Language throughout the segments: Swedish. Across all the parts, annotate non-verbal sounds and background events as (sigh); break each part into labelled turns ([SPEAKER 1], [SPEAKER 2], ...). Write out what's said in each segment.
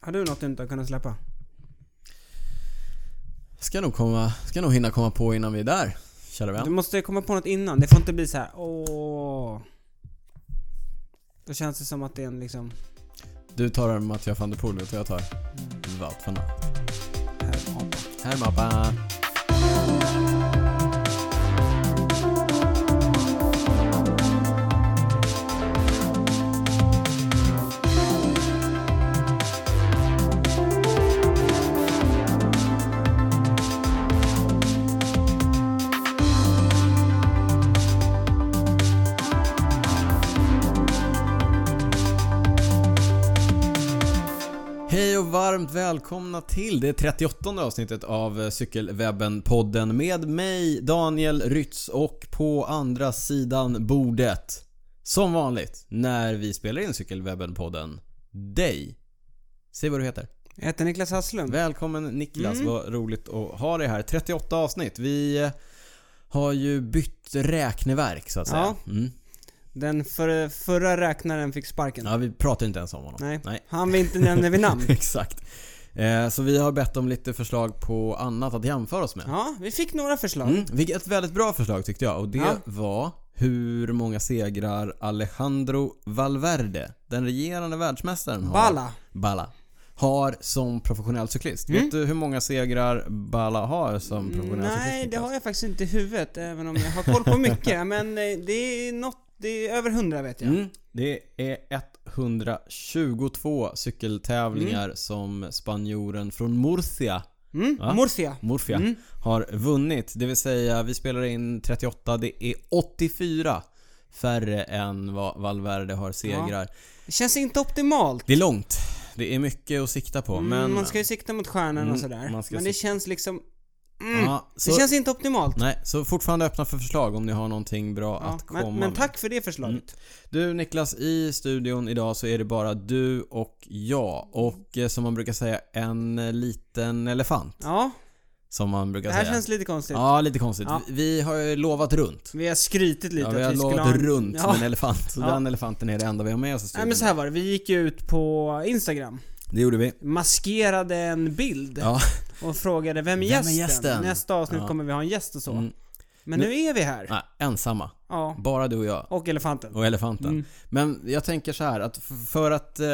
[SPEAKER 1] Har du något du inte har kunnat släppa?
[SPEAKER 2] Ska nog, komma, ska nog hinna komma på innan vi är där, kära
[SPEAKER 1] Du
[SPEAKER 2] vän.
[SPEAKER 1] måste komma på något innan. Det får inte bli så här. åh... Då känns det som att det är en liksom...
[SPEAKER 2] Du tar den Mattia van der Poel, vet du vad jag tar? Wout van Aert. Här mappa. Hej och varmt välkomna till det 38 avsnittet av eh, Cykelwebben-podden med mig Daniel Rytz och på andra sidan bordet som vanligt när vi spelar in Cykelwebben-podden dig. Säg vad du heter.
[SPEAKER 1] Jag heter Niklas Hasslund.
[SPEAKER 2] Välkommen Niklas,
[SPEAKER 1] Mm.
[SPEAKER 2] vad roligt att ha dig här. 38 avsnitt. Vi eh, har ju bytt räkneverk så att säga. Ja, mm.
[SPEAKER 1] Den för, förra räknaren fick sparken.
[SPEAKER 2] ja vi pratar inte ens om honom.
[SPEAKER 1] Nej.
[SPEAKER 2] Nej.
[SPEAKER 1] Han vi inte nämner vid
[SPEAKER 2] (laughs)
[SPEAKER 1] namn.
[SPEAKER 2] Exakt. Eh, så vi har bett om lite förslag på annat att jämföra oss med.
[SPEAKER 1] Ja, vi fick några förslag.
[SPEAKER 2] Mm, vilket ett väldigt bra förslag tyckte jag och det
[SPEAKER 1] Ja.
[SPEAKER 2] var hur många segrar Alejandro Valverde, den regerande världsmästaren, har.
[SPEAKER 1] Bala. Mm.
[SPEAKER 2] Bala. Har som professionell cyklist. Vet du hur många segrar Bala har som professionell cyklist?
[SPEAKER 1] Nej, det
[SPEAKER 2] Niklas?
[SPEAKER 1] har jag faktiskt inte i huvudet, även om jag har koll på
[SPEAKER 2] (laughs)
[SPEAKER 1] mycket. Men eh, det är något, det är över hundra vet jag.
[SPEAKER 2] Mm, det är 122 cykeltävlingar som spanjoren från Murcia
[SPEAKER 1] Mm.
[SPEAKER 2] Ja.
[SPEAKER 1] Murcia.
[SPEAKER 2] Morfia
[SPEAKER 1] Mm.
[SPEAKER 2] har vunnit. Det vill säga, vi spelar in 38, det är 84 färre än vad Valverde har segrar.
[SPEAKER 1] Det känns inte optimalt.
[SPEAKER 2] Det är långt. Det är mycket att sikta på, men...
[SPEAKER 1] Mm, man ska ju sikta mot stjärnan
[SPEAKER 2] Mm,
[SPEAKER 1] och sådär.
[SPEAKER 2] man ska
[SPEAKER 1] Men det
[SPEAKER 2] sikta.
[SPEAKER 1] känns liksom... Mm,
[SPEAKER 2] ja, så,
[SPEAKER 1] det känns inte optimalt.
[SPEAKER 2] Nej, så fortfarande öppna för förslag om ni har någonting bra
[SPEAKER 1] Ja,
[SPEAKER 2] att komma
[SPEAKER 1] men, men
[SPEAKER 2] med.
[SPEAKER 1] tack för det förslaget.
[SPEAKER 2] Du Niklas, i studion idag så är det bara du och jag och eh, som man brukar säga en eh, liten elefant.
[SPEAKER 1] Ja,
[SPEAKER 2] Som man brukar
[SPEAKER 1] det här
[SPEAKER 2] säga.
[SPEAKER 1] känns lite konstigt.
[SPEAKER 2] Mm. Alltså, Ja, lite konstigt.
[SPEAKER 1] Ja.
[SPEAKER 2] Vi, vi har ju lovat runt.
[SPEAKER 1] Vi har skrytit lite
[SPEAKER 2] Ja, vi har
[SPEAKER 1] att vi skulle
[SPEAKER 2] lovat
[SPEAKER 1] ha en-
[SPEAKER 2] runt
[SPEAKER 1] Ja.
[SPEAKER 2] med en elefant. Så
[SPEAKER 1] Ja.
[SPEAKER 2] den elefanten är det enda vi har med oss i
[SPEAKER 1] Nej
[SPEAKER 2] studion.
[SPEAKER 1] men så här var det, vi gick ju ut på Instagram.
[SPEAKER 2] Det gjorde vi.
[SPEAKER 1] Maskerade en bild
[SPEAKER 2] Ja.
[SPEAKER 1] och frågade vem är
[SPEAKER 2] Vem är
[SPEAKER 1] gästen?
[SPEAKER 2] gästen?
[SPEAKER 1] Nästa avsnitt
[SPEAKER 2] Ja.
[SPEAKER 1] kommer vi ha en gäst och så.
[SPEAKER 2] Mm.
[SPEAKER 1] Men nu är vi här.
[SPEAKER 2] Nej, ensamma.
[SPEAKER 1] Ja.
[SPEAKER 2] Bara du och jag.
[SPEAKER 1] Och elefanten.
[SPEAKER 2] Och elefanten.
[SPEAKER 1] Mm.
[SPEAKER 2] Men jag tänker så här att f- för att eh,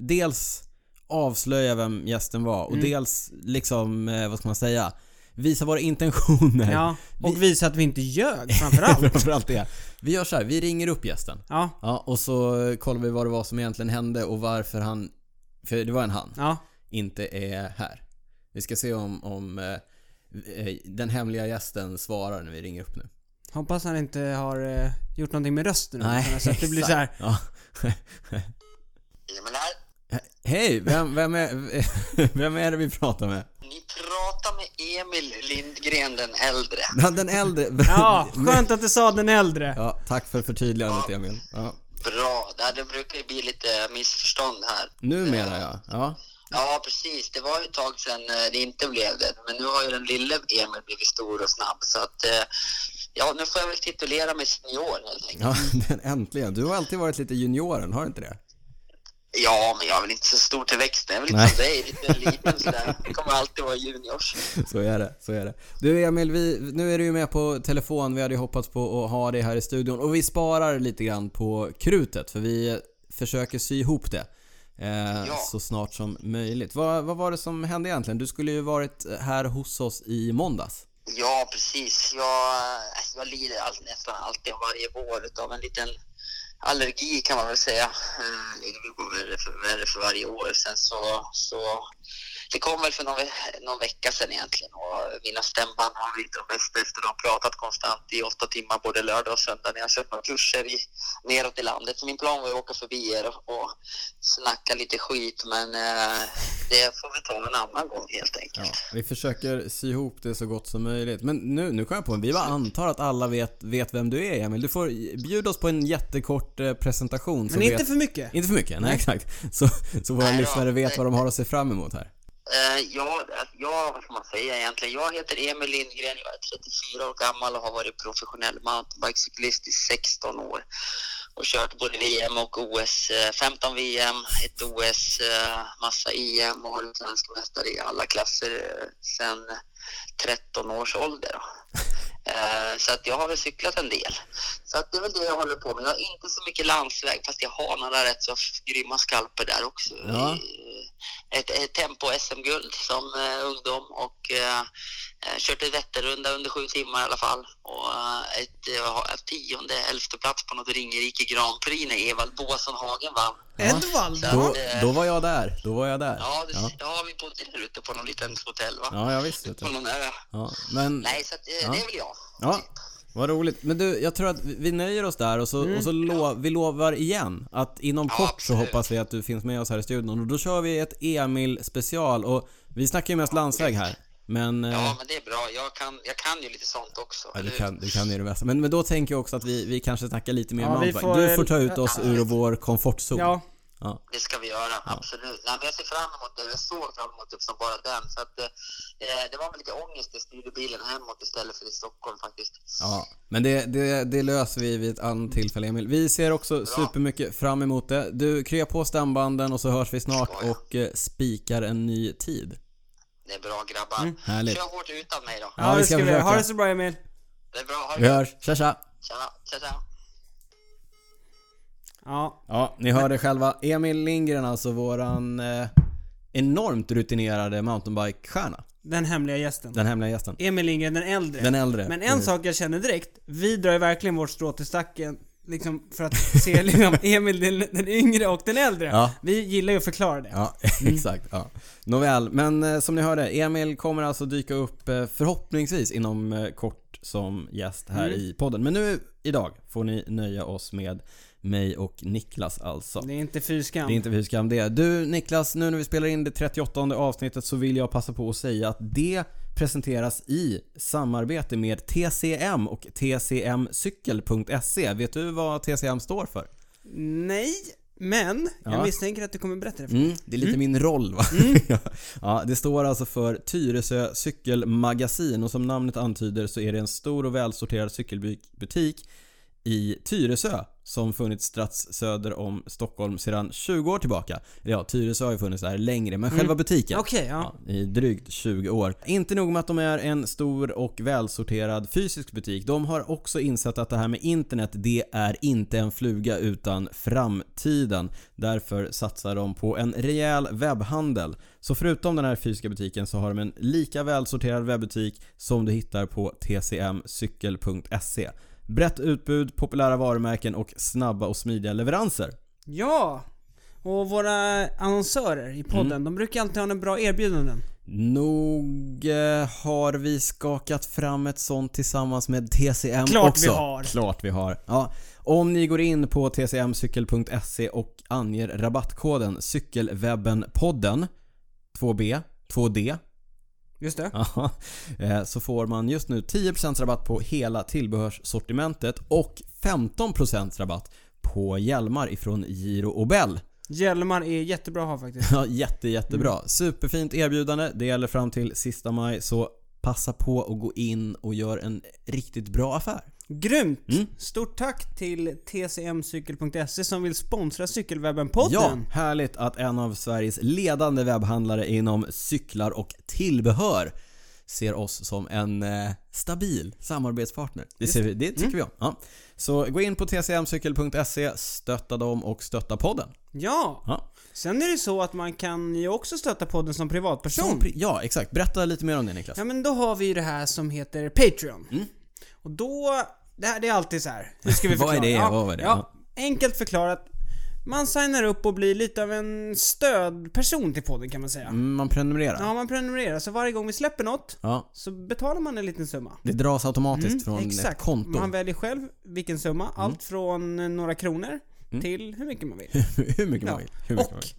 [SPEAKER 2] dels avslöja vem gästen var och
[SPEAKER 1] Mm.
[SPEAKER 2] dels liksom, eh, vad ska man säga, visa våra intentioner.
[SPEAKER 1] Ja.
[SPEAKER 2] Vi-
[SPEAKER 1] Och visa att vi inte ljög
[SPEAKER 2] (laughs)
[SPEAKER 1] framförallt.
[SPEAKER 2] Framförallt det. Vi gör så här, vi ringer upp gästen.
[SPEAKER 1] Ja.
[SPEAKER 2] Ja, och så eh, kollar vi vad det var som egentligen hände och varför han, för det var en han.
[SPEAKER 1] Ja.
[SPEAKER 2] inte är här. Vi ska se om, om eh, eh, den hemliga gästen svarar när vi ringer upp nu.
[SPEAKER 1] Hoppas han inte har eh, gjort någonting med rösten.
[SPEAKER 2] (laughs)
[SPEAKER 1] så att det blir
[SPEAKER 2] exakt.
[SPEAKER 1] så här.
[SPEAKER 2] Ja.
[SPEAKER 3] Ja, men här,
[SPEAKER 2] Hej, vem, vem, är, vem är (laughs) det vi pratar med?
[SPEAKER 3] ni pratar med Emil Lindgren den äldre.
[SPEAKER 2] Ja, Den äldre. (laughs)
[SPEAKER 1] Ja, skönt att du sa den äldre.
[SPEAKER 2] ja, tack för förtydligandet Emil. Ja.
[SPEAKER 3] Bra, det, här, det brukar ju bli lite missförstånd här.
[SPEAKER 2] Nu menar jag. Ja.
[SPEAKER 3] Ja, precis. Det var ju ett tag sedan eh, det inte blev det, men nu har ju den lille Emil blivit stor och snabb, så att eh, ja, nu får jag väl titulera mig senior helt enkelt.
[SPEAKER 2] ja, (laughs) den äntligen. Du har alltid varit lite junioren, har du inte det?
[SPEAKER 3] Ja, men jag är väl inte så stor till växten. Jag är väl
[SPEAKER 2] Nej.
[SPEAKER 3] inte som dig, lite liten sådär. Jag kommer alltid vara juniors.
[SPEAKER 2] (laughs) Så är det, så är det. Du Emil, vi, nu är du ju med på telefon. Vi hade ju hoppats på att ha dig här i studion. Och vi sparar lite grann på krutet för vi försöker sy ihop det. Eh,
[SPEAKER 3] Ja.
[SPEAKER 2] Så snart som möjligt. Vad, vad var det som hände egentligen? Du skulle ju varit här hos oss i måndags.
[SPEAKER 3] Ja, precis. Jag, äh, jag lider all, nästan alltid varje vår av en liten allergi kan man väl säga. Eh, Det går värre för, värre för varje år. Sen så, så, det kom väl för någon, ve- någon vecka sedan egentligen och mina stämband har blivit de bästa efter att ha pratat konstant i åtta timmar både lördag och söndag när jag kört några kurser i, neråt i landet. Så min plan var att åka förbi er och, och snacka lite skit men eh, det får vi ta en annan gång helt enkelt.
[SPEAKER 2] Ja, vi försöker sy ihop det så gott som möjligt. Men nu, nu kom jag på en. Vi bara antar att alla vet, vet vem du är Emil. Du får bjuda oss på en jättekort eh, presentation. så
[SPEAKER 1] Men inte
[SPEAKER 2] vet,
[SPEAKER 1] för mycket.
[SPEAKER 2] inte för mycket, nej exakt. Så, så våra
[SPEAKER 3] Nej då.
[SPEAKER 2] lyssnare vet vad de har att se fram emot här.
[SPEAKER 3] Eh, Ja, ja, vad ska man säga egentligen? Jag heter Emil Lindgren, jag är 34 år gammal och har varit professionell mountainbikecyklist i 16 år. och kört både VM och OS, eh, 15 VM, ett OS, eh, massa EM och varit svensk mästare i alla klasser eh, sedan 13 års ålder.
[SPEAKER 2] (laughs)
[SPEAKER 3] Då. Eh, Så att jag har väl cyklat en del. Så att det är väl det jag håller på med. Jag har inte så mycket landsväg fast jag har några rätt så grymma skalper där också.
[SPEAKER 2] Ja.
[SPEAKER 3] Eh, Ett, ett tempo-SM-guld som eh, ungdom och eh, eh, kört en Vätternrunda under sju timmar i alla fall. Och eh, ett, eh, ha- tionde, elfte plats på något Ringerike Grand Prix när Evald Båsson Hagen vann.
[SPEAKER 1] Edvald?
[SPEAKER 3] Så
[SPEAKER 2] Då,
[SPEAKER 3] att, eh,
[SPEAKER 2] då var jag där, då var jag där.
[SPEAKER 3] ja, det,
[SPEAKER 2] ja.
[SPEAKER 3] ja. vi bodde där ute på någon liten hotell va?
[SPEAKER 2] ja jag visste
[SPEAKER 3] På
[SPEAKER 2] det.
[SPEAKER 3] någon ö.
[SPEAKER 2] Ja. Men,
[SPEAKER 3] Nej, så att, eh,
[SPEAKER 2] Ja.
[SPEAKER 3] det är väl jag.
[SPEAKER 2] ja, vad roligt. Men du, jag tror att vi vi nöjer oss där och så,
[SPEAKER 1] Mm.
[SPEAKER 2] och så lo, vi lovar igen att inom
[SPEAKER 3] Ja,
[SPEAKER 2] kort så
[SPEAKER 3] absolut.
[SPEAKER 2] hoppas vi att du finns med oss här i studion och då kör vi ett Emil special och vi snackar ju mest landsväg här. Men, eh,
[SPEAKER 3] Ja, men det är bra. Jag kan, jag kan ju lite sånt också.
[SPEAKER 2] Ja, du,
[SPEAKER 3] eller hur?
[SPEAKER 2] kan, du kan ju det mesta. Men, men då tänker jag också att vi, vi kanske snackar lite mer
[SPEAKER 1] Ja,
[SPEAKER 2] om
[SPEAKER 1] vi
[SPEAKER 2] mountainbike.
[SPEAKER 1] får
[SPEAKER 2] Du
[SPEAKER 1] väl-
[SPEAKER 2] får ta ut oss ur vår komfortzon.
[SPEAKER 1] Ja.
[SPEAKER 2] Ja.
[SPEAKER 3] Det ska vi göra, absolut. Nej, men jag ser fram emot det. Jag såg fram emot det som bara den. Så att, eh, det var väl lite ångest. Jag styrde bilen hemåt istället för i Stockholm faktiskt.
[SPEAKER 2] Ja, men det, det, det löser vi vid ett annat tillfälle Emil. Vi ser också supermycket fram emot det. Du krya på stämbanden och så hörs vi snart
[SPEAKER 3] Ska jag.
[SPEAKER 2] och eh, spikar en ny tid.
[SPEAKER 3] Det är bra grabbar.
[SPEAKER 2] Mm, Härligt.
[SPEAKER 3] Kör hårt utan mig då.
[SPEAKER 2] Ja, vi
[SPEAKER 1] det
[SPEAKER 2] ska
[SPEAKER 1] ska vi göra. Ha
[SPEAKER 2] försöka.
[SPEAKER 1] det så bra Emil.
[SPEAKER 3] Det är bra. Ha
[SPEAKER 2] Vi
[SPEAKER 3] det
[SPEAKER 2] hörs, tja tja!
[SPEAKER 3] Tja, tja, tja.
[SPEAKER 1] Ja.
[SPEAKER 2] Ja, ni hörde själva. Emil Lindgren alltså, våran eh, enormt rutinerade mountainbike-stjärna.
[SPEAKER 1] Den hemliga gästen.
[SPEAKER 2] Den hemliga gästen.
[SPEAKER 1] Emil Lindgren, den äldre.
[SPEAKER 2] Den äldre.
[SPEAKER 1] Men en sak jag känner direkt, vi drar ju verkligen vårt strå till stacken. Liksom för att se (laughs) liksom, Emil den, den yngre och den äldre.
[SPEAKER 2] Ja.
[SPEAKER 1] Vi gillar ju att förklara det.
[SPEAKER 2] Ja, (laughs) exakt. Ja. Nåväl, men eh, som ni hörde, Emil kommer alltså dyka upp eh, förhoppningsvis inom eh, kort som gäst här i podden. Men nu idag får ni nöja oss med mig och Niklas alltså.
[SPEAKER 1] Det är inte fy skam.
[SPEAKER 2] Det är inte hur skam det. är. Du Niklas, nu när vi spelar in det 38 avsnittet så vill jag passa på att säga att det presenteras i samarbete med TCM och tcmcykel.se. E. Vet du vad TCM står för?
[SPEAKER 1] Nej, men jag
[SPEAKER 2] Ja.
[SPEAKER 1] misstänker att du kommer berätta det för
[SPEAKER 2] Mm, det är lite min roll va? (laughs) ja, det står alltså för Tyresö cykelmagasin och som namnet antyder så är det en stor och välsorterad cykelbutik i Tyresö som funnits strax söder om Stockholm sedan 20 år tillbaka. Eller Ja, Tyresö har ju funnits där längre men själva butiken
[SPEAKER 1] Okej, ja.
[SPEAKER 2] ja, i drygt 20 år. Inte nog med att de är en stor och välsorterad fysisk butik. De har också insett att det här med internet, det är inte en fluga utan framtiden. Därför satsar de på en rejäl webbhandel. Så förutom den här fysiska butiken så har de en lika välsorterad webbutik som du hittar på tcmcykel.se. Brett utbud, populära varumärken och snabba och smidiga leveranser.
[SPEAKER 1] Ja! Och våra annonsörer i podden,
[SPEAKER 2] Mm.
[SPEAKER 1] de brukar alltid ha en bra erbjudanden.
[SPEAKER 2] Nog eh, har vi skakat fram ett sånt tillsammans med TCM
[SPEAKER 1] Klart vi
[SPEAKER 2] också.
[SPEAKER 1] har.
[SPEAKER 2] Klart vi har. Ja. Om ni går in på tcmcykel.se E och anger rabattkoden cykelwebbenpodden 2B (laughs) 2D
[SPEAKER 1] Just det.
[SPEAKER 2] Ja, eh, så får man just nu 10% rabatt på hela tillbehörssortimentet och 15% rabatt på hjälmar ifrån Giro och Bell.
[SPEAKER 1] Hjälmar är jättebra att ha faktiskt.
[SPEAKER 2] (laughs) Ja, jätte, jättebra.
[SPEAKER 1] Mm.
[SPEAKER 2] Superfint erbjudande. Det gäller fram till sista maj, så passa på och gå in och gör en riktigt bra affär.
[SPEAKER 1] Grymt!
[SPEAKER 2] Mm.
[SPEAKER 1] Stort tack till tcmcykel.se E som vill sponsra
[SPEAKER 2] Ja,
[SPEAKER 1] Cykelwebben-podden.
[SPEAKER 2] härligt att en av Sveriges ledande webbhandlare inom cyklar och tillbehör ser oss som en eh, stabil samarbetspartner. Det, ser vi, det tycker
[SPEAKER 1] Mm.
[SPEAKER 2] vi om. Ja. Så gå in på tcmcykel.se, stötta dem och stötta podden.
[SPEAKER 1] Ja!
[SPEAKER 2] Ja.
[SPEAKER 1] Sen är det så att man kan ju också stötta podden som privatperson.
[SPEAKER 2] Som pri- ja, exakt. Berätta lite mer om det Niklas.
[SPEAKER 1] Ja men då har vi ju det här som heter Patreon.
[SPEAKER 2] Mm.
[SPEAKER 1] Och då, det, här, det är alltid så här. Hur ska vi
[SPEAKER 2] (laughs) Vad är
[SPEAKER 1] förklara?
[SPEAKER 2] det?
[SPEAKER 1] Ja,
[SPEAKER 2] Vad var det?
[SPEAKER 1] Ja, enkelt förklarat. Man signar upp och blir lite av en stödperson till podden kan man säga.
[SPEAKER 2] Mm, Man prenumererar.
[SPEAKER 1] Ja, man prenumererar. Så varje gång vi släpper något
[SPEAKER 2] Ja.
[SPEAKER 1] så betalar man en liten summa.
[SPEAKER 2] Det dras automatiskt från ett
[SPEAKER 1] Mm, Exakt.
[SPEAKER 2] konto. Mm.
[SPEAKER 1] Man väljer själv vilken summa. Allt från eh, några kronor till hur mycket man vill.
[SPEAKER 2] (laughs) Hur mycket man vill. Hur mycket man
[SPEAKER 1] Och
[SPEAKER 2] vill.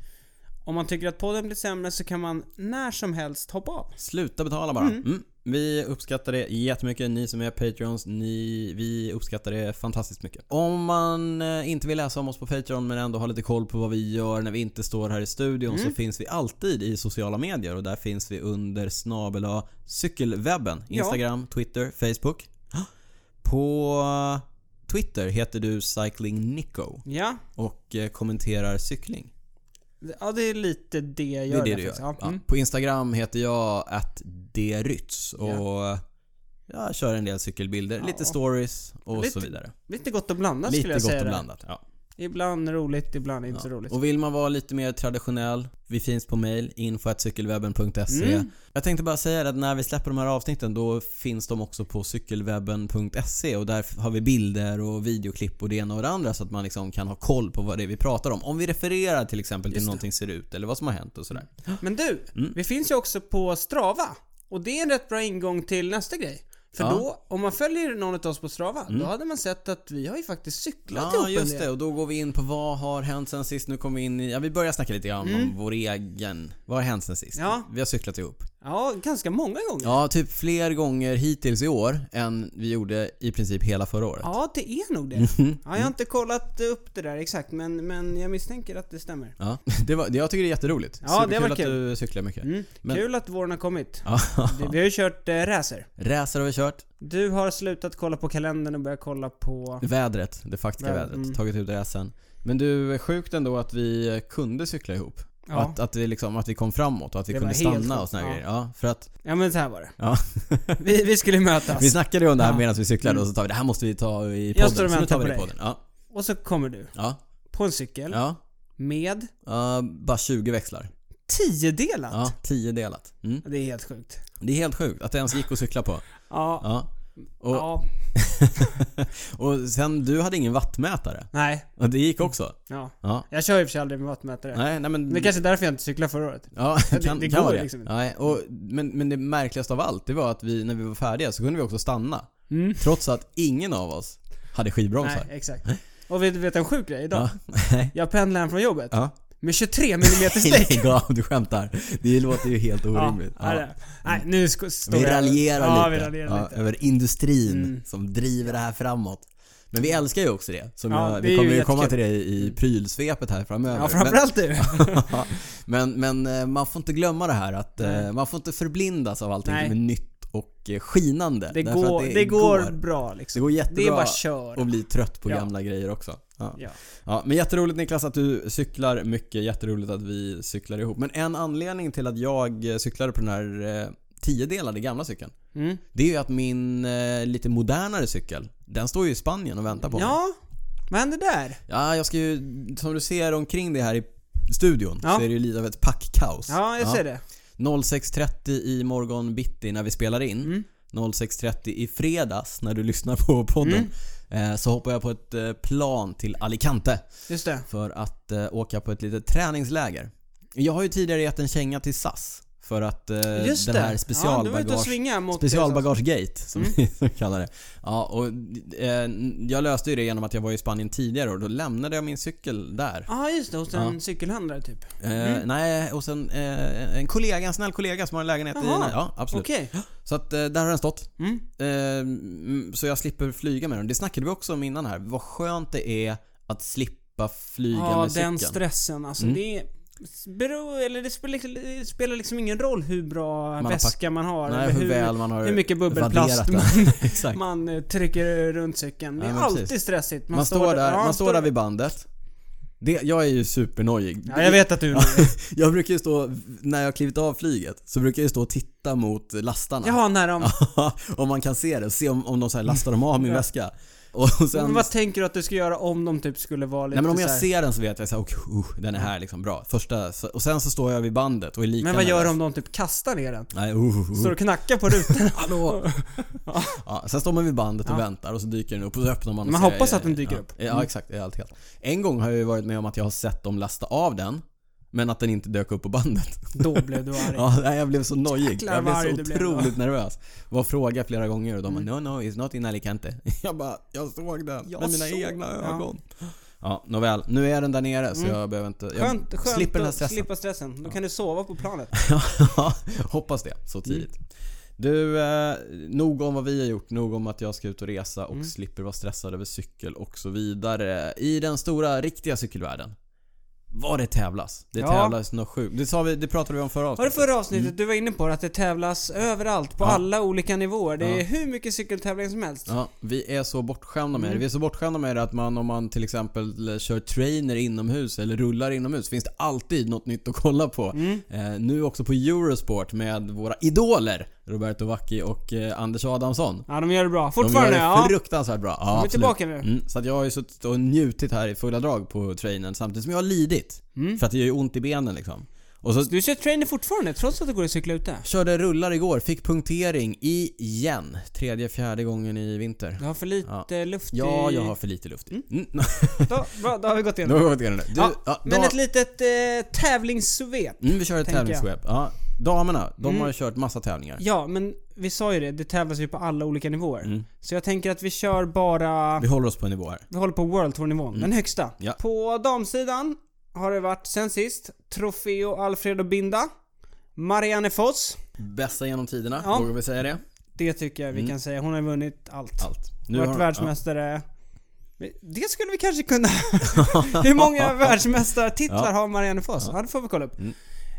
[SPEAKER 1] om man tycker att podden blir sämre så kan man när som helst hoppa av.
[SPEAKER 2] Sluta betala bara. Mm. Vi uppskattar det jättemycket. Ni som är Patreons, ni, vi uppskattar det fantastiskt mycket. Om man eh, inte vill läsa om oss på Patreon men ändå har lite koll på vad vi gör när vi inte står här i studion så finns vi alltid i sociala medier och där finns vi under snabel cykelwebben. Instagram, Twitter, Facebook. På eh, Twitter heter du Cycling Nico
[SPEAKER 1] Ja.
[SPEAKER 2] och eh, kommenterar cykling.
[SPEAKER 1] Ja, det är lite det jag
[SPEAKER 2] Det
[SPEAKER 1] gör.
[SPEAKER 2] är det
[SPEAKER 1] där
[SPEAKER 2] du gör.
[SPEAKER 1] faktiskt.
[SPEAKER 2] Ja,
[SPEAKER 1] Ja. Mm.
[SPEAKER 2] På Instagram heter jag att drytz och jag kör en del cykelbilder, lite stories och
[SPEAKER 1] Lite-
[SPEAKER 2] så vidare.
[SPEAKER 1] Lite gott och blandat
[SPEAKER 2] Lite
[SPEAKER 1] skulle
[SPEAKER 2] gott
[SPEAKER 1] jag säga.
[SPEAKER 2] och
[SPEAKER 1] det. liksom.
[SPEAKER 2] blandat. Ja.
[SPEAKER 1] Ibland roligt, ibland inte så roligt.
[SPEAKER 2] Och vill man vara lite mer traditionell, vi finns på mail, info.cykelwebben.se.
[SPEAKER 1] Mm.
[SPEAKER 2] Jag tänkte bara säga det att när vi släpper de här avsnitten då finns de också på cykelwebben.se och där har vi bilder och videoklipp och det ena och det andra så att man liksom kan ha koll på vad det är vi pratar om. Om vi refererar till exempel till någonting ser ut eller vad som har hänt och sådär.
[SPEAKER 1] Men du,
[SPEAKER 2] Mm.
[SPEAKER 1] vi finns ju också på Strava. Och det är en rätt bra ingång till nästa grej. För
[SPEAKER 2] Ja. Mm.
[SPEAKER 1] då, om man följer någon av oss på Strava, då hade man sett att vi har ju faktiskt cyklat
[SPEAKER 2] Ja,
[SPEAKER 1] ihop en
[SPEAKER 2] just
[SPEAKER 1] del.
[SPEAKER 2] det. Och då går vi in på vad har hänt sen sist? Nu kommer vi in i, ja vi börjar snacka lite grann om vår egen, vad har hänt sen sist?
[SPEAKER 1] Mm. Ja.
[SPEAKER 2] Vi har cyklat ihop.
[SPEAKER 1] Ja, ganska många gånger. Ja.
[SPEAKER 2] Ja, typ fler gånger hittills i år än vi gjorde i princip hela förra året.
[SPEAKER 1] det är nog det.
[SPEAKER 2] Mhm.
[SPEAKER 1] Ja, jag har inte kollat upp det där exakt, men, men jag misstänker att det stämmer.
[SPEAKER 2] Ja, (laughs) det var, det- jag tycker det är jätteroligt.
[SPEAKER 1] Ja, det var
[SPEAKER 2] att
[SPEAKER 1] kul.
[SPEAKER 2] du cyklar mycket.
[SPEAKER 1] Mm.
[SPEAKER 2] Men-
[SPEAKER 1] Kul att våren har kommit.
[SPEAKER 2] (laughs) Ja.
[SPEAKER 1] Vi- Vi har ju kört eh, racer.
[SPEAKER 2] Racer har vi kört.
[SPEAKER 1] Du har slutat kolla på kalendern och börjat kolla på...
[SPEAKER 2] Vädret, det faktiska
[SPEAKER 1] Vädret,
[SPEAKER 2] vädret.
[SPEAKER 1] mm.
[SPEAKER 2] Tagit ut racen. Men du, är sjukt ändå att vi kunde cykla ihop.
[SPEAKER 1] Ja.
[SPEAKER 2] Att, att, vi liksom, att vi kom framåt och att vi
[SPEAKER 1] Det
[SPEAKER 2] kunde
[SPEAKER 1] var helt
[SPEAKER 2] stanna och
[SPEAKER 1] sjukt,
[SPEAKER 2] såna här
[SPEAKER 1] ja.
[SPEAKER 2] grejer. Ja, för att,
[SPEAKER 1] Ja men så här var
[SPEAKER 2] (laughs)
[SPEAKER 1] det.
[SPEAKER 2] ja.
[SPEAKER 1] Vi, vi skulle mötas.
[SPEAKER 2] Alltså, Vi snackade ju om det här
[SPEAKER 1] Ja. Mm.
[SPEAKER 2] medan vi cyklade och så tar vi det här måste vi ta i podden.
[SPEAKER 1] Jag står och
[SPEAKER 2] så nu
[SPEAKER 1] väntar
[SPEAKER 2] tar vi det i
[SPEAKER 1] på Mm.
[SPEAKER 2] podden. Ja,
[SPEAKER 1] Och så kommer du.
[SPEAKER 2] ja,
[SPEAKER 1] På en cykel.
[SPEAKER 2] ja.
[SPEAKER 1] Med
[SPEAKER 2] Ja, bara 20 växlar.
[SPEAKER 1] tiodelat.
[SPEAKER 2] Ja, 10 delat. Mm.
[SPEAKER 1] Det är helt sjukt.
[SPEAKER 2] Det är helt sjukt att det ens gick att cykla på.
[SPEAKER 1] Ja. (laughs)
[SPEAKER 2] Ja. Och,
[SPEAKER 1] ja.
[SPEAKER 2] och sen, du hade ingen vattmätare.
[SPEAKER 1] Nej.
[SPEAKER 2] Och det gick också.
[SPEAKER 1] Ja.
[SPEAKER 2] Ja.
[SPEAKER 1] Jag kör ju för sig aldrig med vattmätare.
[SPEAKER 2] Nej, nej men...
[SPEAKER 1] Det är kanske är därför jag inte cyklade förra året.
[SPEAKER 2] Ja,
[SPEAKER 1] (laughs) det-
[SPEAKER 2] kan,
[SPEAKER 1] det
[SPEAKER 2] kan
[SPEAKER 1] går
[SPEAKER 2] vara det.
[SPEAKER 1] liksom inte.
[SPEAKER 2] Nej, och, men, men det märkligaste av allt, det var att vi, när vi var färdiga så kunde vi också stanna. Trots att ingen av oss hade
[SPEAKER 1] Mm. Nej,
[SPEAKER 2] skivbromsar.
[SPEAKER 1] exakt. Och vet du vet en sjuk grej idag?
[SPEAKER 2] Ja. (laughs) Nej.
[SPEAKER 1] Jag pendlar hem från jobbet.
[SPEAKER 2] Ja.
[SPEAKER 1] Med 23 mm
[SPEAKER 2] (laughs)
[SPEAKER 1] streck.
[SPEAKER 2] Lägg av, du skämtar. Det låter ju helt
[SPEAKER 1] ja.
[SPEAKER 2] orimligt.
[SPEAKER 1] nej,
[SPEAKER 2] Ja.
[SPEAKER 1] det- Nej, nu sk- står
[SPEAKER 2] Vi
[SPEAKER 1] jag-
[SPEAKER 2] raljerar
[SPEAKER 1] ja,
[SPEAKER 2] lite,
[SPEAKER 1] Vi raljerar
[SPEAKER 2] ja,
[SPEAKER 1] lite. Mm.
[SPEAKER 2] över industrin som driver det här framåt. Men vi älskar ju också det. Som
[SPEAKER 1] Ja,
[SPEAKER 2] jag,
[SPEAKER 1] det är
[SPEAKER 2] vi
[SPEAKER 1] ju
[SPEAKER 2] kommer ju komma till
[SPEAKER 1] jättekul.
[SPEAKER 2] det i prylsvepet här framöver.
[SPEAKER 1] Ja,
[SPEAKER 2] Men-
[SPEAKER 1] framförallt du.
[SPEAKER 2] (laughs) men, men eh, man får inte glömma det här att eh, man får inte förblindas av allting
[SPEAKER 1] Nej.
[SPEAKER 2] som är nytt och eh, skinande.
[SPEAKER 1] Det
[SPEAKER 2] Därför
[SPEAKER 1] går,
[SPEAKER 2] att
[SPEAKER 1] det, går,
[SPEAKER 2] går.
[SPEAKER 1] bra
[SPEAKER 2] Det
[SPEAKER 1] liksom.
[SPEAKER 2] går jättebra
[SPEAKER 1] Det är bara kör.
[SPEAKER 2] att bli trött på
[SPEAKER 1] Ja.
[SPEAKER 2] gamla grejer också. Ja.
[SPEAKER 1] Ja.
[SPEAKER 2] Ja, men jätteroligt Niklas att du cyklar mycket, jätteroligt att vi cyklar ihop. Men en anledning till att jag eh, cyklade på den här eh, tiodelade gamla cykeln,
[SPEAKER 1] Mm.
[SPEAKER 2] det är ju att min eh, lite modernare cykel, den står ju i Spanien och väntar på mig.
[SPEAKER 1] ja. Vad hände där?
[SPEAKER 2] Ja, jag ska ju, som du ser omkring det här i studion,
[SPEAKER 1] Ja.
[SPEAKER 2] så är det ju lite av ett packkaos.
[SPEAKER 1] Ja, jag ser det.
[SPEAKER 2] 06.30 i morgon bitti när vi spelar in.
[SPEAKER 1] Mm.
[SPEAKER 2] 06.30 i fredags när du lyssnar på podden.
[SPEAKER 1] Mm.
[SPEAKER 2] eh, Så hoppar jag på ett eh, plan till Alicante
[SPEAKER 1] Just det.
[SPEAKER 2] för att eh, åka på ett litet träningsläger. Jag har ju tidigare gett en känga till SAS för att eh,
[SPEAKER 1] Just
[SPEAKER 2] den
[SPEAKER 1] det.
[SPEAKER 2] här
[SPEAKER 1] ja, du var ute och
[SPEAKER 2] specialbagage
[SPEAKER 1] svinga mot
[SPEAKER 2] Specialbagagegate som
[SPEAKER 1] Mm.
[SPEAKER 2] vi (laughs) kallar det. Ja, och, eh, jag löste ju det genom att jag var i Spanien tidigare och då lämnade jag min cykel där.
[SPEAKER 1] Ja, just det. Hos en cykelhandlare typ.
[SPEAKER 2] Eh, nej, och sen eh, en kollega, en snäll kollega som har en lägenhet i...
[SPEAKER 1] Jaha.
[SPEAKER 2] Ja, absolut.
[SPEAKER 1] Okej.
[SPEAKER 2] Så att eh, där har den stått.
[SPEAKER 1] Mm.
[SPEAKER 2] Eh, mm, så jag slipper flyga med den. Det snackade vi också om innan här. Vad skönt det är att slippa flyga
[SPEAKER 1] Ja,
[SPEAKER 2] med
[SPEAKER 1] den
[SPEAKER 2] cykeln. Mm.
[SPEAKER 1] stressen. Alltså det är... Beror, eller det spelar, det spelar liksom ingen roll hur bra
[SPEAKER 2] har
[SPEAKER 1] väska man har.
[SPEAKER 2] Nej,
[SPEAKER 1] eller
[SPEAKER 2] hur, väl man har
[SPEAKER 1] hur mycket
[SPEAKER 2] vadderat
[SPEAKER 1] bubbelplast
[SPEAKER 2] den.
[SPEAKER 1] man,
[SPEAKER 2] (laughs) Exakt. Man,
[SPEAKER 1] man eh, trycker runt cykeln. Det är
[SPEAKER 2] Ja, men
[SPEAKER 1] alltid
[SPEAKER 2] precis.
[SPEAKER 1] stressigt.
[SPEAKER 2] står där,
[SPEAKER 1] ja,
[SPEAKER 2] man står där vid bandet. Det, jag är ju supernojig.
[SPEAKER 1] Ja, jag vet att du är nojig.
[SPEAKER 2] (laughs) jag brukar ju stå, när jag klivit av flyget, så brukar jag ju stå och titta mot lastarna.
[SPEAKER 1] Jaha, när de...
[SPEAKER 2] (laughs) om man kan se det, se om, om de så här lastar de av min väska. Och sen
[SPEAKER 1] Men vad tänker du att du ska göra om de typ skulle vara lite
[SPEAKER 2] Nej men om
[SPEAKER 1] så
[SPEAKER 2] jag
[SPEAKER 1] här-
[SPEAKER 2] ser den så vet jag såhär, okej, uh, den är här liksom bra. Första, så- och sen så står jag vid bandet och är lika
[SPEAKER 1] Men vad gör de
[SPEAKER 2] nervös.
[SPEAKER 1] om de typ kastar ner den?
[SPEAKER 2] Nej, uh, uh,
[SPEAKER 1] Står
[SPEAKER 2] uh.
[SPEAKER 1] och knackar på rutan?
[SPEAKER 2] (laughs) Hallå! ja, sen står man vid bandet och väntar och så dyker den upp och så öppnar man och
[SPEAKER 1] Man
[SPEAKER 2] ser-
[SPEAKER 1] hoppas att den dyker
[SPEAKER 2] ja,
[SPEAKER 1] upp. Mm.
[SPEAKER 2] Ja, exakt. Det är allt helt. En gång har jag ju varit med om att jag har sett dem lasta av den, men att den inte dök upp på bandet.
[SPEAKER 1] Då blev du arg.
[SPEAKER 2] (laughs) Ja, nej, jag blev så nojig.
[SPEAKER 1] Jäklar
[SPEAKER 2] Jag
[SPEAKER 1] vad arg
[SPEAKER 2] blev så
[SPEAKER 1] du blev då. Mm.
[SPEAKER 2] otroligt nervös. Var och frågade flera gånger och de bara no no it's not in Alicante. (laughs) Jag bara, jag såg den
[SPEAKER 1] Jag
[SPEAKER 2] med mina
[SPEAKER 1] såg-
[SPEAKER 2] egna
[SPEAKER 1] ja. Mm.
[SPEAKER 2] ögon. Ja, nåväl. Nu är den där nere så jag behöver inte... Jag
[SPEAKER 1] Skönt, skönt
[SPEAKER 2] slipper den här
[SPEAKER 1] att
[SPEAKER 2] stressen.
[SPEAKER 1] slippa stressen. Då kan du sova på planet.
[SPEAKER 2] (laughs) Ja, hoppas det. Så tidigt. Du, eh, nog om vad vi har gjort. Nog om att jag ska ut och resa och
[SPEAKER 1] Mm.
[SPEAKER 2] slipper vara stressad över cykel och så vidare. I den stora, riktiga cykelvärlden. vad det tävlas. Det
[SPEAKER 1] Ja.
[SPEAKER 2] tävlas något sjukt. Det, sa vi, det pratade vi om förra
[SPEAKER 1] Var det
[SPEAKER 2] avsnittet.
[SPEAKER 1] förra avsnittet du var inne på att det tävlas överallt, på
[SPEAKER 2] Mm. Ja.
[SPEAKER 1] alla olika nivåer. Det är
[SPEAKER 2] Ja.
[SPEAKER 1] hur mycket cykeltävling som helst.
[SPEAKER 2] Ja, vi är så bortskämda
[SPEAKER 1] Mm.
[SPEAKER 2] med det. Vi är så bortskämda med det att man om man till exempel eh, kör trainer inomhus eller rullar inomhus finns det alltid något nytt att kolla på.
[SPEAKER 1] Mm.
[SPEAKER 2] Eh, nu också på Eurosport med våra idoler Roberto Vacchi och eh, Anders Adamsson.
[SPEAKER 1] Ja, de gör det bra.
[SPEAKER 2] De gör
[SPEAKER 1] Fortfarande,
[SPEAKER 2] det
[SPEAKER 1] ja.
[SPEAKER 2] fruktansvärt bra. Ja,
[SPEAKER 1] är
[SPEAKER 2] absolut.
[SPEAKER 1] tillbaka nu.
[SPEAKER 2] Mm, så att jag har ju suttit och njutit här i fulla drag på trainen samtidigt som jag har lidit.
[SPEAKER 1] Mm.
[SPEAKER 2] För att det gör ju ont i benen liksom. Och så
[SPEAKER 1] Du kör trainer fortfarande, trots att det går att cykla ute?
[SPEAKER 2] körde rullar igår, fick punktering igen. Tredje, fjärde gången i vinter.
[SPEAKER 1] Du har för lite luft
[SPEAKER 2] Ja,
[SPEAKER 1] i...
[SPEAKER 2] jag har för lite luft i. Mm. (laughs)
[SPEAKER 1] Då, bra, då har vi gått
[SPEAKER 2] Då
[SPEAKER 1] igenom.
[SPEAKER 2] har vi gått igenom det. Du,
[SPEAKER 1] ja,
[SPEAKER 2] ja,
[SPEAKER 1] men
[SPEAKER 2] da-
[SPEAKER 1] ett litet eh, tävlingssvep.
[SPEAKER 2] mm, vi kör ett
[SPEAKER 1] tänker jag. Mm.
[SPEAKER 2] tävlingssvep. Ja, damerna, de har ju kört massa tävlingar.
[SPEAKER 1] Ja, men vi sa ju det, det tävlas ju på alla olika nivåer.
[SPEAKER 2] Mm.
[SPEAKER 1] Så jag tänker att vi kör bara...
[SPEAKER 2] Vi håller oss på en nivå här.
[SPEAKER 1] Vi håller på World Tour-nivån, den högsta.
[SPEAKER 2] Mm. Ja.
[SPEAKER 1] På damsidan har det varit sen sist Trofeo Alfredo Binda, Marianne Foss.
[SPEAKER 2] Bästa genom tiderna,
[SPEAKER 1] Ja.
[SPEAKER 2] vågar vi säga det?
[SPEAKER 1] Det tycker jag vi kan säga, hon har vunnit allt.
[SPEAKER 2] Mm. Allt.
[SPEAKER 1] Varit
[SPEAKER 2] har-
[SPEAKER 1] världsmästare. Det skulle vi kanske
[SPEAKER 2] (laughs)
[SPEAKER 1] kunna... Hur många världsmästartitlar
[SPEAKER 2] Ja. Mm.
[SPEAKER 1] har Marianne Foss? Ja. det får vi kolla upp.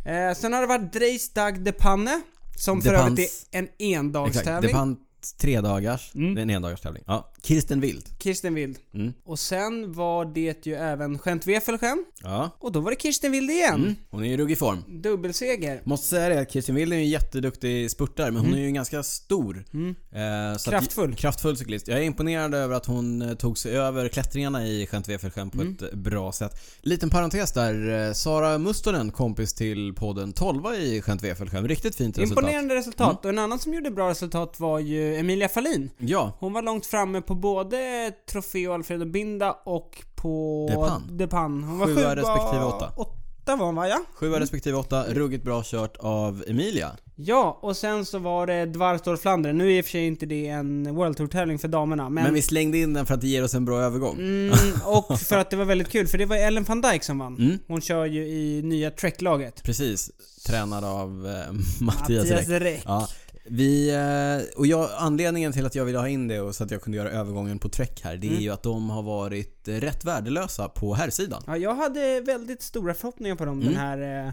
[SPEAKER 1] Eh, sen har det varit Dreis Dag de Panne, som
[SPEAKER 2] De
[SPEAKER 1] för övrigt
[SPEAKER 2] Pans-
[SPEAKER 1] är en
[SPEAKER 2] ja, Exakt, det
[SPEAKER 1] endagstävling.
[SPEAKER 2] fanns tre dagars.
[SPEAKER 1] Mm.
[SPEAKER 2] Det är en endagarstävling. Ja. Kirsten Wild.
[SPEAKER 1] Kirsten Wild.
[SPEAKER 2] Mm.
[SPEAKER 1] Och sen var det ju även Gent Wefelgem.
[SPEAKER 2] Ja.
[SPEAKER 1] Och då var det Kirsten Wild igen.
[SPEAKER 2] Hon är i ruggig form.
[SPEAKER 1] Dubbelseger.
[SPEAKER 2] Måste säga det, att Kirsten Wild är ju en jätteduktig spurtare men hon är ju en ganska stor. Eh, så att-
[SPEAKER 1] Mm. Kraftfull.
[SPEAKER 2] kraftfull cyklist. Jag är imponerad över att hon eh, tog sig över klättringarna i Gent
[SPEAKER 1] Mm.
[SPEAKER 2] på ett eh, bra sätt. Liten parentes där. eh, Sara Mustonen, kompis till podden 12 i Gent Riktigt fint resultat. Mm.
[SPEAKER 1] Imponerande resultat. Och en annan som gjorde bra resultat var ju Emilia Fahlin.
[SPEAKER 2] Ja.
[SPEAKER 1] Hon var långt framme på både Trofeo Alfredo Binda och på
[SPEAKER 2] Depan.
[SPEAKER 1] Depan. Hon var
[SPEAKER 2] Sjua
[SPEAKER 1] sjua-
[SPEAKER 2] respektive åtta.
[SPEAKER 1] Åtta var hon va, ja.
[SPEAKER 2] Sjua respektive åtta, ruggigt bra kört av
[SPEAKER 1] Mm.
[SPEAKER 2] Emilia.
[SPEAKER 1] Ja, och sen så var det Dvarstor Flandern. Nu är i och för sig inte det en World Tour-tävling för damerna, men...
[SPEAKER 2] Men vi slängde in den för att det ger oss en bra övergång.
[SPEAKER 1] Mm, och för att det var väldigt kul, för det var Ellen van Dijk som vann.
[SPEAKER 2] Mm.
[SPEAKER 1] Hon kör ju i nya Trek-laget.
[SPEAKER 2] Precis. Tränad av eh, (laughs) Mattias,
[SPEAKER 1] Mattias
[SPEAKER 2] Räck.
[SPEAKER 1] Räck.
[SPEAKER 2] Ja, vi, eh, och jag, anledningen till att jag ville ha in det och så att jag kunde göra övergången på Trek här, det är ju att de har varit eh, rätt värdelösa på herrsidan.
[SPEAKER 1] Ja, jag hade väldigt stora förhoppningar på dem
[SPEAKER 2] Mm.
[SPEAKER 1] den här eh,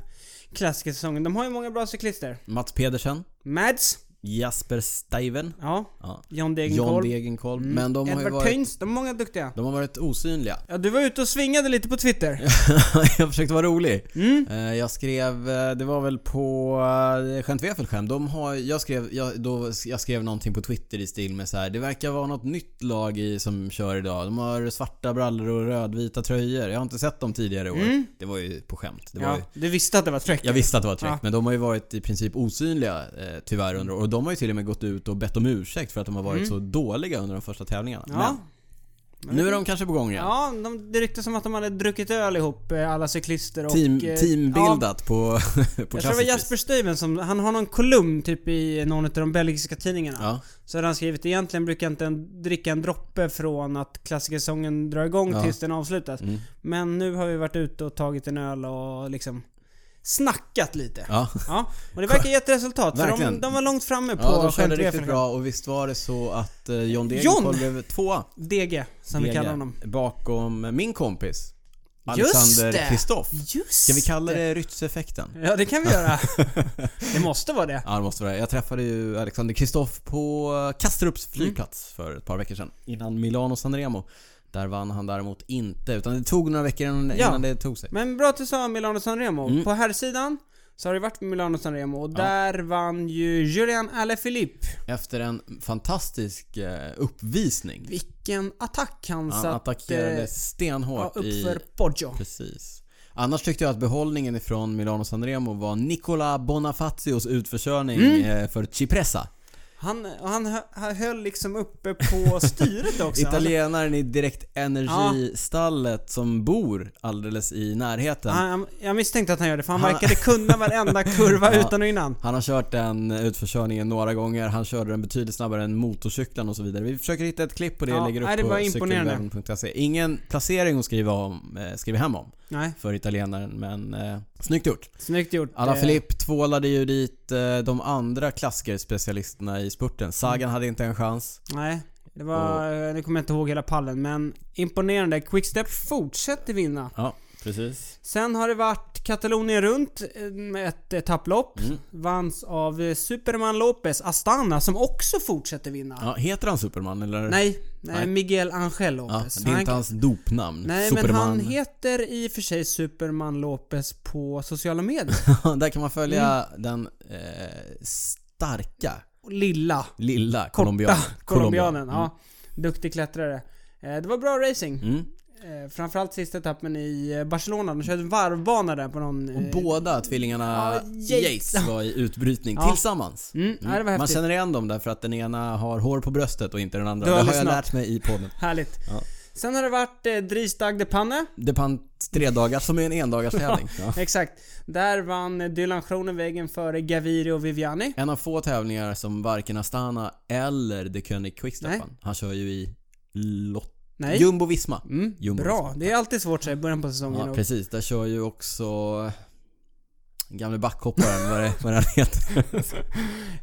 [SPEAKER 1] klassiska säsongen. De har ju många bra cyklister.
[SPEAKER 2] Mats Pedersen,
[SPEAKER 1] Mads.
[SPEAKER 2] Jasper Stuyven,
[SPEAKER 1] Ja.
[SPEAKER 2] ja,
[SPEAKER 1] John
[SPEAKER 2] John
[SPEAKER 1] Degenkolb.
[SPEAKER 2] Degenkolb. Men de har ju
[SPEAKER 1] Edward
[SPEAKER 2] varit,
[SPEAKER 1] Töns. De är många duktiga.
[SPEAKER 2] de har varit osynliga.
[SPEAKER 1] Ja, du var ute och svingade lite på Twitter.
[SPEAKER 2] (laughs) jag försökte vara rolig.
[SPEAKER 1] Mm.
[SPEAKER 2] Eh, Jag skrev, eh, det var väl på eh, Gent Wefelskärm. De har, jag skrev, jag, då, jag skrev någonting på Twitter i stil med så här. det verkar vara något nytt lag i, som kör idag. De har svarta brallor och rödvita tröjor. Jag har inte sett dem tidigare i år. Det var ju på skämt. Det var
[SPEAKER 1] Mm. Ja,
[SPEAKER 2] ju,
[SPEAKER 1] du visste att det var Trek.
[SPEAKER 2] jag visste att det var ett trick,
[SPEAKER 1] Ja.
[SPEAKER 2] men de har ju varit i princip osynliga eh, tyvärr under Och de har ju till och med gått ut och bett om ursäkt för att de har varit så dåliga under de första tävlingarna.
[SPEAKER 1] Mm. Ja.
[SPEAKER 2] Men nu är de kanske på gång igen.
[SPEAKER 1] Ja, de, det ryktas som att de hade druckit öl ihop, eh, alla cyklister och...
[SPEAKER 2] Team,
[SPEAKER 1] eh, Ja,
[SPEAKER 2] teambildat på, (laughs) på
[SPEAKER 1] jag tror det var
[SPEAKER 2] klassiskt vis.
[SPEAKER 1] Jasper Stuyven som, han har någon kolumn typ i någon av de belgiska tidningarna.
[SPEAKER 2] Ja.
[SPEAKER 1] Så hade han skrivit egentligen brukar jag inte en, dricka en droppe från att klassikersäsongen drar igång
[SPEAKER 2] Ja. Mm.
[SPEAKER 1] tills den avslutas. Men nu har vi varit ute och tagit en öl och liksom snackat lite. Ja.
[SPEAKER 2] Ja.
[SPEAKER 1] och det verkar ge ett resultat. För de,
[SPEAKER 2] Verkligen.
[SPEAKER 1] de var långt framme på
[SPEAKER 2] Ja, de körde
[SPEAKER 1] Gent
[SPEAKER 2] riktigt
[SPEAKER 1] Wevelgem.
[SPEAKER 2] bra och visst var det så att eh, John
[SPEAKER 1] John!
[SPEAKER 2] Degenkolb blev tvåa.
[SPEAKER 1] DG, som vi
[SPEAKER 2] DG,
[SPEAKER 1] kallar honom.
[SPEAKER 2] Bakom min kompis.
[SPEAKER 1] Just
[SPEAKER 2] Alexander
[SPEAKER 1] det!
[SPEAKER 2] Kristoff.
[SPEAKER 1] Just
[SPEAKER 2] Ska vi kalla det Rytz-effekten?
[SPEAKER 1] Ja, det kan vi
[SPEAKER 2] (laughs)
[SPEAKER 1] göra. det måste vara det.
[SPEAKER 2] Ja, det måste vara det. Jag träffade ju Alexander Kristoff på eh, Kastrups
[SPEAKER 1] Mm.
[SPEAKER 2] flygplats för ett par veckor sedan. Innan Milano Sanremo. Där vann han däremot inte, utan det tog några veckor innan,
[SPEAKER 1] Ja.
[SPEAKER 2] innan det tog sig.
[SPEAKER 1] Men bra att du sa Milano Sanremo.
[SPEAKER 2] Mm.
[SPEAKER 1] På här sidan så har det varit Milano Sanremo och där vann ju Julian Alaphilippe.
[SPEAKER 2] Efter en fantastisk eh, uppvisning.
[SPEAKER 1] Vilken attack han
[SPEAKER 2] Han
[SPEAKER 1] satt
[SPEAKER 2] attackerade
[SPEAKER 1] eh, ja,
[SPEAKER 2] stenhårt
[SPEAKER 1] uppför
[SPEAKER 2] i
[SPEAKER 1] Poggio.
[SPEAKER 2] Precis. Annars tyckte jag att behållningen ifrån Milano Sanremo var Nicola Bonafazios utförsäljning
[SPEAKER 1] Mm.
[SPEAKER 2] eh, för Cipressa.
[SPEAKER 1] Han, och han hö- han höll liksom uppe
[SPEAKER 2] (laughs)
[SPEAKER 1] på styret också. Alltså,
[SPEAKER 2] Italienaren i Direkt Energi-stallet som bor alldeles i närheten.
[SPEAKER 1] Han, han, jag misstänkte att han gör det för han,
[SPEAKER 2] Han-
[SPEAKER 1] verkade kunna varenda kurva
[SPEAKER 2] (laughs) Ja.
[SPEAKER 1] utan och innan.
[SPEAKER 2] Han har kört den utförsäljningen några gånger. Han körde den betydligt snabbare än motorcykeln och så vidare. Vi försöker hitta ett klipp på det
[SPEAKER 1] Ja,
[SPEAKER 2] och lägger upp
[SPEAKER 1] nej, det var
[SPEAKER 2] på
[SPEAKER 1] imponerande.
[SPEAKER 2] cykelwebben.se. Ingen placering att skriva, om, eh, skriva hem om
[SPEAKER 1] Nej,
[SPEAKER 2] för italienaren, men eh, snyggt gjort.
[SPEAKER 1] snyggt gjort.
[SPEAKER 2] Alla
[SPEAKER 1] Eh,
[SPEAKER 2] Filipp tvålade ju dit eh, de andra klassikerspecialisterna i spurten. Sagan
[SPEAKER 1] Mm.
[SPEAKER 2] hade inte en chans.
[SPEAKER 1] Nej, det eh,
[SPEAKER 2] Oh.
[SPEAKER 1] var... Nu kommer jag inte ihåg hela pallen men imponerande. Quickstep fortsätter vinna.
[SPEAKER 2] Ja. Precis.
[SPEAKER 1] Sen har det varit Katalonien runt eh, med ett etapplopp.
[SPEAKER 2] Mm.
[SPEAKER 1] Vanns av eh, Superman Lopez Astana som också fortsätter vinna.
[SPEAKER 2] Ja, heter han Superman
[SPEAKER 1] Nej,
[SPEAKER 2] eller?
[SPEAKER 1] nej,
[SPEAKER 2] Nej.
[SPEAKER 1] Miguel Angel
[SPEAKER 2] Ja,
[SPEAKER 1] Lopez.
[SPEAKER 2] det är inte
[SPEAKER 1] Han-
[SPEAKER 2] hans dopnamn.
[SPEAKER 1] Nej, men
[SPEAKER 2] Superman.
[SPEAKER 1] han heter i och för sig Superman Lopez på sociala
[SPEAKER 2] (laughs)
[SPEAKER 1] medier.
[SPEAKER 2] (laughs) Där kan man följa
[SPEAKER 1] Mm.
[SPEAKER 2] den eh, starka,
[SPEAKER 1] Och Lilla,
[SPEAKER 2] lilla
[SPEAKER 1] korta (laughs)
[SPEAKER 2] colombianen.
[SPEAKER 1] colombianen. Ja, duktig klättrare. Eh, Det var bra racing.
[SPEAKER 2] Mm.
[SPEAKER 1] Eh, Framförallt sista etappen i eh, Barcelona. De körde en varvbana där på någon... eh,
[SPEAKER 2] Båda tvillingarna
[SPEAKER 1] Ja, Yates.
[SPEAKER 2] Yates var i utbrytning tillsammans.
[SPEAKER 1] Mm, ja, det var
[SPEAKER 2] Man
[SPEAKER 1] häftigt.
[SPEAKER 2] känner igen dem därför att den ena har hår på bröstet och inte den andra.
[SPEAKER 1] Du har
[SPEAKER 2] Det har jag
[SPEAKER 1] lyssnat.
[SPEAKER 2] lärt mig i podden.
[SPEAKER 1] Härligt.
[SPEAKER 2] Ja.
[SPEAKER 1] Sen har det varit eh, Driestag de
[SPEAKER 2] (laughs)
[SPEAKER 1] Panne.
[SPEAKER 2] Depant tredagar som är
[SPEAKER 1] (laughs)
[SPEAKER 2] en endagarstävling. Ja.
[SPEAKER 1] Exakt. Där vann eh, Dylan Schronenwegen före Gaviri och Viviani.
[SPEAKER 2] En av få tävlingar som varken Astana eller The König Quickstep
[SPEAKER 1] Nej.
[SPEAKER 2] vann. Han kör ju i Lott...
[SPEAKER 1] Nej.
[SPEAKER 2] Jumbo Visma.
[SPEAKER 1] Mm,
[SPEAKER 2] Jumbo
[SPEAKER 1] bra.
[SPEAKER 2] Visma.
[SPEAKER 1] Det är alltid svårt så här i början på säsongen.
[SPEAKER 2] Ja,
[SPEAKER 1] och-
[SPEAKER 2] precis. Där kör ju också gamle backhopparen, vad, det, vad han
[SPEAKER 1] (laughs)
[SPEAKER 2] heter.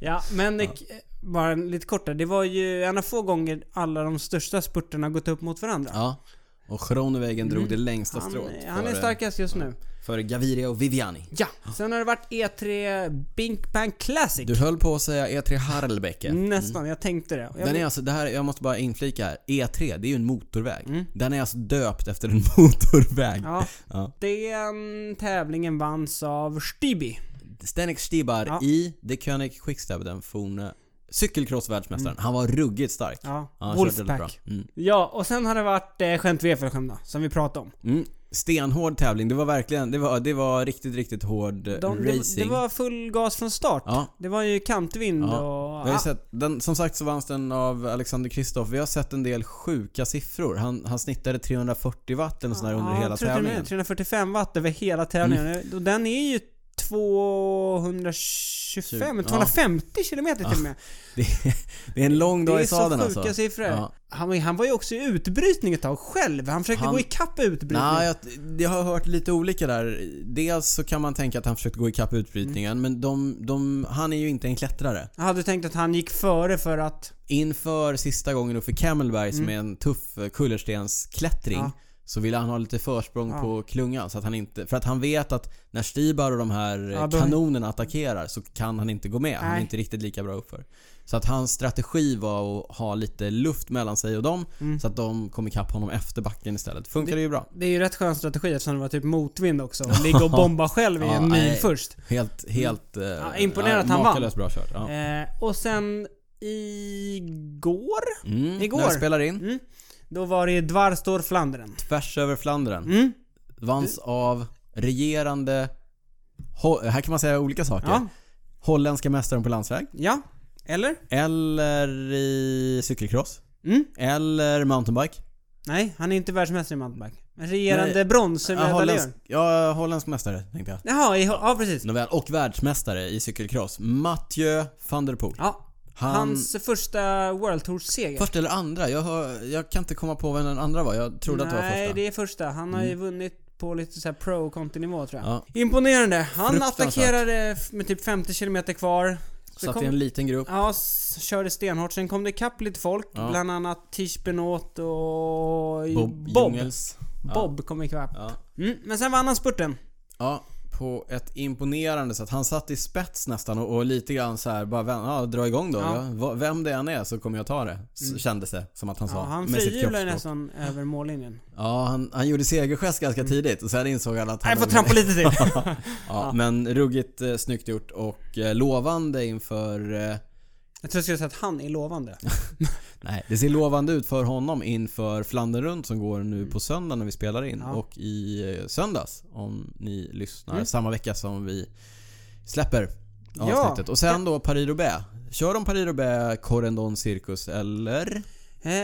[SPEAKER 1] Ja, men eh, k- bara en lite kortare. Det var ju en av få gånger alla de största spurterna gått upp mot varandra.
[SPEAKER 2] Ja. Och Schronewegen drog det längsta
[SPEAKER 1] Mm. han, eh,
[SPEAKER 2] strået.
[SPEAKER 1] han är
[SPEAKER 2] före-
[SPEAKER 1] starkast just nu.
[SPEAKER 2] Före Gaviria och Viviani.
[SPEAKER 1] Ja, sen har det varit E3 Bink Bang Classic.
[SPEAKER 2] Du höll på att säga E3 Harlbäcke.
[SPEAKER 1] Nästan, jag tänkte det. Mm, Jag,
[SPEAKER 2] Den är alltså, det här, jag måste bara inflika här. E3, det är ju en motorväg. Den är alltså döpt efter en (laughs) motorväg.
[SPEAKER 1] Mm. ja,
[SPEAKER 2] Ja.
[SPEAKER 1] den tävlingen vanns av Stibi.
[SPEAKER 2] Stenek Stibar
[SPEAKER 1] Ja.
[SPEAKER 2] i The König Quickstep, den forne cykelcrossvärldsmästaren. Han var ruggigt stark.
[SPEAKER 1] Mm. Ja,
[SPEAKER 2] han körde väldigt
[SPEAKER 1] Wolfpack.
[SPEAKER 2] bra. Mm.
[SPEAKER 1] Ja, och sen har det varit eh, skämt V45 då, som vi pratade om.
[SPEAKER 2] Mm. Stenhård tävling. Det var verkligen, det var, det var riktigt, riktigt hård eh,
[SPEAKER 1] De,
[SPEAKER 2] racing.
[SPEAKER 1] det, det var full gas från start.
[SPEAKER 2] Ja.
[SPEAKER 1] Det var ju kantvind
[SPEAKER 2] Ja.
[SPEAKER 1] och...
[SPEAKER 2] Vi har ju
[SPEAKER 1] ah,
[SPEAKER 2] sett, den, som sagt så vanns den av Alexander Kristoff. Vi har sett en del sjuka siffror. Han, han snittade 340 watt eller sådär under
[SPEAKER 1] ja,
[SPEAKER 2] hela
[SPEAKER 1] 39,
[SPEAKER 2] tävlingen. Mm.
[SPEAKER 1] 345 watt över hela tävlingen. Och den är ju 225,
[SPEAKER 2] Ja.
[SPEAKER 1] 250 kilometer till och med.
[SPEAKER 2] Det är, det är en lång
[SPEAKER 1] Det
[SPEAKER 2] dag
[SPEAKER 1] är
[SPEAKER 2] i
[SPEAKER 1] så
[SPEAKER 2] sadeln
[SPEAKER 1] sjuka
[SPEAKER 2] alltså.
[SPEAKER 1] siffror.
[SPEAKER 2] Ja.
[SPEAKER 1] Han, var, ju- han var ju också i utbrytning ett tag själv. Han försökte
[SPEAKER 2] Han-
[SPEAKER 1] gå ikapp utbrytning.
[SPEAKER 2] Nej, jag, jag har hört lite olika där. Dels så kan man tänka att han försökte gå ikapp utbrytningen,
[SPEAKER 1] Mm.
[SPEAKER 2] men de, de, han är ju inte en klättrare.
[SPEAKER 1] Jag hade tänkt att han gick före för att...
[SPEAKER 2] Inför sista gången då för Camelberg, som är en tuff eh, kullerstensklättring,
[SPEAKER 1] Mm. Ja.
[SPEAKER 2] så ville han ha lite försprång
[SPEAKER 1] Ja.
[SPEAKER 2] på klungan. Så att han inte, för att han vet att när Stibar och de här eh,
[SPEAKER 1] Ja, då-
[SPEAKER 2] kanonerna attackerar så kan han inte gå med. Han är
[SPEAKER 1] Nej.
[SPEAKER 2] inte riktigt lika bra uppför. Så att hans strategi var att ha lite luft mellan sig och dem, så att de kom ikapp honom efter backen istället. Funkade ju bra.
[SPEAKER 1] Mm. Det är ju rätt skön strategi eftersom det var typ motvind också.
[SPEAKER 2] (laughs)
[SPEAKER 1] Och ligga och bomba själv i
[SPEAKER 2] Ja,
[SPEAKER 1] en mil
[SPEAKER 2] nej.
[SPEAKER 1] först.
[SPEAKER 2] Helt, helt... eh,
[SPEAKER 1] Mm. Ja, imponerad att han
[SPEAKER 2] makalöst bra kört. Ja.
[SPEAKER 1] Eh, och sen igår,
[SPEAKER 2] Mm,
[SPEAKER 1] igår.
[SPEAKER 2] När jag spelar in,
[SPEAKER 1] då var det ju Dvarstor Flandern.
[SPEAKER 2] tvärs över Flandern.
[SPEAKER 1] Mm.
[SPEAKER 2] Vanns av regerande... ho- Här kan man säga olika saker.
[SPEAKER 1] Ja.
[SPEAKER 2] Holländska mästaren på landsväg.
[SPEAKER 1] Ja. Eller?
[SPEAKER 2] Eller i cykelcross.
[SPEAKER 1] Mm.
[SPEAKER 2] Eller mountainbike.
[SPEAKER 1] Nej, han är inte världsmästare i mountainbike. Regerande
[SPEAKER 2] Nej. Ja,
[SPEAKER 1] bronsmedaljör.
[SPEAKER 2] holländsk, ja, holländsk mästare tänkte jag.
[SPEAKER 1] Jaha, i, ja precis.
[SPEAKER 2] Nåväl, och världsmästare i cykelcross. Mathieu van der Poel.
[SPEAKER 1] Ja.
[SPEAKER 2] Han-
[SPEAKER 1] Hans första World Tour-seger.
[SPEAKER 2] Första eller andra? Jag, hör, jag kan inte komma på vem den andra var. Jag trodde att det var
[SPEAKER 1] Nej,
[SPEAKER 2] första. Mm.
[SPEAKER 1] det är första. Han har ju vunnit på lite så här pro-conti-nivå tror jag.
[SPEAKER 2] Ja.
[SPEAKER 1] Imponerande. Han
[SPEAKER 2] Fruktansvärt.
[SPEAKER 1] attackerade f- med typ 50 km kvar. Så
[SPEAKER 2] Satt
[SPEAKER 1] kom-
[SPEAKER 2] i en liten grupp.
[SPEAKER 1] Ja, s- körde stenhårt. Sen kom det ikapp lite folk.
[SPEAKER 2] Ja.
[SPEAKER 1] Bland annat Tish Benot och
[SPEAKER 2] Bob,
[SPEAKER 1] Bob,
[SPEAKER 2] Jungels.
[SPEAKER 1] Bob kom ikapp.
[SPEAKER 2] Ja.
[SPEAKER 1] Mm, men sen vann han spurten.
[SPEAKER 2] Ja, på ett imponerande sätt. Han satt i spets nästan och, och lite grann så här, bara vän, ja, dra igång då.
[SPEAKER 1] Ja. Mm.
[SPEAKER 2] Ja. va- Vem det än är så kommer jag ta det. S- Kändes det som att han sa.
[SPEAKER 1] Ja, han
[SPEAKER 2] med sitt
[SPEAKER 1] frihjulade
[SPEAKER 2] kroppsspråk.
[SPEAKER 1] nästan över mållinjen.
[SPEAKER 2] Ja, han, han gjorde segergest ganska tidigt och sen insåg han att han...
[SPEAKER 1] Mm. Jag får trampa lite till.
[SPEAKER 2] (laughs) ja, men ruggigt eh, snyggt gjort och eh, lovande inför... Eh,
[SPEAKER 1] jag tror jag skulle säga att han är lovande.
[SPEAKER 2] nej, det ser lovande ut för honom inför Flandern runt som går nu på söndag när vi spelar in.
[SPEAKER 1] Mm. Ja. Mm.
[SPEAKER 2] Och i eh, söndags, om ni lyssnar, samma vecka som vi släpper
[SPEAKER 1] Ja.
[SPEAKER 2] avsnittet. Och sen då Paris-Roubaix. Kör de Paris-Roubaix Corendon Cirkus eller?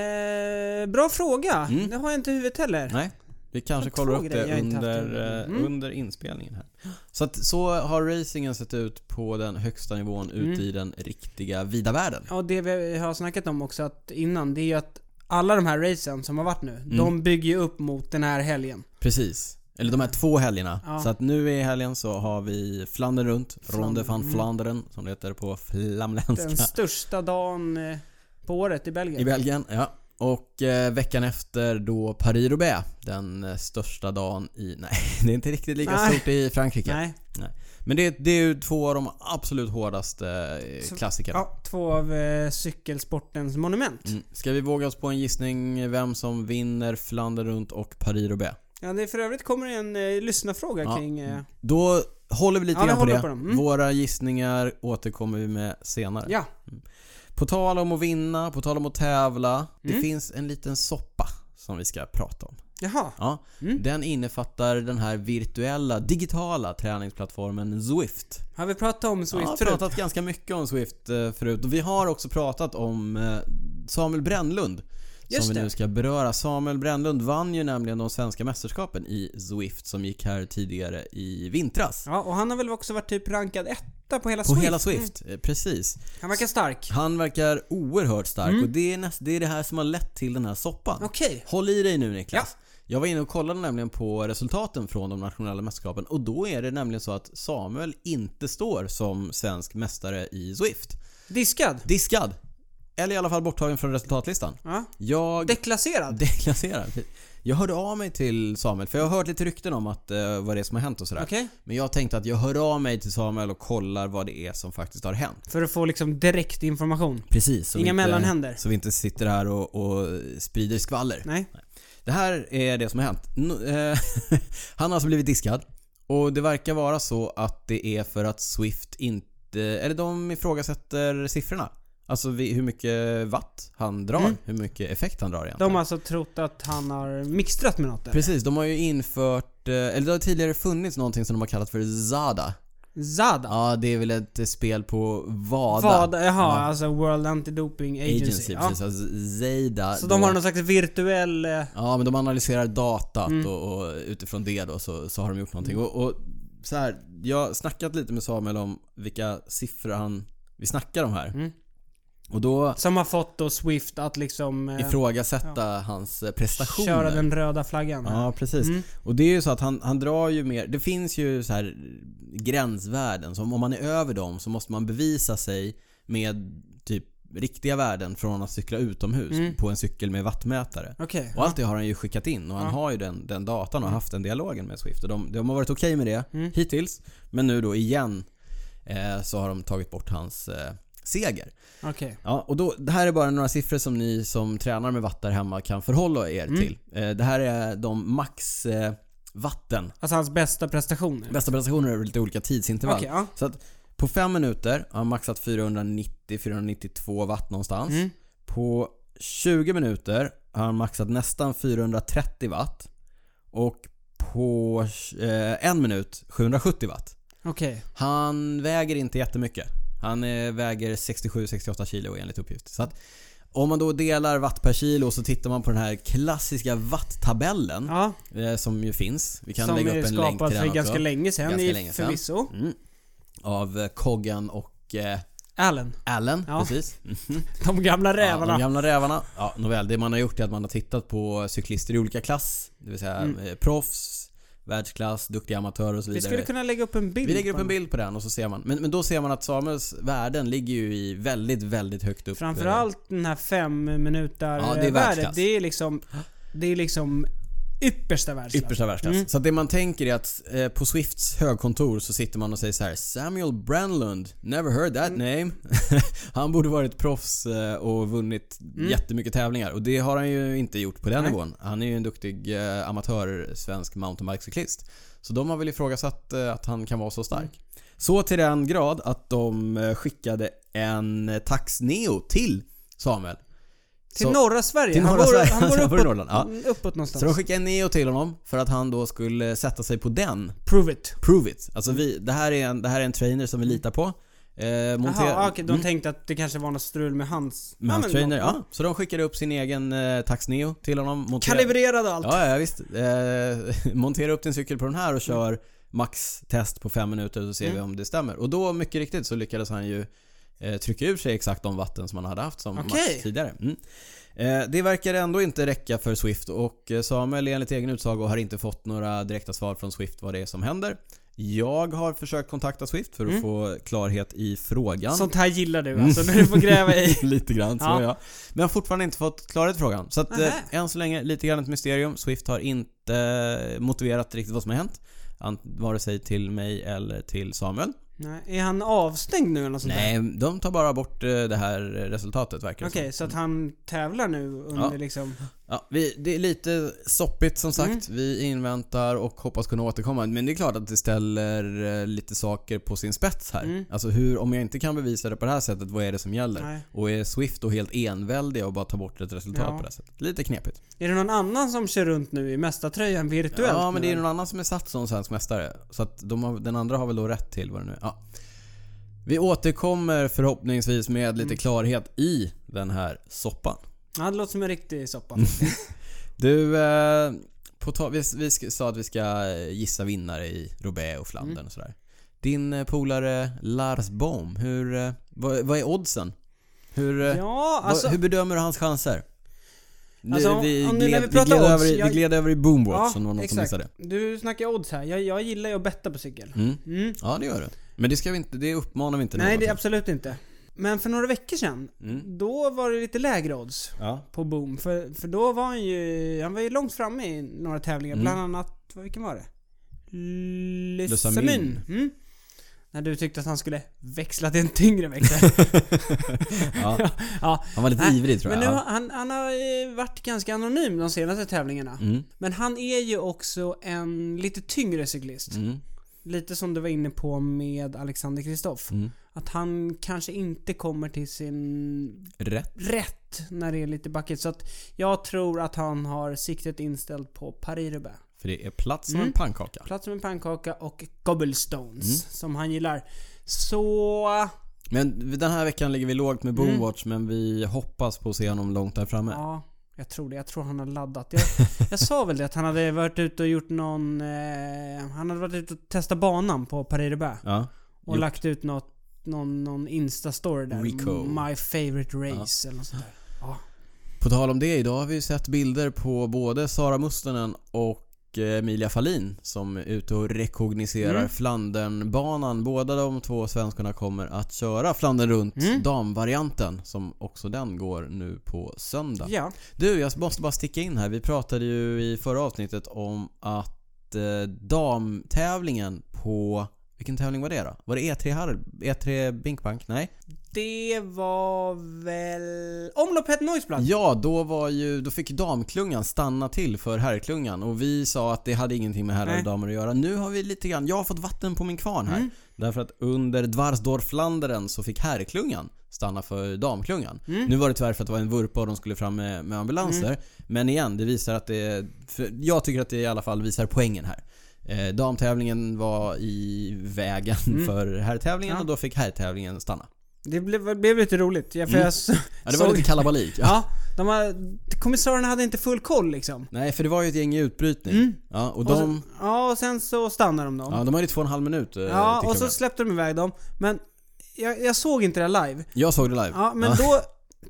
[SPEAKER 1] Eh, bra fråga. Det har jag inte i huvudet heller.
[SPEAKER 2] Mm. Nej. Vi kanske
[SPEAKER 1] två
[SPEAKER 2] kollar upp
[SPEAKER 1] grejer jag
[SPEAKER 2] det
[SPEAKER 1] inte haft Mm.
[SPEAKER 2] under,
[SPEAKER 1] under-
[SPEAKER 2] eh, under inspelningen här. Så att så har racingen sett ut på den högsta nivån
[SPEAKER 1] Mm.
[SPEAKER 2] ute i den riktiga vida världen.
[SPEAKER 1] Ja, det vi har snackat om också att innan, det är ju att alla de här racen som har varit nu,
[SPEAKER 2] Mm.
[SPEAKER 1] de bygger ju upp mot den här helgen.
[SPEAKER 2] Precis. Eller de här två helgerna.
[SPEAKER 1] Ja.
[SPEAKER 2] Så att nu i helgen så har vi Flandern runt, Ronde
[SPEAKER 1] Mm.
[SPEAKER 2] van Flandern som det heter på
[SPEAKER 1] Den
[SPEAKER 2] flamländska.
[SPEAKER 1] största dagen eh, på året i Belgien.
[SPEAKER 2] I Belgien, ja. Och eh, veckan efter då Paris-Roubaix. Den eh, största dagen i... (laughs) Nej, det är inte riktigt lika
[SPEAKER 1] Nej.
[SPEAKER 2] stort i Frankrike.
[SPEAKER 1] Nej.
[SPEAKER 2] Nej. Men det, det är ju två av de absolut hårdaste eh,
[SPEAKER 1] Så-
[SPEAKER 2] klassikerna.
[SPEAKER 1] Ja, två av eh, cykelsportens monument.
[SPEAKER 2] Mm. Ska vi våga oss på en gissning vem som vinner Flandern runt och Paris-Roubaix?
[SPEAKER 1] Ja, det för övrigt kommer en eh, lyssnarfråga
[SPEAKER 2] Ja. Mm.
[SPEAKER 1] kring... Eh,
[SPEAKER 2] Då håller vi lite
[SPEAKER 1] Ja, vi
[SPEAKER 2] grann på
[SPEAKER 1] håller
[SPEAKER 2] det.
[SPEAKER 1] på dem. Mm.
[SPEAKER 2] Våra gissningar återkommer vi med senare.
[SPEAKER 1] ja.
[SPEAKER 2] På tal om att vinna, på tal om att tävla.
[SPEAKER 1] Mm.
[SPEAKER 2] Det finns en liten soppa som vi ska prata om.
[SPEAKER 1] Jaha.
[SPEAKER 2] Ja,
[SPEAKER 1] Mm.
[SPEAKER 2] Den innefattar den här virtuella, digitala träningsplattformen Zwift.
[SPEAKER 1] Har vi pratat om
[SPEAKER 2] Jag
[SPEAKER 1] Swift
[SPEAKER 2] har
[SPEAKER 1] förut?
[SPEAKER 2] pratat ganska mycket om Swift eh, förut och vi har också pratat om eh, Samuel Brännlund.
[SPEAKER 1] Just
[SPEAKER 2] som vi
[SPEAKER 1] det.
[SPEAKER 2] nu ska beröra. Samuel Brännlund vann ju nämligen de svenska mästerskapen i Zwift som gick här tidigare i vintras.
[SPEAKER 1] Ja, och han har väl också varit typ rankad etta på hela
[SPEAKER 2] På
[SPEAKER 1] Swift?
[SPEAKER 2] hela Swift, eh, precis.
[SPEAKER 1] Han verkar stark.
[SPEAKER 2] Han verkar oerhört stark och det är, näst, det är det här som har lett till den här soppan.
[SPEAKER 1] Mm. Okej.
[SPEAKER 2] Håll i dig nu Niklas. Jag var inne och kollade nämligen på resultaten från de nationella mästerskapen och då är det nämligen så att Samuel inte står som svensk mästare i Zwift.
[SPEAKER 1] Diskad?
[SPEAKER 2] Diskad! Eller i alla fall borttagen från resultatlistan.
[SPEAKER 1] Ja.
[SPEAKER 2] Jag...
[SPEAKER 1] Deklasserad?
[SPEAKER 2] Deklasserad. Jag hörde av mig till Samuel, för jag har hört lite rykten om att, eh, vad det är som har hänt och sådär.
[SPEAKER 1] Okej.
[SPEAKER 2] Men jag tänkte att jag hör av mig till Samuel och kollar vad det är som faktiskt har hänt.
[SPEAKER 1] För att få liksom direkt information.
[SPEAKER 2] Precis. så vi
[SPEAKER 1] Inga
[SPEAKER 2] inte-
[SPEAKER 1] mellanhänder.
[SPEAKER 2] Så vi inte sitter här och, och sprider skvaller.
[SPEAKER 1] Nej.
[SPEAKER 2] Det här är det som har hänt. N- eh, (laughs) Han har alltså blivit diskad. Och det verkar vara så att det är för att Swift inte... Eller de ifrågasätter siffrorna. Alltså vi, hur mycket watt han drar. Hur mycket effekt han drar egentligen.
[SPEAKER 1] Mm. De har alltså trott att han har mixtrat med något där.
[SPEAKER 2] Precis, de har ju infört... eh, Eller det har tidigare funnits någonting som de har kallat för Zada.
[SPEAKER 1] Zada?
[SPEAKER 2] Ja, det är väl ett eh, spel på Vada.
[SPEAKER 1] Vad? Jaha, alltså World Anti-Doping Agency.
[SPEAKER 2] Agency,
[SPEAKER 1] ja.
[SPEAKER 2] precis. Alltså Zada.
[SPEAKER 1] Så
[SPEAKER 2] då-
[SPEAKER 1] de har någon slags virtuell... eh,
[SPEAKER 2] Ja, men de analyserar datat
[SPEAKER 1] Mm.
[SPEAKER 2] och, och utifrån det då så, så har de gjort någonting. Och, och så här, jag har snackat lite med Samuel om vilka siffror han, vi snackar om här.
[SPEAKER 1] Mm.
[SPEAKER 2] Och då
[SPEAKER 1] Som har fått då Swift att liksom... eh,
[SPEAKER 2] ifrågasätta hans eh, prestationer.
[SPEAKER 1] Köra den Mm. röda flaggan.
[SPEAKER 2] Ja, precis. Och det är ju så att han, han drar ju mer, det finns ju så här gränsvärden som om man är över dem så måste man bevisa sig med typ riktiga värden från att cykla utomhus
[SPEAKER 1] Mm.
[SPEAKER 2] på en cykel med wattmätare.
[SPEAKER 1] Okej.
[SPEAKER 2] Och allt det har han ju skickat in och han har ju den, den datan och haft den dialogen med Swift. Och de, de har varit okej med det hittills. Men nu då igen eh, så har de tagit bort hans eh, seger.
[SPEAKER 1] Okej.
[SPEAKER 2] Ja, och då, det här är bara några siffror som ni som tränar med watt där hemma kan förhålla er till. Eh, det här är de max eh, vatten.
[SPEAKER 1] Alltså hans bästa prestationer.
[SPEAKER 2] Bästa prestationer över lite olika tidsintervall.
[SPEAKER 1] Okej, ja.
[SPEAKER 2] Så att på fem minuter har han maxat 490-492 watt någonstans.
[SPEAKER 1] Mm.
[SPEAKER 2] På 20 minuter har han maxat nästan 430 watt. Och på eh, en minut 770 watt.
[SPEAKER 1] Okej.
[SPEAKER 2] Mm. Han väger inte jättemycket. Han eh, väger 67-68 kilo enligt uppgift. Så att om man då delar watt per kilo så tittar man på den här klassiska watt-tabellen
[SPEAKER 1] Ja.
[SPEAKER 2] eh, som ju finns. Vi kan
[SPEAKER 1] Som
[SPEAKER 2] lägga
[SPEAKER 1] är
[SPEAKER 2] upp en länk till
[SPEAKER 1] skapad
[SPEAKER 2] den
[SPEAKER 1] för
[SPEAKER 2] också.
[SPEAKER 1] ganska länge sedan
[SPEAKER 2] Ganska
[SPEAKER 1] i,
[SPEAKER 2] länge sedan.
[SPEAKER 1] förvisso.
[SPEAKER 2] Mm. Av eh, Coggan och eh,
[SPEAKER 1] Allen.
[SPEAKER 2] Allen,
[SPEAKER 1] Ja.
[SPEAKER 2] precis. Mm.
[SPEAKER 1] De gamla
[SPEAKER 2] Ja, de
[SPEAKER 1] rävarna.
[SPEAKER 2] gamla rävarna. Ja, nåväl, det man har gjort är att man har tittat på cyklister i olika klass. Det vill säga eh, proffs, världsklass, duktiga amatörer och så
[SPEAKER 1] Vi
[SPEAKER 2] vidare.
[SPEAKER 1] Mm. skulle kunna lägga upp en bild
[SPEAKER 2] Vi lägger upp
[SPEAKER 1] på
[SPEAKER 2] en
[SPEAKER 1] den.
[SPEAKER 2] bild på den och så ser man. Men, men då ser man att Samuels värden ligger ju i väldigt, väldigt högt upp.
[SPEAKER 1] Framförallt den här fem minuter
[SPEAKER 2] Ja, det är
[SPEAKER 1] eh,
[SPEAKER 2] världsklass.
[SPEAKER 1] Det är liksom... Det är liksom yppersta världsklass.
[SPEAKER 2] Yppersta världsklass. Så att det man tänker är att eh, på Swifts högkontor så sitter man och säger så här: Samuel Brandlund, never heard that name. (laughs) han borde varit proffs eh, och vunnit jättemycket tävlingar. Och det har han ju inte gjort på den nivån. Han är ju en duktig eh, amatör svensk mountainbikecyklist. Så de har väl ifrågasatt eh, att han kan vara så stark. Så till den grad att de eh, skickade en eh, Tax Neo till Samuel.
[SPEAKER 1] Till
[SPEAKER 2] Så-
[SPEAKER 1] norra Sverige.
[SPEAKER 2] Till
[SPEAKER 1] han
[SPEAKER 2] norra
[SPEAKER 1] går,
[SPEAKER 2] Sverige.
[SPEAKER 1] Han går
[SPEAKER 2] Han bor i
[SPEAKER 1] uppåt,
[SPEAKER 2] Norrland, (laughs) ja.
[SPEAKER 1] mm, uppåt någonstans.
[SPEAKER 2] Så de skickade en Neo till honom för att han då skulle sätta sig på den
[SPEAKER 1] Prove it.
[SPEAKER 2] Prove it. Alltså vi, det, här är en, det här är en trainer som vi litar på. Eh, montera,
[SPEAKER 1] Mm. Jaha, okej. De tänkte att det kanske var något strul med hans...
[SPEAKER 2] med hans
[SPEAKER 1] men-
[SPEAKER 2] trainer. Ja. Så de skickade upp sin egen eh, Tax Neo till honom. Montera,
[SPEAKER 1] Kalibrerad och allt.
[SPEAKER 2] Ja, ja visst. Eh, (laughs) montera upp din cykel på den här och kör max-test på fem minuter så ser vi om det stämmer. Och då, mycket riktigt, så lyckades han ju eh, trycka ur sig exakt de vatten som han hade haft som
[SPEAKER 1] Okej.
[SPEAKER 2] max tidigare. Mm. Eh, Det verkar ändå inte räcka för Swift och eh, Samuel enligt egen utsago har inte fått några direkta svar från Swift vad det är som händer. Jag har försökt kontakta Swift för att få klarhet i frågan.
[SPEAKER 1] Sånt här gillar
[SPEAKER 2] Mm.
[SPEAKER 1] du alltså, när du får gräva
[SPEAKER 2] (laughs)
[SPEAKER 1] i.
[SPEAKER 2] lite grann, så
[SPEAKER 1] Ja.
[SPEAKER 2] ja. jag. Men jag har fortfarande inte fått klarhet i frågan. Så att, eh,
[SPEAKER 1] Nähä.
[SPEAKER 2] än så länge lite grann ett mysterium. Swift har inte eh, motiverat riktigt vad som har hänt. Ant- Vare sig till mig eller till Samuel.
[SPEAKER 1] Nej, är han avstängd nu eller något sånt där?
[SPEAKER 2] Nej, de tar bara bort eh, det här resultatet verkar det
[SPEAKER 1] Okej,
[SPEAKER 2] som.
[SPEAKER 1] så att han tävlar nu under
[SPEAKER 2] Ja.
[SPEAKER 1] liksom...
[SPEAKER 2] Ja, vi, Det är lite soppigt som sagt.
[SPEAKER 1] Mm.
[SPEAKER 2] Vi inväntar och hoppas kunna återkomma. Men det är klart att det ställer eh, lite saker på sin spets här.
[SPEAKER 1] Mm.
[SPEAKER 2] Alltså hur, om jag inte kan bevisa det på det här sättet, vad är det som gäller?
[SPEAKER 1] Nej.
[SPEAKER 2] Och är Swift då helt enväldig och bara tar bort ett resultat
[SPEAKER 1] Ja.
[SPEAKER 2] på det här sättet? Lite knepigt.
[SPEAKER 1] Är det någon annan som kör runt nu i mästartröjan virtuellt?
[SPEAKER 2] Ja, men
[SPEAKER 1] nu?
[SPEAKER 2] det är ju någon annan som är satt som svensk mästare. Så att de har, den andra har väl då rätt till vad det nu är. Ja. Vi återkommer förhoppningsvis med
[SPEAKER 1] Mm.
[SPEAKER 2] lite klarhet i den här soppan.
[SPEAKER 1] Ja, det låter som en riktig soppa.
[SPEAKER 2] Mm. Du, eh, på ta- vi, vi sk- sa att vi ska eh, gissa vinnare i Roubaix och Flandern
[SPEAKER 1] Mm.
[SPEAKER 2] och sådär. Din eh, polare Lars Bohm, hur, eh, vad, vad är oddsen? Hur, eh,
[SPEAKER 1] ja,
[SPEAKER 2] vad-
[SPEAKER 1] alltså...
[SPEAKER 2] hur bedömer du hans chanser? Nu-
[SPEAKER 1] Alltså,
[SPEAKER 2] vi,
[SPEAKER 1] om nu när
[SPEAKER 2] gled,
[SPEAKER 1] vi
[SPEAKER 2] vi,
[SPEAKER 1] pratar
[SPEAKER 2] gled
[SPEAKER 1] odds,
[SPEAKER 2] över, i-
[SPEAKER 1] jag- Mm.
[SPEAKER 2] vi gled över i boomwatch om det var någon som missade.
[SPEAKER 1] Du snackar odds här. Jag, jag gillar ju att betta på cykel.
[SPEAKER 2] Mm.
[SPEAKER 1] Mm.
[SPEAKER 2] Ja, det gör du. Men det ska vi inte, det uppmanar vi inte
[SPEAKER 1] Nej,
[SPEAKER 2] någon
[SPEAKER 1] det är
[SPEAKER 2] till.
[SPEAKER 1] absolut inte. Men för några veckor sedan,
[SPEAKER 2] Mm.
[SPEAKER 1] då var det lite lägre odds
[SPEAKER 2] Ja.
[SPEAKER 1] på Boom. För, för då var han ju, han var ju långt framme i några tävlingar.
[SPEAKER 2] Mm.
[SPEAKER 1] Bland annat, vad- vilken var det?
[SPEAKER 2] Le
[SPEAKER 1] Lysamin.
[SPEAKER 2] Samin.
[SPEAKER 1] Mm. När du tyckte att han skulle växla till en tyngre
[SPEAKER 2] (laughs)
[SPEAKER 1] växel. (laughs)
[SPEAKER 2] ja.
[SPEAKER 1] ja.
[SPEAKER 2] Han var lite
[SPEAKER 1] Nej,
[SPEAKER 2] ivrig tror
[SPEAKER 1] Men
[SPEAKER 2] jag.
[SPEAKER 1] nu, har-
[SPEAKER 2] Ja.
[SPEAKER 1] han, han har eh, varit ganska anonym de senaste tävlingarna.
[SPEAKER 2] Mm.
[SPEAKER 1] Men han är ju också en lite tyngre cyklist.
[SPEAKER 2] Mm.
[SPEAKER 1] Lite som du var inne på med Alexander Kristoff.
[SPEAKER 2] Mm.
[SPEAKER 1] Att han kanske inte kommer till sin
[SPEAKER 2] Rätt.
[SPEAKER 1] rätt när det är lite backigt. Så att jag tror att han har siktet inställt på paris -Roubaix.
[SPEAKER 2] För det är platt som
[SPEAKER 1] Mm.
[SPEAKER 2] en pannkaka.
[SPEAKER 1] Plats som en pannkaka och Gobblestones som han gillar. Så...
[SPEAKER 2] Men den här veckan ligger vi lågt med Boomwatch men vi hoppas på att se honom långt där framme.
[SPEAKER 1] Mm. Ja, jag tror det. Jag tror han har laddat. Jag, jag sa väl det att han hade varit ute och gjort någon... Eh, han hade varit ute och testat banan på paris -Roubaix.
[SPEAKER 2] Ja.
[SPEAKER 1] Och
[SPEAKER 2] Gjort.
[SPEAKER 1] lagt ut något, någon, någon Insta-story där.
[SPEAKER 2] Rico.
[SPEAKER 1] My favorite race eller något sånt där. Ja.
[SPEAKER 2] På tal om det, idag har vi ju sett bilder på både Sara Mustonen och eh, Emilia Fahlin som är ute och rekogniserar
[SPEAKER 1] Mm.
[SPEAKER 2] Flandernbanan. Båda de två svenskarna kommer att köra Flandern runt,
[SPEAKER 1] Mm.
[SPEAKER 2] damvarianten, som också den går nu på söndag.
[SPEAKER 1] ja.
[SPEAKER 2] Du, jag måste bara sticka in här. Vi pratade ju i förra avsnittet om att eh, damtävlingen på... Vilken tävling var det då? Var det E E3 Harb? E3 Binkbank? Nej?
[SPEAKER 1] Det var väl... Omloppet Noiseblad.
[SPEAKER 2] Ja, då var ju... Då fick damklungan stanna till för herrklungan och vi sa att det hade ingenting med herrar
[SPEAKER 1] Nej. Mm.
[SPEAKER 2] och damer att göra. Nu har vi lite grann... Jag har fått vatten på min kvarn här. Därför att under Dvarsdorflanderen så fick herrklungan stanna för damklungan.
[SPEAKER 1] Mm.
[SPEAKER 2] Nu var det tyvärr för att det var en vurpa och de skulle fram med, med ambulanser. Men igen, det visar att det... För jag tycker att det i alla fall visar poängen här. Eh, damtävlingen var i vägen för herrtävlingen
[SPEAKER 1] Mm. Ja.
[SPEAKER 2] och då fick herrtävlingen stanna.
[SPEAKER 1] Det blev, det blev lite roligt. Jag, för jag så,
[SPEAKER 2] Mm. Ja, det var
[SPEAKER 1] såg-
[SPEAKER 2] lite kalabalik. Ja.
[SPEAKER 1] Ja, de har, kommissarierna hade inte full koll liksom.
[SPEAKER 2] Nej, för det var ju ett gäng i utbrytning. Ja, och
[SPEAKER 1] Mm. Och
[SPEAKER 2] de...
[SPEAKER 1] sen, ja, och sen så stannade de dem.
[SPEAKER 2] Ja, de hade ju två och en halv minut eh,
[SPEAKER 1] Ja,
[SPEAKER 2] till
[SPEAKER 1] och så
[SPEAKER 2] klubben.
[SPEAKER 1] släppte de iväg dem. Men jag, jag såg inte det live.
[SPEAKER 2] Jag såg det live.
[SPEAKER 1] Ja, men då...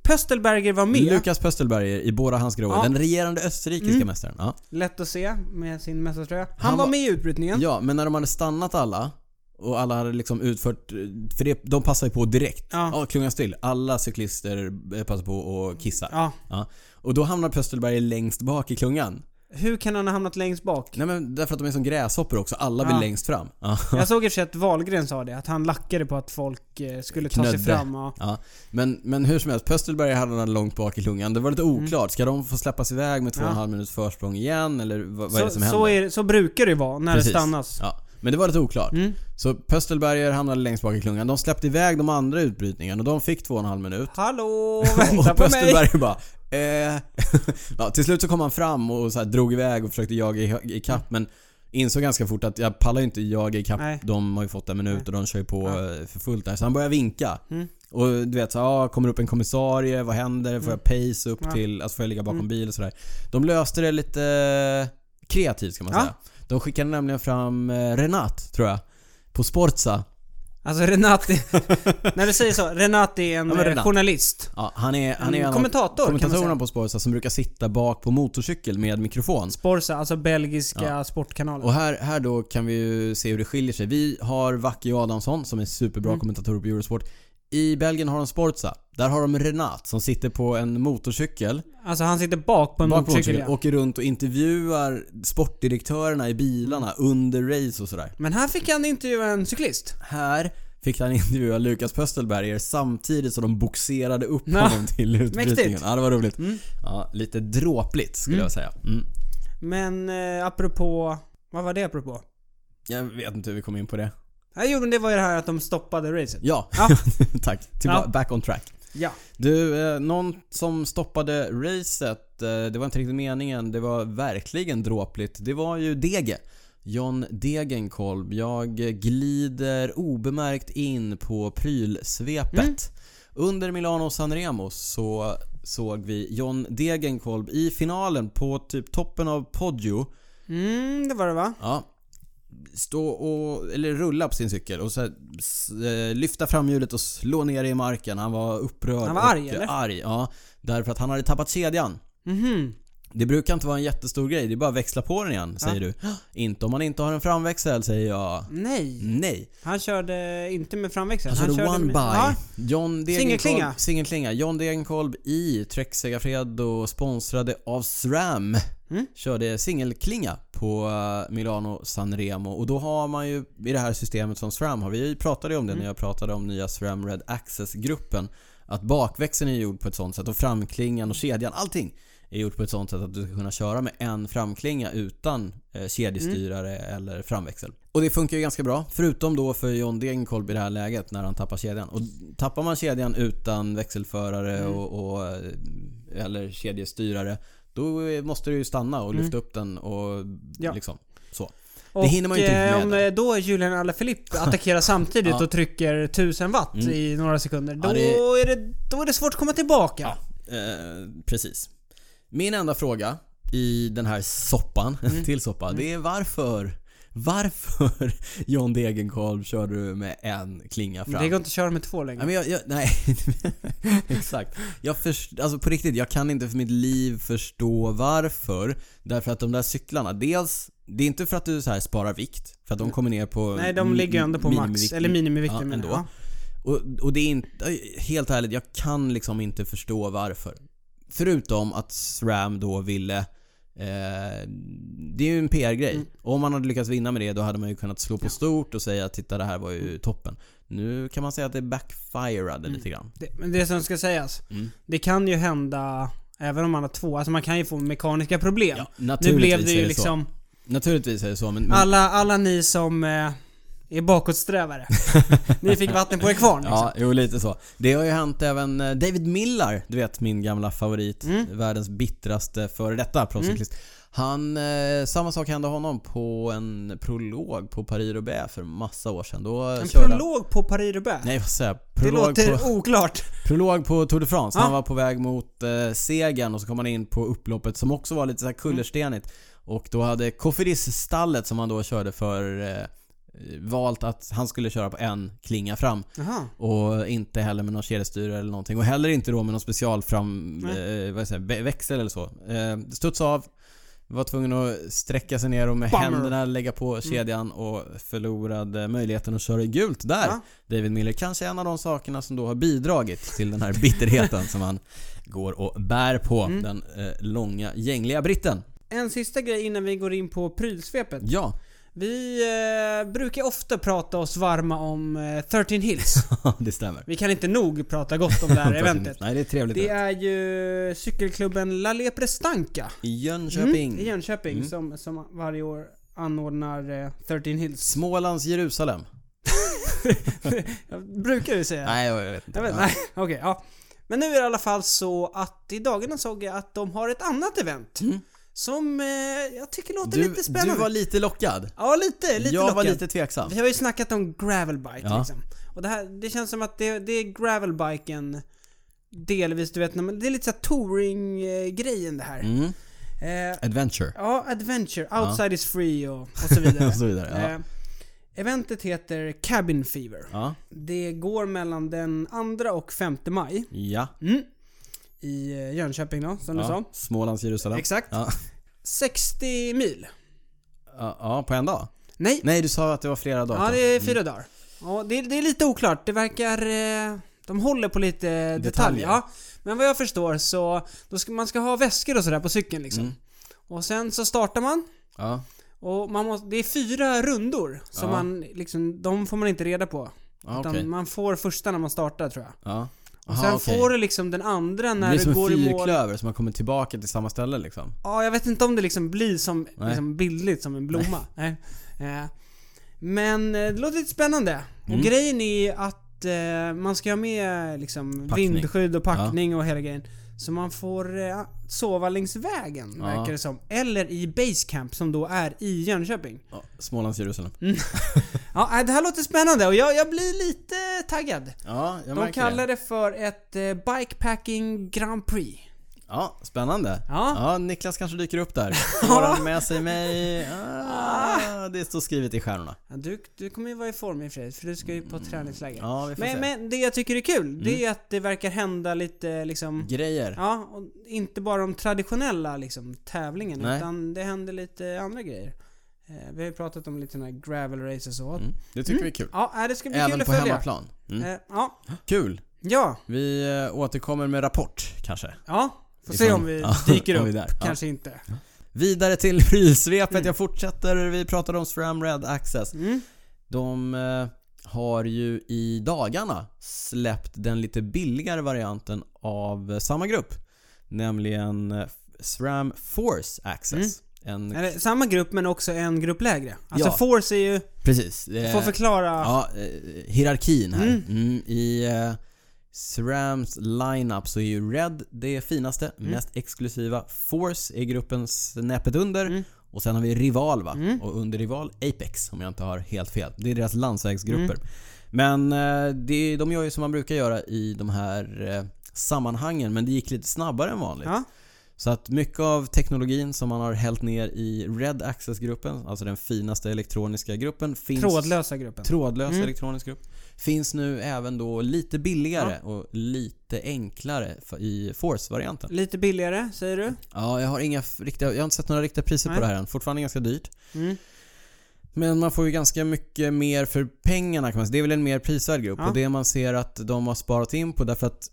[SPEAKER 1] Pöstelberger var med.
[SPEAKER 2] Lukas Pöstelberger i båda hans grå,
[SPEAKER 1] Ja. Mm.
[SPEAKER 2] den regerande österrikiska mästaren. Ja.
[SPEAKER 1] Lätt att se med sin mästartröja. Han,
[SPEAKER 2] Han
[SPEAKER 1] var,
[SPEAKER 2] var-
[SPEAKER 1] med i utbrytningen.
[SPEAKER 2] ja, men när de hade stannat alla och alla hade liksom utfört, eh, för det, de passar ju på direkt.
[SPEAKER 1] Ja.
[SPEAKER 2] klungan still. Alla cyklister eh, passar på och kissar.
[SPEAKER 1] ja.
[SPEAKER 2] Ja. Och då hamnar Pöstelberger längst bak i klungan.
[SPEAKER 1] Hur kan han ha hamnat längst bak?
[SPEAKER 2] Nej men därför att de är som gräshoppor också, alla vill
[SPEAKER 1] Ja.
[SPEAKER 2] längst fram. Ja.
[SPEAKER 1] Jag såg i och för sig att Wahlgren sa det, att han lackade på att folk eh, skulle ta sig
[SPEAKER 2] Knödde.
[SPEAKER 1] fram. Och,
[SPEAKER 2] Ja, men, men hur som helst, Pöstelberg hade den långt bak i lungan. Det var lite oklart. Ska de få släppas iväg med två och en
[SPEAKER 1] Mm. Ja.
[SPEAKER 2] halv minuts försprång igen? Eller vad, vad är det
[SPEAKER 1] så, så,
[SPEAKER 2] som händer?
[SPEAKER 1] är, det- så brukar det ju vara när det stannas.
[SPEAKER 2] Ja, men det var lite oklart.
[SPEAKER 1] Mm.
[SPEAKER 2] Så Pöstelberger hamnade längst bak i klungan. De släppte iväg de andra utbrytningarna och de fick två och en halv minut.
[SPEAKER 1] Hallå, (laughs)
[SPEAKER 2] (laughs) Och
[SPEAKER 1] vänta på mig!
[SPEAKER 2] Pöstelberger bara eh. (laughs) ja, Till slut så kom han fram och så här drog iväg och försökte jaga i, i kapp men Insåg ganska fort att jag pallar ju inte jaga i kapp.
[SPEAKER 1] Nej.
[SPEAKER 2] De har ju fått en minut och de kör ju på
[SPEAKER 1] Ja. Mm.
[SPEAKER 2] eh, för fullt där. Så han börjar vinka. Och du vet så här, ah, kommer upp en kommissarie, vad händer? Får jag pace
[SPEAKER 1] Mm.
[SPEAKER 2] upp
[SPEAKER 1] Ja. Mm.
[SPEAKER 2] till, alltså får jag ligga bakom bil och sådär. De löste det lite kreativt kan man
[SPEAKER 1] Ja.
[SPEAKER 2] säga. De skickade nämligen fram eh, Renat, tror jag. På Sportsa.
[SPEAKER 1] Alltså Renati...
[SPEAKER 2] (laughs)
[SPEAKER 1] när du säger så, Renati är en
[SPEAKER 2] Ja, men
[SPEAKER 1] eh,
[SPEAKER 2] Renat.
[SPEAKER 1] journalist.
[SPEAKER 2] Ja, han är, han är
[SPEAKER 1] En
[SPEAKER 2] en av
[SPEAKER 1] kommentator, kan man
[SPEAKER 2] kommentatorerna
[SPEAKER 1] säga.
[SPEAKER 2] på Sportsa som brukar sitta bak på motorcykel med mikrofon.
[SPEAKER 1] Sporsa, alltså belgiska sportkanalen.
[SPEAKER 2] Och här, här då kan vi ju se hur det skiljer sig. Vi har Vacke Adamsson som är superbra
[SPEAKER 1] Mm.
[SPEAKER 2] kommentator på Eurosport. I Belgien har de Sportsa. Där har de Renat som sitter på en motorcykel,
[SPEAKER 1] Alltså han sitter bak på en
[SPEAKER 2] bak på
[SPEAKER 1] motorcykel.
[SPEAKER 2] motorcykel
[SPEAKER 1] ja.
[SPEAKER 2] åker runt och intervjuar sportdirektörerna i bilarna under race och sådär.
[SPEAKER 1] Men här fick han intervjua en cyklist.
[SPEAKER 2] Här fick han intervjua Lukas Pöstelberger samtidigt som de boxerade upp
[SPEAKER 1] Ja,
[SPEAKER 2] honom till utbrytningen.
[SPEAKER 1] mäktigt. Mm.
[SPEAKER 2] Ja, det var roligt. Ja, lite dråpligt skulle jag säga. Mm.
[SPEAKER 1] Men eh, apropå... Vad var det apropå?
[SPEAKER 2] Jag vet inte hur vi kom in på det.
[SPEAKER 1] Nej, jo men det var ju det här att de stoppade racet.
[SPEAKER 2] Ja,
[SPEAKER 1] Ja.
[SPEAKER 2] (laughs) tack. Till
[SPEAKER 1] Ja.
[SPEAKER 2] Back on track.
[SPEAKER 1] Ja.
[SPEAKER 2] Du, eh, någon som stoppade racet, eh, det var inte riktigt meningen, det var verkligen dråpligt. Det var ju Dege. John Degenkolb. Jag eh, glider obemärkt in på prylsvepet. Under Milano Sanremo så såg vi John Degenkolb i finalen på typ toppen av Poggio.
[SPEAKER 1] Mm, det var det va?
[SPEAKER 2] Ja. Stå och, eller rulla på sin cykel och så här, s- eh, lyfta fram hjulet och slå ner det i marken. Han var upprörd
[SPEAKER 1] Han var
[SPEAKER 2] och
[SPEAKER 1] arg, eller?
[SPEAKER 2] arg. Ja, därför att han hade tappat kedjan.
[SPEAKER 1] Mhm.
[SPEAKER 2] Det brukar inte vara en jättestor grej, det är bara att växla på den igen, säger du. Inte om man inte har en framväxel, säger jag.
[SPEAKER 1] Nej.
[SPEAKER 2] Nej.
[SPEAKER 1] Han körde inte med framväxeln.
[SPEAKER 2] Han körde
[SPEAKER 1] körde
[SPEAKER 2] Alltså, one
[SPEAKER 1] med...
[SPEAKER 2] by.
[SPEAKER 1] Ja.
[SPEAKER 2] John
[SPEAKER 1] Singelklinga.
[SPEAKER 2] Degenkolb, singelklinga. John Degenkolb i Trek Segafredo sponsrade av SRAM.
[SPEAKER 1] Mm.
[SPEAKER 2] Körde singelklinga på eh, Milano Sanremo. Och då har man ju i det här systemet som SRAM har. Vi pratade ju om det
[SPEAKER 1] Mm.
[SPEAKER 2] när jag pratade om nya SRAM Red Access-gruppen. Att bakväxeln är gjord på ett sånt sätt och framklingan och kedjan, allting är gjort på ett sånt sätt att du ska kunna köra med en framklinga utan eh, kedjestyrare eller framväxel. Och det funkar ju ganska bra. Förutom då för John Degenkolb i det här läget när han tappar kedjan. Och tappar man kedjan utan växelförare och, och, eh, eller kedjestyrare då eh, måste du ju stanna och lyfta upp den och
[SPEAKER 1] Ja.
[SPEAKER 2] liksom så.
[SPEAKER 1] Och,
[SPEAKER 2] det hinner man ju inte
[SPEAKER 1] eh,
[SPEAKER 2] riktigt
[SPEAKER 1] om
[SPEAKER 2] med.
[SPEAKER 1] eh, då Julian Alaphilippe attackerar samtidigt
[SPEAKER 2] (laughs) Ja. Mm.
[SPEAKER 1] och trycker 1000 watt i några sekunder, då,
[SPEAKER 2] Ja, det-
[SPEAKER 1] Är det, då är det svårt att komma tillbaka.
[SPEAKER 2] Eh, precis. Min enda fråga i den här soppan, (laughs)
[SPEAKER 1] Mm.
[SPEAKER 2] en till soppa, det är varför varför (laughs) John Degenkolb körde du med en klinga fram?
[SPEAKER 1] Det går inte att köra med två längre.
[SPEAKER 2] Nej, men jag, jag, nej (laughs) exakt. Jag först, alltså på riktigt, jag kan inte för mitt liv förstå varför. Därför att de där cyklarna, dels, det är inte för att du så här sparar vikt. För att de kommer ner på
[SPEAKER 1] Mm. Nej, de ligger ändå på max.
[SPEAKER 2] minimivikt-
[SPEAKER 1] Eller minimivikten
[SPEAKER 2] ja,
[SPEAKER 1] menar
[SPEAKER 2] ändå.
[SPEAKER 1] jag.
[SPEAKER 2] Och, och det är inte, helt ärligt, jag kan liksom inte förstå varför. Förutom att SRAM då ville eh, det är ju en PR-grej. Och om man hade lyckats vinna med det då hade man ju kunnat slå på stort och säga att titta det här var ju toppen. Nu kan man säga att det backfirade lite grann.
[SPEAKER 1] Det, men det som ska sägas.
[SPEAKER 2] Mm.
[SPEAKER 1] Det kan ju hända även om man har två. Alltså man kan ju få mekaniska problem.
[SPEAKER 2] Ja,
[SPEAKER 1] nu
[SPEAKER 2] naturligtvis
[SPEAKER 1] blev det
[SPEAKER 2] är
[SPEAKER 1] ju
[SPEAKER 2] det Mm.
[SPEAKER 1] liksom...
[SPEAKER 2] Naturligtvis är det så men... men
[SPEAKER 1] Alla, alla ni som eh, är
[SPEAKER 2] (laughs)
[SPEAKER 1] bakåtsträvare. ni fick vatten på er kvarn liksom.
[SPEAKER 2] Ja, jo lite så. Det har ju hänt även eh, David Millar, du vet min gamla favorit.
[SPEAKER 1] Mm.
[SPEAKER 2] Världens bittraste före detta proffscyklist. Han, eh, samma sak hände honom på en prolog på Paris-Roubaix för massa år sedan. Då
[SPEAKER 1] En
[SPEAKER 2] körde han-
[SPEAKER 1] prolog på Paris-Roubaix?
[SPEAKER 2] Nej vad säger jag?
[SPEAKER 1] Det
[SPEAKER 2] Prolog,
[SPEAKER 1] låter
[SPEAKER 2] på,
[SPEAKER 1] oklart.
[SPEAKER 2] prolog på Tour de France. Han
[SPEAKER 1] Ja.
[SPEAKER 2] var på väg mot eh, segern och så kom han in på upploppet som också var lite så
[SPEAKER 1] Mm.
[SPEAKER 2] här kullerstenigt. Och då hade Cofidis-stallet som han då körde för eh, valt att han skulle köra på en klinga fram.
[SPEAKER 1] Jaha.
[SPEAKER 2] Och inte heller med någon kedjestyrare eller någonting. Och heller inte då med någon specialfram... Eh, vad säger, jag, vä- växel eller så. Eh, studsade av. Var tvungen att sträcka sig ner och med
[SPEAKER 1] Bummer. Mm.
[SPEAKER 2] händerna lägga på kedjan och förlorade möjligheten att köra i gult där.
[SPEAKER 1] Ja.
[SPEAKER 2] David Miller kanske är en av de sakerna som då har bidragit
[SPEAKER 1] (laughs)
[SPEAKER 2] till den här bitterheten som han går och bär på.
[SPEAKER 1] Mm.
[SPEAKER 2] Den eh, långa gängliga britten.
[SPEAKER 1] En sista grej innan vi går in på prylsvepet.
[SPEAKER 2] Ja. (laughs)
[SPEAKER 1] Vi eh, brukar ofta prata oss varma om eh, 13 Hills.
[SPEAKER 2] det stämmer.
[SPEAKER 1] Vi kan inte nog prata gott om det
[SPEAKER 2] (laughs)
[SPEAKER 1] här eventet.
[SPEAKER 2] Nej, det är trevligt.
[SPEAKER 1] Det är ju cykelklubben La Leprestanka
[SPEAKER 2] I Jönköping.
[SPEAKER 1] i Jönköping som, som varje år anordnar eh, 13 Hills.
[SPEAKER 2] Smålands Jerusalem.
[SPEAKER 1] Jag brukar ju säga.
[SPEAKER 2] Nej, jag vet inte.
[SPEAKER 1] Jag vet, (laughs)
[SPEAKER 2] Ja.
[SPEAKER 1] nej, okej, ja. Men nu är det i alla fall så att i dagarna såg jag att de har ett annat event. Som eh, jag tycker låter
[SPEAKER 2] Du,
[SPEAKER 1] lite spännande.
[SPEAKER 2] du var lite lockad.
[SPEAKER 1] Ja, lite. lite
[SPEAKER 2] jag var
[SPEAKER 1] lockad.
[SPEAKER 2] lite tveksam.
[SPEAKER 1] Vi har ju snackat om gravelbike
[SPEAKER 2] Ja.
[SPEAKER 1] liksom. Och det här, det känns som att det, det är gravelbiken delvis, du vet, när man- det är lite såhär touring-grejen det här.
[SPEAKER 2] Mm.
[SPEAKER 1] Eh,
[SPEAKER 2] Adventure. (laughs)
[SPEAKER 1] ja, adventure, outside is free och, och så vidare.
[SPEAKER 2] Och så vidare, ja.
[SPEAKER 1] Eh, Eventet heter Cabin Fever.
[SPEAKER 2] Ja.
[SPEAKER 1] Det går mellan den 2 och 5 maj
[SPEAKER 2] Ja.
[SPEAKER 1] i eh, Jönköping då, som du
[SPEAKER 2] ja.
[SPEAKER 1] sa.
[SPEAKER 2] Smålands Jerusalem.
[SPEAKER 1] Exakt.
[SPEAKER 2] Ja.
[SPEAKER 1] 60 mil.
[SPEAKER 2] Ja, ja, på en dag?
[SPEAKER 1] Nej,
[SPEAKER 2] Nej, du sa att det var flera dagar.
[SPEAKER 1] ja det är fyra dagar. Ja, det, det är lite oklart. Det verkar... eh, De håller på lite detaljer.
[SPEAKER 2] Detaljer.
[SPEAKER 1] Ja. Men vad jag förstår så... Då ska, man ska ha väskor och sådär på cykeln liksom.
[SPEAKER 2] Mm.
[SPEAKER 1] Och sen så startar man.
[SPEAKER 2] Ja.
[SPEAKER 1] Och man måste, det är fyra rundor som man liksom, de får man inte reda på.
[SPEAKER 2] Ja,
[SPEAKER 1] utan
[SPEAKER 2] okej.
[SPEAKER 1] man får första när man startar tror jag.
[SPEAKER 2] Ja.
[SPEAKER 1] Och
[SPEAKER 2] Aha,
[SPEAKER 1] sen
[SPEAKER 2] okej.
[SPEAKER 1] får du liksom den andra
[SPEAKER 2] Det
[SPEAKER 1] när
[SPEAKER 2] blir
[SPEAKER 1] du
[SPEAKER 2] som
[SPEAKER 1] går
[SPEAKER 2] en
[SPEAKER 1] i mål.
[SPEAKER 2] fyrklöver som har kommit tillbaka till samma ställe liksom.
[SPEAKER 1] Ja, jag vet inte om det liksom blir som,
[SPEAKER 2] Nej.
[SPEAKER 1] liksom bildligt som en blomma. Nej. Eh, Men eh, det låter lite spännande.
[SPEAKER 2] Mm.
[SPEAKER 1] Och grejen är att eh, man ska ha med liksom
[SPEAKER 2] Packning.
[SPEAKER 1] vindskydd och packning och hela grejen. Så man får eh, sova längs vägen,
[SPEAKER 2] Ja.
[SPEAKER 1] verkar det som. Eller i basecamp som då är i Jönköping.
[SPEAKER 2] Ja, Smålands Jerusalem.
[SPEAKER 1] Mm. Ja, nej, det här låter spännande och jag, jag blir lite taggad.
[SPEAKER 2] Ja, jag
[SPEAKER 1] De
[SPEAKER 2] märker
[SPEAKER 1] kallar
[SPEAKER 2] det.
[SPEAKER 1] det för ett eh, Bikepacking Grand Prix.
[SPEAKER 2] Ja, spännande.
[SPEAKER 1] Ja.
[SPEAKER 2] Niklas kanske dyker
[SPEAKER 1] (laughs)
[SPEAKER 2] upp där. Har han med sig mig? Ah, det står skrivet i stjärnorna.
[SPEAKER 1] Ja, du, du kommer ju vara i form i och för sig, för du ska ju på träningsläger.
[SPEAKER 2] Mm. Ja, vi får se. Mm.
[SPEAKER 1] men, men det jag tycker är kul, det är att det verkar hända lite liksom...
[SPEAKER 2] Grejer.
[SPEAKER 1] Ja, och inte bara de traditionella liksom, tävlingarna,
[SPEAKER 2] Nej.
[SPEAKER 1] utan det händer lite andra grejer. Eh, vi har ju pratat om lite såna här gravel races och
[SPEAKER 2] Mm, det tycker vi är kul.
[SPEAKER 1] Ja, äh, det ska bli kul
[SPEAKER 2] Även
[SPEAKER 1] att
[SPEAKER 2] på
[SPEAKER 1] följa.
[SPEAKER 2] hemmaplan. Mm.
[SPEAKER 1] Eh, ja,
[SPEAKER 2] Kul.
[SPEAKER 1] ja,
[SPEAKER 2] Vi eh, återkommer med rapport kanske.
[SPEAKER 1] ja. Får
[SPEAKER 2] Vi
[SPEAKER 1] se
[SPEAKER 2] får-
[SPEAKER 1] om vi
[SPEAKER 2] ja,
[SPEAKER 1] dyker
[SPEAKER 2] om
[SPEAKER 1] upp.
[SPEAKER 2] vi är där. Ja.
[SPEAKER 1] Kanske inte.
[SPEAKER 2] Vidare till (laughs) prylsvepet. Jag fortsätter. Vi pratade om SRAM Red Access.
[SPEAKER 1] Mm.
[SPEAKER 2] De eh, har ju i dagarna släppt den lite billigare varianten av eh, samma grupp. Nämligen eh, SRAM Force Access.
[SPEAKER 1] Mm.
[SPEAKER 2] En,
[SPEAKER 1] Eller, samma grupp men också en grupp lägre. Alltså
[SPEAKER 2] Ja.
[SPEAKER 1] Force är ju...
[SPEAKER 2] precis.
[SPEAKER 1] Du
[SPEAKER 2] eh,
[SPEAKER 1] får förklara.
[SPEAKER 2] Ja, eh, hierarkin här. Mm. I eh, SRAMs lineup så är ju Red det finaste, mest exklusiva. Force är gruppen snäppet under. Och sen har vi Rival va? Och under Rival Apex om jag inte har helt fel. Det är deras landsvägsgrupper. Men eh, det, de gör ju som man brukar göra i de här eh, sammanhangen men det gick lite snabbare än vanligt.
[SPEAKER 1] Ja.
[SPEAKER 2] Så att mycket av teknologin som man har hällt ner i Red Access-gruppen, alltså den finaste elektroniska gruppen, finns...
[SPEAKER 1] Trådlösa gruppen.
[SPEAKER 2] Trådlös
[SPEAKER 1] Mm.
[SPEAKER 2] elektronisk grupp. Finns nu även då lite billigare och lite enklare f- i Force-varianten.
[SPEAKER 1] Lite billigare, säger du?
[SPEAKER 2] Ja, jag har inga f- riktiga, jag har inte sett några riktiga priser
[SPEAKER 1] Nej.
[SPEAKER 2] på det här än. Fortfarande ganska dyrt.
[SPEAKER 1] Mm.
[SPEAKER 2] Men man får ju ganska mycket mer för pengarna kan man säga. Det är väl en mer prisvärd grupp
[SPEAKER 1] Ja.
[SPEAKER 2] och det man ser att de har sparat in på därför att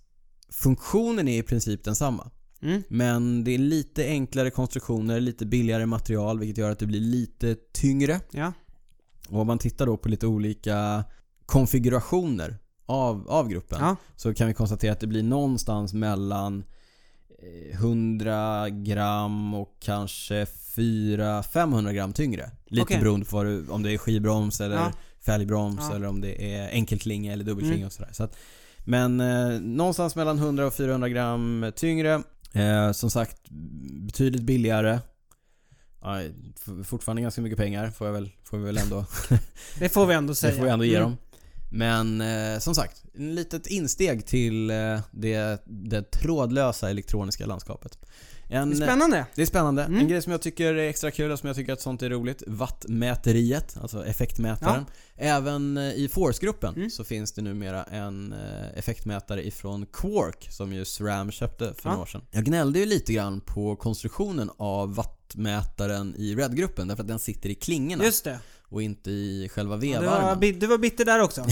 [SPEAKER 2] funktionen är i princip densamma.
[SPEAKER 1] Mm.
[SPEAKER 2] Men det är lite enklare konstruktioner, lite billigare material vilket gör att det blir lite tyngre.
[SPEAKER 1] Ja.
[SPEAKER 2] Och om man tittar då på lite olika konfigurationer av, av gruppen
[SPEAKER 1] Ja.
[SPEAKER 2] så kan vi konstatera att det blir någonstans mellan eh, 100 gram och kanske 400-500 gram tyngre. Lite
[SPEAKER 1] Okej.
[SPEAKER 2] beroende på vad du, om det är skivbroms eller
[SPEAKER 1] Ja.
[SPEAKER 2] fälgbroms
[SPEAKER 1] Ja.
[SPEAKER 2] eller om det är enkelklinga eller dubbelklinga
[SPEAKER 1] Mm.
[SPEAKER 2] och sådär. Så att, men eh, någonstans mellan 100 och 400 gram tyngre. Eh, som sagt, betydligt billigare. Ja, f- fortfarande ganska mycket pengar får, jag väl, får vi väl ändå
[SPEAKER 1] Det får vi ändå säga.
[SPEAKER 2] det får vi ändå ge
[SPEAKER 1] Mm.
[SPEAKER 2] dem. Men eh, som sagt, en litet insteg till eh, det, det trådlösa elektroniska landskapet. En,
[SPEAKER 1] Det är spännande.
[SPEAKER 2] det är spännande.
[SPEAKER 1] Mm.
[SPEAKER 2] En grej som jag tycker är extra kul och som jag tycker att sånt är roligt. Wattmäteriet, alltså effektmätaren. Även eh, i Force-gruppen
[SPEAKER 1] Mm.
[SPEAKER 2] så finns det numera en eh, effektmätare ifrån Quark som ju SRAM köpte
[SPEAKER 1] Ja.
[SPEAKER 2] för några år sedan. Jag gnällde ju lite grann på konstruktionen av wattmätaren i Red-gruppen därför att den sitter i klingorna
[SPEAKER 1] Just det.
[SPEAKER 2] och inte i själva
[SPEAKER 1] Du
[SPEAKER 2] vevarmen.
[SPEAKER 1] var, bi- du var bitter där också.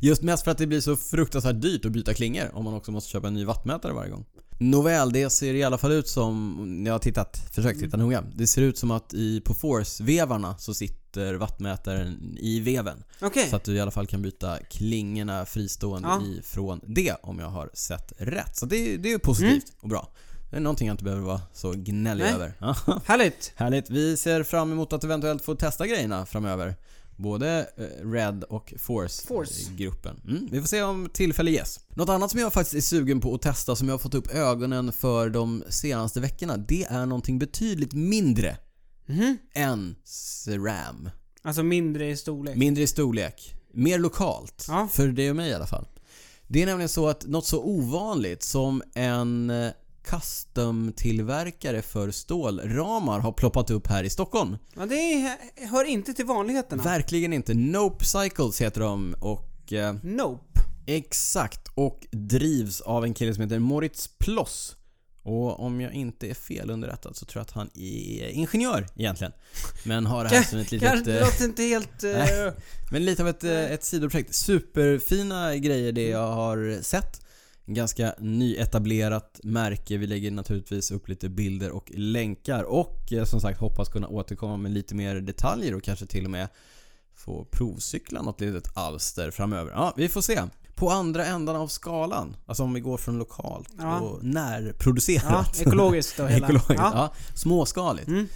[SPEAKER 2] Just mest för att det blir så fruktansvärt dyrt att byta klingor om man också måste köpa en ny vattmätare varje gång. Nåväl, det ser i alla fall ut som, jag har tittat, försökt titta noga. Det ser ut som att i, på Force-vevarna så sitter vattmätaren i veven.
[SPEAKER 1] Okej.
[SPEAKER 2] Så att du i alla fall kan byta klingorna fristående
[SPEAKER 1] Ja.
[SPEAKER 2] ifrån det om jag har sett rätt. Så det, det är ju positivt och bra. Det är någonting jag inte behöver vara så gnällig
[SPEAKER 1] Mm. Nej.
[SPEAKER 2] över. (laughs)
[SPEAKER 1] Härligt.
[SPEAKER 2] Härligt. Vi ser fram emot att eventuellt få testa grejerna framöver. Både eh, Red och
[SPEAKER 1] Force.
[SPEAKER 2] Force-gruppen. Mm, vi får se om tillfälle ges. Något annat som jag faktiskt är sugen på att testa som jag har fått upp ögonen för de senaste veckorna. Det är någonting betydligt mindre
[SPEAKER 1] Mhm.
[SPEAKER 2] än SRAM.
[SPEAKER 1] Alltså mindre i storlek.
[SPEAKER 2] Mindre i storlek. Mer lokalt.
[SPEAKER 1] Ja.
[SPEAKER 2] För dig och mig i alla fall. Det är nämligen så att något så ovanligt som en eh, custom-tillverkare för stålramar har ploppat upp här i Stockholm.
[SPEAKER 1] Ja, det är- hör inte till vanligheterna.
[SPEAKER 2] Verkligen inte. Nope Cycles heter de och eh,
[SPEAKER 1] nope.
[SPEAKER 2] Exakt, och drivs av en kille som heter Moritz Ploss. Och om jag inte är fel underrättad så tror jag att han är ingenjör egentligen. Men har det här som ett
[SPEAKER 1] (laughs)
[SPEAKER 2] litet...
[SPEAKER 1] Det
[SPEAKER 2] eh,
[SPEAKER 1] låter inte helt... eh,
[SPEAKER 2] Nej. Men lite av ett,
[SPEAKER 1] Mm.
[SPEAKER 2] eh, ett sidoprojekt. Superfina grejer det jag har sett. Ganska nyetablerat märke. Vi lägger naturligtvis upp lite bilder och länkar. Och eh, som sagt hoppas kunna återkomma med lite mer detaljer och kanske till och med få provcykla något litet alster framöver. Ja, vi får se. På andra ändan av skalan, alltså om vi går från lokalt
[SPEAKER 1] Ja.
[SPEAKER 2] och
[SPEAKER 1] ja,
[SPEAKER 2] närproducerat. (laughs)
[SPEAKER 1] ekologiskt och hela.
[SPEAKER 2] Ekologiskt, ja.
[SPEAKER 1] Ja.
[SPEAKER 2] Småskaligt.
[SPEAKER 1] Mm.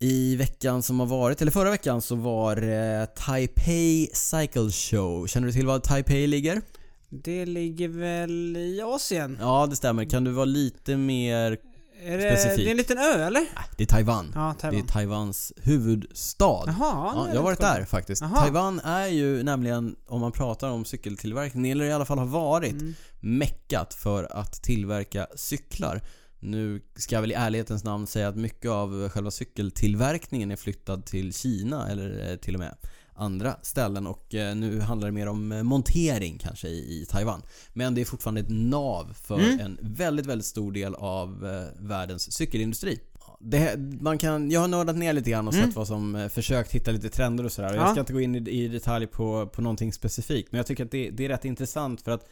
[SPEAKER 2] I veckan som har varit, eller förra veckan, så var eh, Taipei Cycle Show. Känner du till var Taipei ligger?
[SPEAKER 1] Det ligger väl i Asien?
[SPEAKER 2] Ja, det stämmer. Kan du vara lite mer...
[SPEAKER 1] Är det,
[SPEAKER 2] Specifikt.
[SPEAKER 1] det är en liten ö eller?
[SPEAKER 2] Ah, Det är Taiwan.
[SPEAKER 1] Ja, Taiwan.
[SPEAKER 2] Det är Taiwans huvudstad.
[SPEAKER 1] Jaha,
[SPEAKER 2] Ja,
[SPEAKER 1] det är
[SPEAKER 2] jag har varit
[SPEAKER 1] lite
[SPEAKER 2] där faktiskt.
[SPEAKER 1] Jaha.
[SPEAKER 2] Taiwan är ju nämligen, om man pratar om cykeltillverkning, eller i alla fall har varit,
[SPEAKER 1] Mm.
[SPEAKER 2] meckat för att tillverka cyklar. Nu ska jag väl i ärlighetens namn säga att mycket av själva cykeltillverkningen är flyttad till Kina eller eh, till och med andra ställen och eh, nu handlar det mer om eh, montering kanske i i Taiwan. Men det är fortfarande ett nav för
[SPEAKER 1] Mm.
[SPEAKER 2] en väldigt, väldigt stor del av eh, världens cykelindustri. Det, man kan, jag har nördat ner lite grann och sett vad som, eh, försökt hitta lite trender och sådär. Och Jag
[SPEAKER 1] Mm. Ja.
[SPEAKER 2] ska inte gå in i, i detalj på, på någonting specifikt men jag tycker att det, det är rätt intressant för att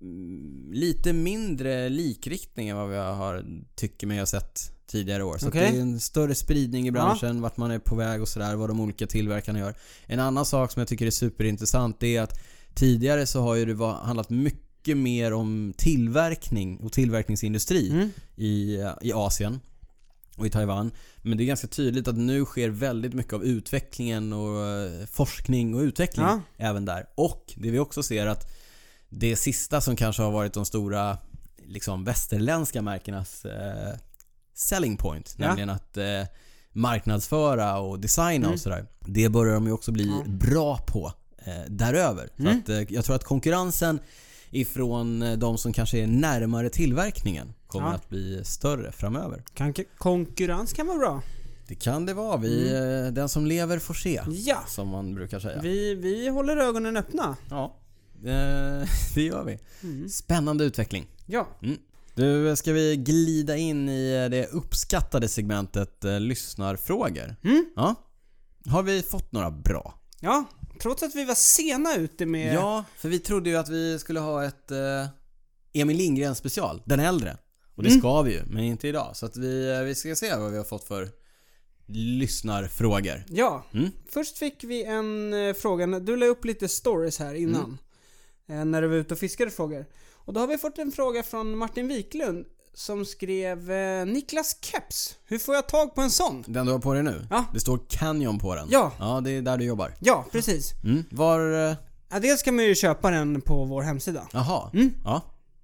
[SPEAKER 2] mm, Lite mindre likriktning än vad jag har, tycker mig ha sett tidigare år. Så
[SPEAKER 1] Okej.
[SPEAKER 2] att det är en större spridning i branschen, vart man är på väg och sådär, vad de olika tillverkarna gör. En annan sak som jag tycker är superintressant det är att tidigare så har ju det var, handlat mycket mer om tillverkning och tillverkningsindustri
[SPEAKER 1] Mm.
[SPEAKER 2] i, eh, i Asien och i Taiwan. Men det är ganska tydligt att nu sker väldigt mycket av utvecklingen och eh, forskning och utveckling
[SPEAKER 1] Ja.
[SPEAKER 2] även där. Och det vi också ser att det sista som kanske har varit de stora liksom västerländska märkenas eh, selling point,
[SPEAKER 1] Ja.
[SPEAKER 2] nämligen att eh, marknadsföra och designa
[SPEAKER 1] Mm.
[SPEAKER 2] och sådär. Det börjar de ju också bli bra på eh, däröver.
[SPEAKER 1] Mm.
[SPEAKER 2] Så att, eh, jag tror att konkurrensen ifrån eh, de som kanske är närmare tillverkningen kommer
[SPEAKER 1] Ja.
[SPEAKER 2] att bli större framöver.
[SPEAKER 1] Kan, konkurrens kan vara bra.
[SPEAKER 2] Det kan det vara. Vi, eh, Den som lever får se.
[SPEAKER 1] Mm. Ja.
[SPEAKER 2] Som man brukar säga.
[SPEAKER 1] Vi, vi håller ögonen öppna.
[SPEAKER 2] Ja, eh, (laughs) det gör vi.
[SPEAKER 1] Mm.
[SPEAKER 2] Spännande utveckling.
[SPEAKER 1] Ja.
[SPEAKER 2] Mm. Du, ska vi glida in i eh, det uppskattade segmentet eh, lyssnarfrågor?
[SPEAKER 1] Mm.
[SPEAKER 2] Ja. Har vi fått några bra?
[SPEAKER 1] Ja. Trots att vi var sena ute med...
[SPEAKER 2] Ja, för vi trodde ju att vi skulle ha ett eh, Emil Lindgren special, den äldre. Och det
[SPEAKER 1] Mm.
[SPEAKER 2] ska vi ju, men inte idag. Så att vi, eh, vi ska se vad vi har fått för lyssnarfrågor.
[SPEAKER 1] Ja.
[SPEAKER 2] Mm.
[SPEAKER 1] Först fick vi en eh, fråga. Du la upp lite stories här innan.
[SPEAKER 2] Mm.
[SPEAKER 1] Eh, när du var ute och fiskade frågor. Och då har vi fått en fråga från Martin Wiklund. Som skrev eh, Niklas Keps. Hur får jag tag på en sån?
[SPEAKER 2] Den du har på dig nu?
[SPEAKER 1] Ja.
[SPEAKER 2] Det står Canyon på den.
[SPEAKER 1] Ja.
[SPEAKER 2] Ja, det är där du jobbar.
[SPEAKER 1] Ja, precis.
[SPEAKER 2] Mm. Var... eh,
[SPEAKER 1] Ja, dels kan man ju köpa den på vår hemsida.
[SPEAKER 2] Jaha. Ja.
[SPEAKER 1] Mm. Det,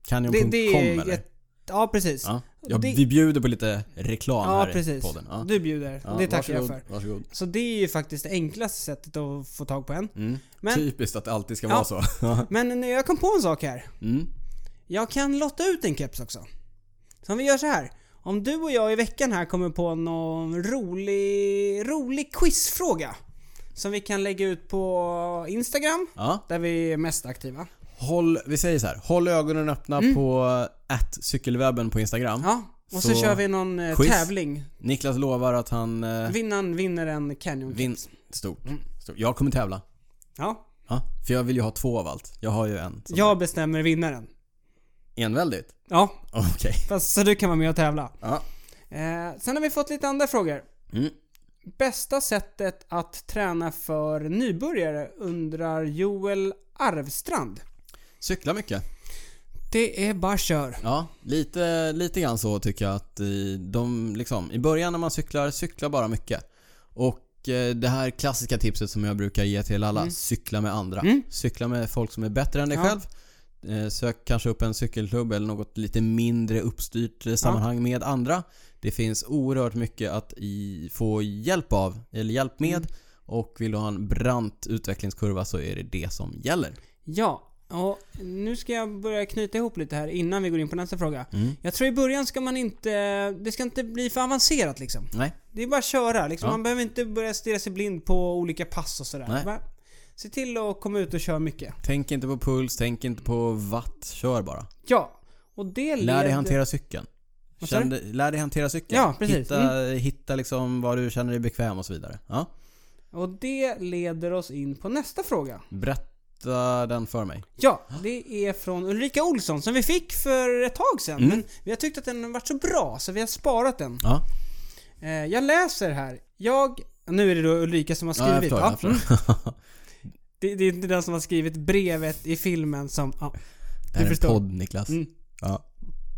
[SPEAKER 2] Canyon.com
[SPEAKER 1] det är
[SPEAKER 2] eller?
[SPEAKER 1] ett, Ja, precis.
[SPEAKER 2] Ja. Ja,
[SPEAKER 1] det-
[SPEAKER 2] Vi bjuder på lite reklam
[SPEAKER 1] Ja,
[SPEAKER 2] här
[SPEAKER 1] precis.
[SPEAKER 2] i podden. Ja.
[SPEAKER 1] Du bjuder.
[SPEAKER 2] Ja,
[SPEAKER 1] det tackar jag för.
[SPEAKER 2] varsågod, Varsågod.
[SPEAKER 1] Så det är ju faktiskt det enklaste sättet att få tag på en.
[SPEAKER 2] Mm.
[SPEAKER 1] Men-
[SPEAKER 2] Typiskt att det alltid ska
[SPEAKER 1] Ja.
[SPEAKER 2] vara så. (laughs)
[SPEAKER 1] Men när jag kom på en sak här.
[SPEAKER 2] mm.
[SPEAKER 1] Jag kan lotta ut en keps också. Så om vi gör så här. Om du och jag i veckan här kommer på någon rolig, rolig quizfråga. Som vi kan lägga ut på Instagram.
[SPEAKER 2] ja.
[SPEAKER 1] Där vi är mest aktiva.
[SPEAKER 2] Håll, vi säger så här. Håll ögonen öppna på eh, att cykelwebben på Instagram.
[SPEAKER 1] Mm. Ja. Och så,
[SPEAKER 2] Så,
[SPEAKER 1] kör vi någon eh,
[SPEAKER 2] quiz.
[SPEAKER 1] tävling.
[SPEAKER 2] Niklas lovar att han eh,
[SPEAKER 1] Vinnaren vinner en Canyon
[SPEAKER 2] vinner.
[SPEAKER 1] Keps.
[SPEAKER 2] Stort.
[SPEAKER 1] Mm.
[SPEAKER 2] Stort. Jag kommer tävla.
[SPEAKER 1] Ja.
[SPEAKER 2] Ja. För jag vill ju ha två av allt. Jag har ju en. som-
[SPEAKER 1] Jag bestämmer vinnaren.
[SPEAKER 2] Enväldigt? (laughs)
[SPEAKER 1] Ja.
[SPEAKER 2] Okej.
[SPEAKER 1] Fast, så du kan vara med och tävla.
[SPEAKER 2] Ja.
[SPEAKER 1] Eh, sen har vi fått lite andra frågor.
[SPEAKER 2] Mm.
[SPEAKER 1] Bästa sättet att träna för nybörjare undrar Joel Arvstrand.
[SPEAKER 2] Cykla mycket.
[SPEAKER 1] Det är bara kör.
[SPEAKER 2] Ja, lite, lite grann så tycker jag att i, de, liksom, i början när man cyklar, cykla bara mycket. Och eh, det här klassiska tipset som jag brukar ge till alla, cykla med andra. Cykla med folk som är bättre än dig
[SPEAKER 1] Ja.
[SPEAKER 2] själv. Eh, Sök kanske upp en cykelklubb eller något lite mindre uppstyrt eh, sammanhang med andra. Det finns oerhört mycket att i, få hjälp av, eller hjälp med. Och vill du ha en brant utvecklingskurva så är det det som gäller.
[SPEAKER 1] Ja, Ja, nu ska jag börja knyta ihop lite här innan vi går in på nästa fråga.
[SPEAKER 2] Mm.
[SPEAKER 1] Jag tror i början ska man inte... Det ska inte bli för avancerat liksom.
[SPEAKER 2] Nej.
[SPEAKER 1] Det är bara att köra liksom.
[SPEAKER 2] Ja.
[SPEAKER 1] Man behöver inte börja stirra sig blind på olika pass och sådär.
[SPEAKER 2] Nej.
[SPEAKER 1] Va? Se till att komma ut och köra mycket.
[SPEAKER 2] Tänk inte på puls, tänk inte på watt. Kör bara.
[SPEAKER 1] Ja, och det
[SPEAKER 2] Lär dig
[SPEAKER 1] leder-
[SPEAKER 2] hantera cykeln.
[SPEAKER 1] Vad sa
[SPEAKER 2] Känn, dig- lär dig hantera cykeln.
[SPEAKER 1] Ja, precis. Mm.
[SPEAKER 2] Hitta, hitta liksom vad du känner dig bekväm och så vidare. Ja.
[SPEAKER 1] Och det leder oss in på nästa fråga.
[SPEAKER 2] Berätta den för mig.
[SPEAKER 1] Ja, det är från Ulrika Olsson som vi fick för ett tag sedan.
[SPEAKER 2] Mm.
[SPEAKER 1] Men vi har tyckt att den har varit så bra så vi har sparat den.
[SPEAKER 2] Ja,
[SPEAKER 1] Eh, jag läser här. Jag... Nu är det då Ulrika som har
[SPEAKER 2] ja jag
[SPEAKER 1] skrivit.
[SPEAKER 2] förstår.
[SPEAKER 1] Ja,
[SPEAKER 2] Jag förstår.
[SPEAKER 1] mm. det, det är inte den som har skrivit brevet i filmen som... Ja.
[SPEAKER 2] det här är en
[SPEAKER 1] förstår.
[SPEAKER 2] podd Niklas.
[SPEAKER 1] Mm.
[SPEAKER 2] Ja.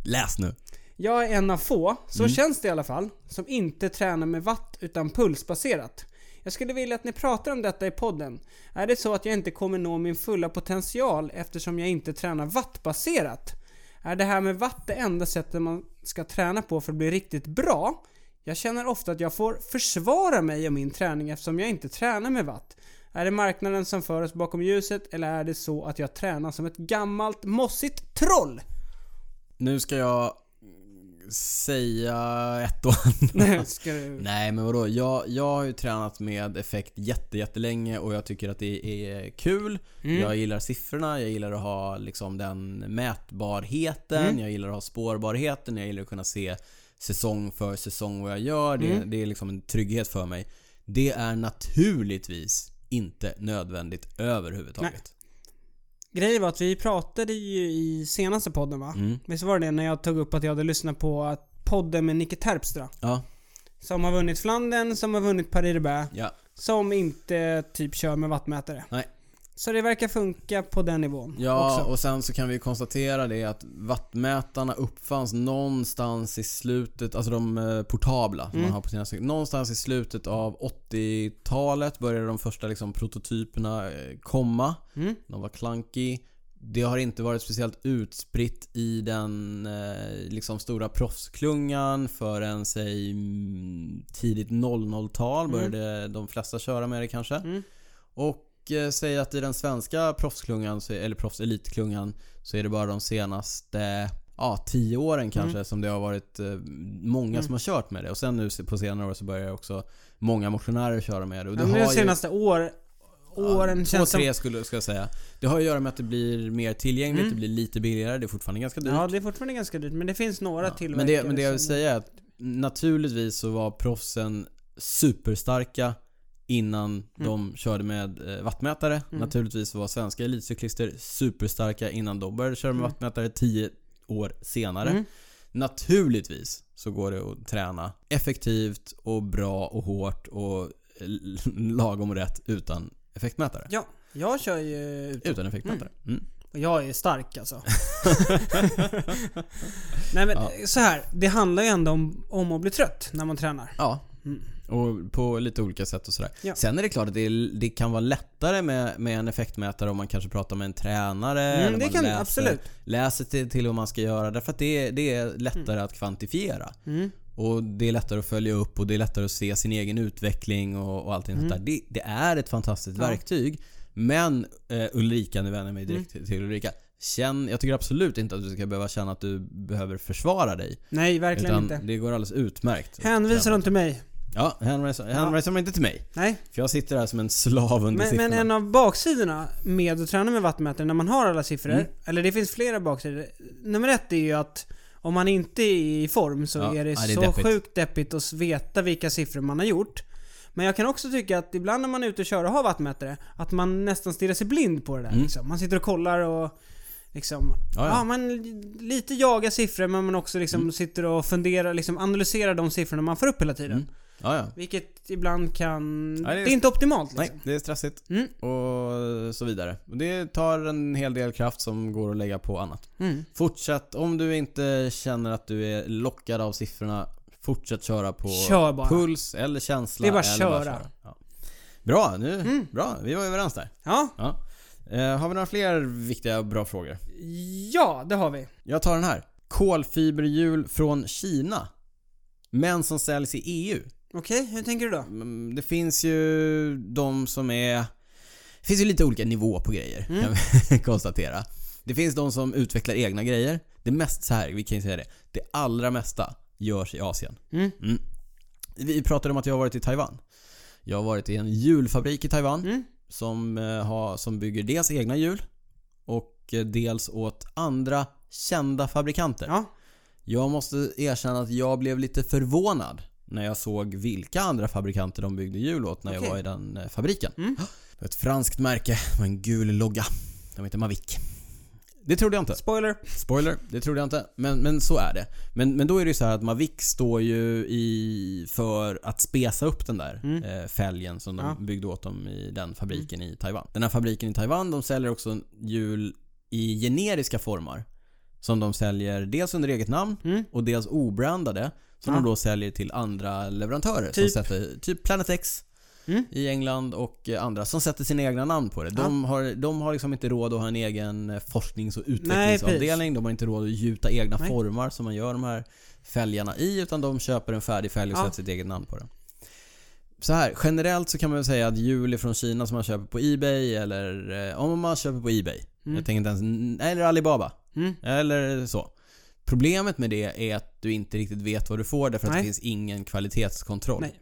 [SPEAKER 2] Läs nu.
[SPEAKER 1] Jag är en av få, så känns det i alla fall, som inte tränar med watt utan pulsbaserat. Jag skulle vilja att ni pratar om detta i podden. Är det så att jag inte kommer nå min fulla potential eftersom jag inte tränar wattbaserat? Är det här med watt det enda sättet man ska träna på för att bli riktigt bra? Jag känner ofta att jag får försvara mig och min träning eftersom jag inte tränar med watt. Är det marknaden som för oss bakom ljuset eller är det så att jag tränar som ett gammalt mossigt troll?
[SPEAKER 2] Nu ska jag säga ett och
[SPEAKER 1] (laughs)
[SPEAKER 2] annat.
[SPEAKER 1] Nej, ska du...
[SPEAKER 2] Nej men vadå, jag, jag har ju tränat med effekt jätte, jättelänge och jag tycker att det är kul. Jag gillar siffrorna, jag gillar att ha liksom den mätbarheten, jag gillar att ha spårbarheten, jag gillar att kunna se säsong för säsong vad jag gör. Det, det är liksom en trygghet för mig. Det är naturligtvis inte nödvändigt överhuvudtaget.
[SPEAKER 1] Grejen var att vi pratade ju i senaste podden va?
[SPEAKER 2] Mm.
[SPEAKER 1] Visst var det det när jag tog upp att jag hade lyssnat på att podden med Nicke Terpstra?
[SPEAKER 2] Ja,
[SPEAKER 1] Som har vunnit Flandern, som har vunnit Paris roubaix
[SPEAKER 2] ja,
[SPEAKER 1] Som inte typ kör med vattmätare.
[SPEAKER 2] nej.
[SPEAKER 1] Så det verkar funka på den nivån
[SPEAKER 2] Ja,
[SPEAKER 1] också.
[SPEAKER 2] och sen så kan vi konstatera det att vattmätarna uppfanns någonstans i slutet, alltså de eh, portabla som man har på sina cyklar. Någonstans i slutet av 80-talet började de första liksom, prototyperna eh, komma.
[SPEAKER 1] Mm.
[SPEAKER 2] De var clunky. Det har inte varit speciellt utspritt i den eh, liksom stora proffsklungan förrän säg mm, tidigt 00-tal
[SPEAKER 1] Mm.
[SPEAKER 2] började de flesta köra med det kanske. Och eh, säg att i den svenska proffsklungan, så- eller proffselitklungan, så är det bara de senaste ja, tio
[SPEAKER 1] Mm.
[SPEAKER 2] åren kanske som det har varit eh, många som har kört med det. Och sen nu se- på senare år så börjar också många motionärer köra med det. Och det
[SPEAKER 1] Men
[SPEAKER 2] har
[SPEAKER 1] de
[SPEAKER 2] ju-
[SPEAKER 1] senaste år, åren
[SPEAKER 2] två,
[SPEAKER 1] känns som...
[SPEAKER 2] tre skulle, ska jag säga. Det har att göra med att det blir mer tillgängligt, det blir lite billigare, det är fortfarande ganska dyrt.
[SPEAKER 1] Mm. Ja, det är fortfarande ganska dyrt men det finns några tillverkare
[SPEAKER 2] men, det, men det jag vill
[SPEAKER 1] som-
[SPEAKER 2] säga är att naturligtvis så var proffsen superstarka innan
[SPEAKER 1] Mm.
[SPEAKER 2] de körde med eh, vattmätare. Naturligtvis var svenska elitcyklister superstarka innan de började köra med
[SPEAKER 1] Mm.
[SPEAKER 2] vattmätare tio år senare. Naturligtvis så går det att träna effektivt och bra och hårt och l- (laughs) lagom och rätt utan effektmätare.
[SPEAKER 1] Ja, jag kör ju
[SPEAKER 2] Utan effektmätare. Mm.
[SPEAKER 1] Och jag är stark
[SPEAKER 2] (laughs)
[SPEAKER 1] alltså. (laughs) Nej men så här, det handlar ju ändå om, om att bli trött när man tränar.
[SPEAKER 2] Ja. Och på lite olika sätt och sådär.
[SPEAKER 1] Mm. Ja.
[SPEAKER 2] Sen är det klart att det, det kan vara lättare med, med en effektmätare om man kanske pratar med en tränare. eller
[SPEAKER 1] Mm, det
[SPEAKER 2] man
[SPEAKER 1] kan-
[SPEAKER 2] läser,
[SPEAKER 1] absolut.
[SPEAKER 2] läser till, till vad man ska göra. Därför att det, det är lättare
[SPEAKER 1] Mm.
[SPEAKER 2] att kvantifiera. Och det är lättare att följa upp och det är lättare att se sin egen utveckling och, och allting
[SPEAKER 1] Mm.
[SPEAKER 2] sånt där. Det, det är ett fantastiskt verktyg. Men eh, Ulrika, nu vänder jag mig
[SPEAKER 1] Mm.
[SPEAKER 2] direkt till- till Ulrika. Känn, jag tycker absolut inte att du ska behöva känna att du behöver försvara dig.
[SPEAKER 1] Nej, verkligen
[SPEAKER 2] Utan
[SPEAKER 1] inte.
[SPEAKER 2] det går alldeles utmärkt. att
[SPEAKER 1] Hänvisar
[SPEAKER 2] träna.
[SPEAKER 1] de till mig?
[SPEAKER 2] Ja, hänvisar hänvisar de inte till mig.
[SPEAKER 1] Nej.
[SPEAKER 2] För jag sitter här som en slav under
[SPEAKER 1] Men, men
[SPEAKER 2] siffrorna.
[SPEAKER 1] en av baksidorna med att träna med wattmätare när man har alla siffror,
[SPEAKER 2] Mm.
[SPEAKER 1] eller det finns flera baksidor. Nummer ett är ju att om man inte är i form så
[SPEAKER 2] Ja,
[SPEAKER 1] är det,
[SPEAKER 2] ja, det är
[SPEAKER 1] så
[SPEAKER 2] deppigt.
[SPEAKER 1] sjukt deppigt att veta vilka siffror man har gjort. Men jag kan också tycka att ibland när man är ute och kör och har wattmätare, att man nästan stirrar sig blind på det där. Liksom. Man sitter och kollar och liksom... Ja,
[SPEAKER 2] Mm. Ja, Mm. ja.
[SPEAKER 1] man lite jagar siffror men man också liksom sitter och funderar, liksom analyserar de siffrorna man får upp hela
[SPEAKER 2] Mm.
[SPEAKER 1] tiden.
[SPEAKER 2] Ja, ja.
[SPEAKER 1] Vilket ibland kan...
[SPEAKER 2] Ja,
[SPEAKER 1] det,
[SPEAKER 2] det
[SPEAKER 1] är...
[SPEAKER 2] är-
[SPEAKER 1] inte optimalt liksom.
[SPEAKER 2] Nej, det är stressigt.
[SPEAKER 1] Mm.
[SPEAKER 2] Och så vidare. Och det tar en hel del kraft som går att lägga på annat.
[SPEAKER 1] Mm.
[SPEAKER 2] Fortsätt, om du inte känner att du är lockad av siffrorna, fortsätt köra på
[SPEAKER 1] Kör bara.
[SPEAKER 2] puls eller känsla.
[SPEAKER 1] Det är bara
[SPEAKER 2] eller
[SPEAKER 1] köra. Mm.
[SPEAKER 2] Ja. Bra, nu, bra. Vi var överens där.
[SPEAKER 1] Ja.
[SPEAKER 2] Ja. Eh, har vi några fler viktiga och bra frågor?
[SPEAKER 1] Ja, det har vi.
[SPEAKER 2] Jag tar den här. Kolfiberhjul från Kina. Men som säljs i E EU.
[SPEAKER 1] Okej, hur tänker du då?
[SPEAKER 2] Mm, Det finns ju de som är Det finns ju lite olika nivå på grejer,
[SPEAKER 1] Mm.
[SPEAKER 2] kan vi (laughs) konstatera. Det finns de som utvecklar egna grejer. Det mest så här, vi kan ju säga det. Det allra mesta görs i Asien.
[SPEAKER 1] Mm.
[SPEAKER 2] Vi pratade om att jag har varit i Taiwan. Jag har varit i en hjulfabrik i Taiwan
[SPEAKER 1] Mm.
[SPEAKER 2] som, eh, har, som bygger dels egna hjul och eh, dels åt andra kända fabrikanter.
[SPEAKER 1] Ja.
[SPEAKER 2] Jag måste erkänna att jag blev lite förvånad när jag såg vilka andra fabrikanter de byggde hjul åt när
[SPEAKER 1] Okej.
[SPEAKER 2] jag var i den eh, fabriken.
[SPEAKER 1] Mm.
[SPEAKER 2] Det var ett franskt märke med en gul logga. De heter Mavic. Det trodde jag inte.
[SPEAKER 1] Spoiler.
[SPEAKER 2] Spoiler, det trodde jag inte. Men, men så är det. Men, men då är det ju så här att Mavic står ju i för att spesa upp den där
[SPEAKER 1] Mm.
[SPEAKER 2] eh, fälgen som de
[SPEAKER 1] Ja. Mm.
[SPEAKER 2] byggde åt dem i den fabriken i Taiwan. Den här fabriken i Taiwan, de säljer också hjul i generiska former. Som de säljer dels under eget namn
[SPEAKER 1] Mm.
[SPEAKER 2] och dels obrandade. Som de då säljer till andra leverantörer.
[SPEAKER 1] Typ?
[SPEAKER 2] Som sätter, typ Planet X
[SPEAKER 1] Mm.
[SPEAKER 2] i England och eh, andra. Som sätter sina egna namn på det. De, har, de har liksom inte råd att ha en egen eh, forsknings och utvecklingsavdelning. de har inte råd att gjuta egna
[SPEAKER 1] Nej.
[SPEAKER 2] formar som man gör de här fälgarna i. Utan de köper en färdig fälg och
[SPEAKER 1] Ja.
[SPEAKER 2] sätter sitt eget namn på den. Så här, generellt så kan man väl säga att hjul från Kina som man köper på Ebay eller eh, om man köper på Ebay. Jag tänker inte ens, eller Alibaba.
[SPEAKER 1] Mm.
[SPEAKER 2] Eller så. Problemet med det är att du inte riktigt vet vad du får därför att
[SPEAKER 1] Nej.
[SPEAKER 2] det finns ingen kvalitetskontroll.
[SPEAKER 1] Nej.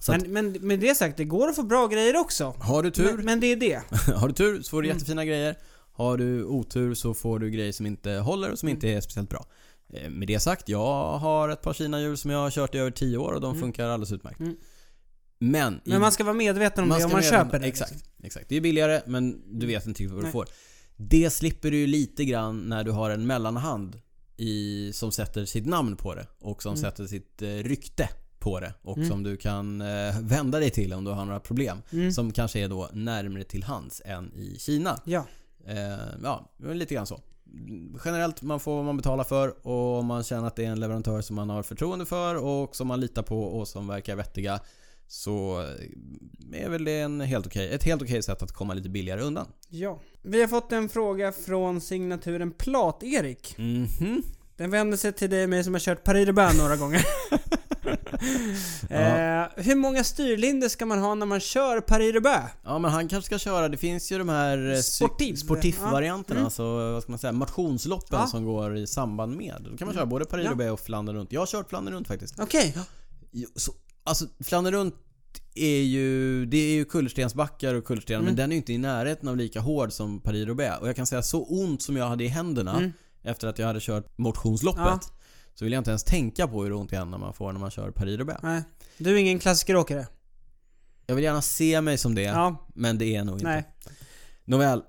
[SPEAKER 2] Så att,
[SPEAKER 1] Men, men med det sagt, det går att få bra grejer också.
[SPEAKER 2] har du tur, Mm.
[SPEAKER 1] Men, men det är det.
[SPEAKER 2] (laughs) har du tur så får
[SPEAKER 1] Mm.
[SPEAKER 2] du jättefina grejer. Har du otur så får du grejer som inte håller och som inte
[SPEAKER 1] Mm.
[SPEAKER 2] är speciellt bra. Eh, Med det sagt, jag har ett par Kina-hjul som jag har kört i över 10 år och de funkar alldeles utmärkt.
[SPEAKER 1] Mm.
[SPEAKER 2] Men, i
[SPEAKER 1] Men man ska vara medveten om det om
[SPEAKER 2] ska
[SPEAKER 1] man
[SPEAKER 2] veta-
[SPEAKER 1] köper det.
[SPEAKER 2] Exakt,
[SPEAKER 1] liksom.
[SPEAKER 2] exakt. Det är billigare men du vet inte riktigt vad
[SPEAKER 1] Nej.
[SPEAKER 2] du får. Det slipper du ju lite grann när du har en mellanhand i, som sätter sitt namn på det och
[SPEAKER 1] Mm.
[SPEAKER 2] som sätter sitt eh, rykte på det och som du kan eh, vända dig till om du har några problem.
[SPEAKER 1] Mm.
[SPEAKER 2] Som kanske är då närmare till hands än i Kina.
[SPEAKER 1] Ja.
[SPEAKER 2] Eh, ja, men lite grann så. Mm, Generellt, man får vad man betalar för och om man känner att det är en leverantör som man har förtroende för och som man litar på och som verkar vettiga så eh, är väl det en helt okej, ett helt okej sätt att komma lite billigare undan.
[SPEAKER 1] ja. Vi har fått en fråga från signaturen Plat-Erik.
[SPEAKER 2] Mhm.
[SPEAKER 1] Den vänder sig till dig och mig som har kört Paris Urbain några
[SPEAKER 2] (laughs)
[SPEAKER 1] gånger. eh, hur många styrlindor ska man ha när man kör Paris Urbain?
[SPEAKER 2] Ja men han kanske ska köra, det finns ju de här eh, cyk-
[SPEAKER 1] Sportiv.
[SPEAKER 2] sportiff-varianterna, alltså vad ska man säga, motionsloppen
[SPEAKER 1] Ja. Mm.
[SPEAKER 2] som går i samband med. Då kan man köra både
[SPEAKER 1] Ja.
[SPEAKER 2] Paris-Roubaix och Flandern runt. Jag har kört Flandern runt faktiskt.
[SPEAKER 1] Okej.
[SPEAKER 2] Jo, Så, alltså Flandern runt är ju, det är ju kullerstensbackar och kullersten
[SPEAKER 1] Mm.
[SPEAKER 2] men den är ju inte i närheten av lika hård som Paris roubaix Och jag kan säga så ont som jag hade i händerna efter att jag hade kört motionsloppet.
[SPEAKER 1] Mm. Ja.
[SPEAKER 2] Så vill jag inte ens tänka på hur ont i händerna man får när man kör Paris roubaix
[SPEAKER 1] Nej. Du är ingen klassikeråkare?
[SPEAKER 2] Jag vill gärna se mig som det,
[SPEAKER 1] Ja.
[SPEAKER 2] men det är jag nog inte.
[SPEAKER 1] Nej.
[SPEAKER 2] Nåväl.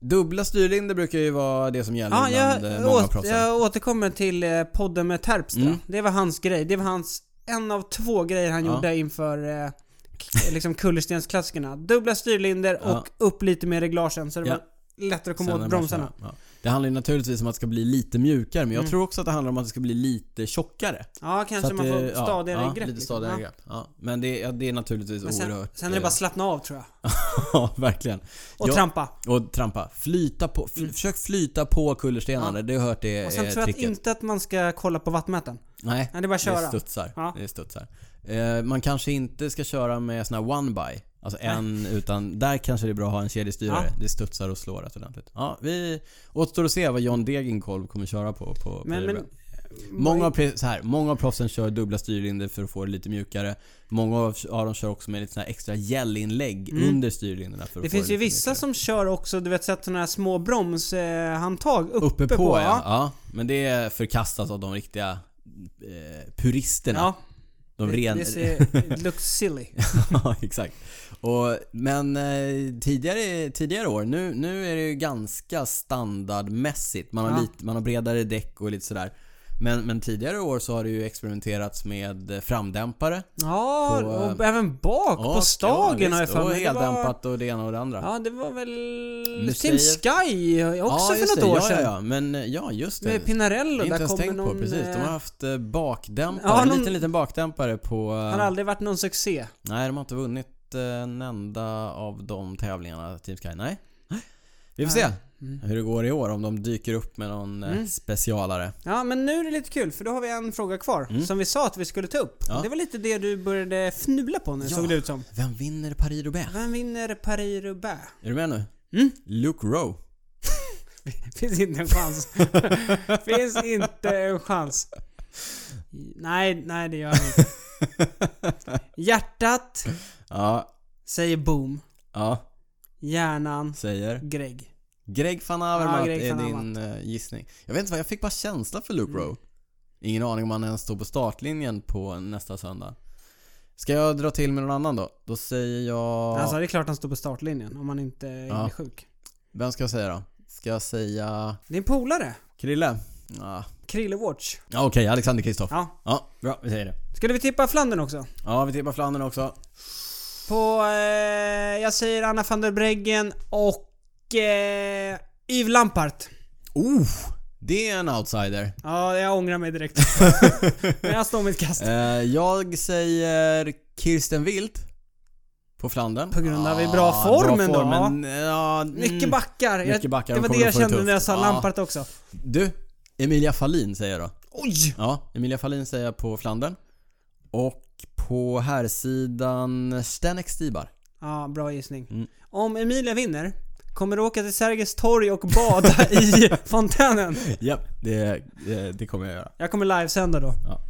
[SPEAKER 2] Dubbla styrlindor brukar ju vara det som gäller
[SPEAKER 1] Ja,
[SPEAKER 2] bland eh,
[SPEAKER 1] jag,
[SPEAKER 2] många
[SPEAKER 1] åt,
[SPEAKER 2] proffsen.
[SPEAKER 1] jag återkommer till eh, podden med Terpstra.
[SPEAKER 2] Mm.
[SPEAKER 1] Det var hans grej. Det var hans, en av två grejer han
[SPEAKER 2] Ja.
[SPEAKER 1] gjorde inför eh, k- liksom kullerstensklassikerna. Dubbla styrlinder
[SPEAKER 2] Ja.
[SPEAKER 1] och upp lite med reglagen så det
[SPEAKER 2] Ja.
[SPEAKER 1] var lättare att komma
[SPEAKER 2] Sen när
[SPEAKER 1] åt
[SPEAKER 2] man
[SPEAKER 1] bromsarna. Mm.
[SPEAKER 2] kör- ja. Det handlar ju naturligtvis om att det ska bli lite mjukare men jag tror också att det handlar om att det ska bli lite tjockare.
[SPEAKER 1] Ja, kanske
[SPEAKER 2] att
[SPEAKER 1] Alltså, man får
[SPEAKER 2] det- ja,
[SPEAKER 1] stadigare
[SPEAKER 2] ja,
[SPEAKER 1] grepp.
[SPEAKER 2] Lite
[SPEAKER 1] liksom.
[SPEAKER 2] stadigare
[SPEAKER 1] Ja.
[SPEAKER 2] grepp. Ja. Men det, ja, det är naturligtvis
[SPEAKER 1] Men sen,
[SPEAKER 2] oerhört... eh,
[SPEAKER 1] sen är det bara slappna av tror jag.
[SPEAKER 2] (laughs) ja, verkligen.
[SPEAKER 1] Och
[SPEAKER 2] Ja, eh,
[SPEAKER 1] trampa. Mm.
[SPEAKER 2] Och trampa. Flyta på, fl- Försök flyta på kullerstenarna. Det har jag hört det
[SPEAKER 1] Och sen
[SPEAKER 2] är eh,
[SPEAKER 1] tror jag att
[SPEAKER 2] tricket.
[SPEAKER 1] inte att man ska kolla på vattmätaren.
[SPEAKER 2] Nej,
[SPEAKER 1] Nej, det är bara att köra.
[SPEAKER 2] Det studsar.
[SPEAKER 1] Ja.
[SPEAKER 2] Det studsar. Eh, man kanske inte ska köra med sån här one by. Alltså en, utan där kanske det är bra att ha en kedjestyrare.
[SPEAKER 1] Ja.
[SPEAKER 2] Det studsar och slår rätt ordentligt. Ja, vi återstår att se vad John Degenkolb kommer köra på. på
[SPEAKER 1] Men- men-
[SPEAKER 2] men, många, av, pre- så här, många av proffsen kör dubbla styrlindor för att få det lite mjukare. Många av, av dem kör också med lite sån här extra gällinlägg under styrlindorna för att
[SPEAKER 1] Mm. Det
[SPEAKER 2] få
[SPEAKER 1] finns ju
[SPEAKER 2] lite
[SPEAKER 1] vissa
[SPEAKER 2] mjukare.
[SPEAKER 1] som kör också, du vet, sätter sådana här små bromshandtag uppe,
[SPEAKER 2] Uppe på, ja. ja. Men det är förkastat av de riktiga eh, puristerna.
[SPEAKER 1] Ja,
[SPEAKER 2] de
[SPEAKER 1] det,
[SPEAKER 2] ren...
[SPEAKER 1] det ser, it looks
[SPEAKER 2] (laughs)
[SPEAKER 1] silly.
[SPEAKER 2] ja, exakt. Och, men eh, tidigare, tidigare år, nu, nu är det ju ganska standardmässigt. Man har,
[SPEAKER 1] Ja.
[SPEAKER 2] lite, man har bredare däck och lite sådär. Men, men tidigare år så har det ju experimenterats med eh, framdämpare.
[SPEAKER 1] Ja,
[SPEAKER 2] På,
[SPEAKER 1] och även bak
[SPEAKER 2] Och-
[SPEAKER 1] på stagen
[SPEAKER 2] eh, ja,
[SPEAKER 1] har jag
[SPEAKER 2] visst,
[SPEAKER 1] för
[SPEAKER 2] Och
[SPEAKER 1] mig. Det var-
[SPEAKER 2] heldämpat och det ena och det andra.
[SPEAKER 1] Ja, det var väl...
[SPEAKER 2] Museer.
[SPEAKER 1] Team Sky också
[SPEAKER 2] just
[SPEAKER 1] för något
[SPEAKER 2] det.
[SPEAKER 1] år
[SPEAKER 2] ja,
[SPEAKER 1] sedan.
[SPEAKER 2] Ja, ja, men eh, ja, just det.
[SPEAKER 1] Med
[SPEAKER 2] Det
[SPEAKER 1] Pinarello,
[SPEAKER 2] är inte
[SPEAKER 1] där
[SPEAKER 2] ens
[SPEAKER 1] kommer
[SPEAKER 2] tänkt på.
[SPEAKER 1] någon...
[SPEAKER 2] Precis, de har
[SPEAKER 1] eh,
[SPEAKER 2] haft eh, bakdämpare.
[SPEAKER 1] Ja,
[SPEAKER 2] en
[SPEAKER 1] någon-
[SPEAKER 2] liten, liten bakdämpare på... eh,
[SPEAKER 1] Han har aldrig varit någon succé.
[SPEAKER 2] Nej, de har inte vunnit eh, en enda av de tävlingarna, Team Sky. Nej. Vi får se
[SPEAKER 1] Mm.
[SPEAKER 2] hur det går i år, om de dyker upp med någon eh, specialare.
[SPEAKER 1] Ja, men nu är det lite kul för då har vi en fråga kvar som vi sa att vi skulle ta upp.
[SPEAKER 2] Mm. Ja.
[SPEAKER 1] Det var lite det du började fnula på nu såg det ut som.
[SPEAKER 2] Vem vinner Paris-Roubaix?
[SPEAKER 1] Vem vinner Paris-Roubaix?
[SPEAKER 2] Är du med nu?
[SPEAKER 1] Mm.
[SPEAKER 2] Luke Rowe.
[SPEAKER 1] (laughs) Finns inte en chans. Finns inte en chans. Nej, nej det gör jag inte. Hjärtat
[SPEAKER 2] Ja,
[SPEAKER 1] säger boom.
[SPEAKER 2] ja,
[SPEAKER 1] Hjärnan
[SPEAKER 2] säger.
[SPEAKER 1] Greg.
[SPEAKER 2] Greg van
[SPEAKER 1] Ja,
[SPEAKER 2] Avermaet
[SPEAKER 1] Greg
[SPEAKER 2] är
[SPEAKER 1] van Mm.
[SPEAKER 2] din eh, gissning. Jag vet inte vad, jag fick bara känsla för Luke Rowe. Ingen aning om han ens står på startlinjen på nästa söndag. Ska jag dra till med någon annan då? Då säger jag...
[SPEAKER 1] Alltså det är klart han står på startlinjen om han inte är
[SPEAKER 2] Ja.
[SPEAKER 1] sjuk.
[SPEAKER 2] Vem ska jag säga då? Ska jag säga...
[SPEAKER 1] Din polare,
[SPEAKER 2] Krille? Ja,
[SPEAKER 1] Krille Watch.
[SPEAKER 2] Ja, okej. Alexander Kristoff. Ja.
[SPEAKER 1] Ja.
[SPEAKER 2] bra. Vi säger det.
[SPEAKER 1] Skulle vi tippa Flandern också?
[SPEAKER 2] Ja, vi tippar Flandern också.
[SPEAKER 1] På... Eh, jag säger Anna van der Breggen och... Eh, Yves Lampart.
[SPEAKER 2] Oh! Det är en outsider.
[SPEAKER 1] Ja, jag ångrar mig direkt. Men jag står mitt kast.
[SPEAKER 2] Eh, jag säger Kirsten Wild på Flandern.
[SPEAKER 1] På grund av
[SPEAKER 2] Ja,
[SPEAKER 1] i bra form ändå,
[SPEAKER 2] Men, ja, mm.
[SPEAKER 1] Mycket backar. Jag,
[SPEAKER 2] Mycket backar,
[SPEAKER 1] det var
[SPEAKER 2] de
[SPEAKER 1] det
[SPEAKER 2] kommer
[SPEAKER 1] jag
[SPEAKER 2] få det
[SPEAKER 1] kände när jag
[SPEAKER 2] tufft.
[SPEAKER 1] sa
[SPEAKER 2] Ja.
[SPEAKER 1] Lampart också.
[SPEAKER 2] Du, Emilia Fallin säger jag då.
[SPEAKER 1] Oj!
[SPEAKER 2] Ja, Emilia Fallin säger jag på Flandern. Och på här sidan Stenek Stibar.
[SPEAKER 1] Ja, bra gissning.
[SPEAKER 2] Mm.
[SPEAKER 1] Om Emilia vinner, kommer du åka till Sergels torg och bada (laughs) i fontänen?
[SPEAKER 2] Japp, det, det, det kommer jag göra.
[SPEAKER 1] Jag kommer livesända då.
[SPEAKER 2] Ja.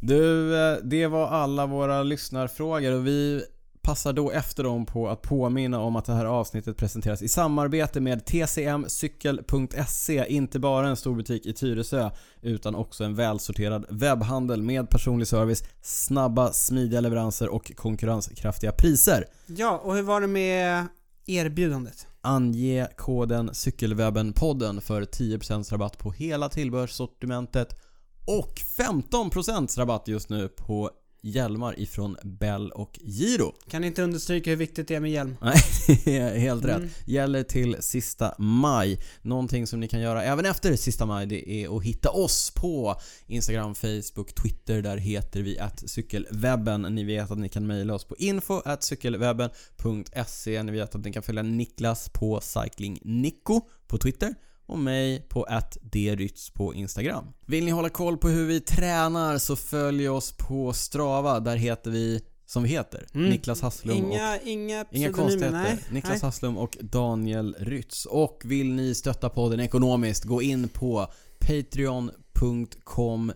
[SPEAKER 2] Du, eh, det var alla våra lyssnarfrågor och vi passar då efter dem på att påminna om att det här avsnittet presenteras i samarbete med tcmcykel.se. Inte bara en stor butik i Tyresö utan också en välsorterad webbhandel med personlig service, snabba, smidiga leveranser och konkurrenskraftiga priser.
[SPEAKER 1] Ja, och hur var det med erbjudandet?
[SPEAKER 2] Ange koden Cykelwebbenpodden för 10% rabatt på hela tillbehörssortimentet och 15% rabatt just nu på hjälmar ifrån Bell och Giro.
[SPEAKER 1] Kan inte understryka hur viktigt det är med hjälm.
[SPEAKER 2] Nej, (laughs) det är helt rätt. Gäller till sista maj. Någonting som ni kan göra även efter sista maj det är att hitta oss på Instagram, Facebook, Twitter. Där heter vi att cykelwebben. Ni vet att ni kan mejla oss på info at cykelwebben.se. Ni vet att ni kan följa Niklas på cyclingnico på Twitter och mig på attderytz på Instagram. Vill ni hålla koll på hur vi tränar så följ oss på Strava. Där heter vi som vi heter. Niklas Hasslum och
[SPEAKER 1] Inga, inga
[SPEAKER 2] Inga
[SPEAKER 1] pseudonymer,
[SPEAKER 2] konstigheter.
[SPEAKER 1] nej.
[SPEAKER 2] Niklas
[SPEAKER 1] nej.
[SPEAKER 2] Hasslum och Daniel Rytz. Och vill ni stötta podden ekonomiskt, gå in på patreon.com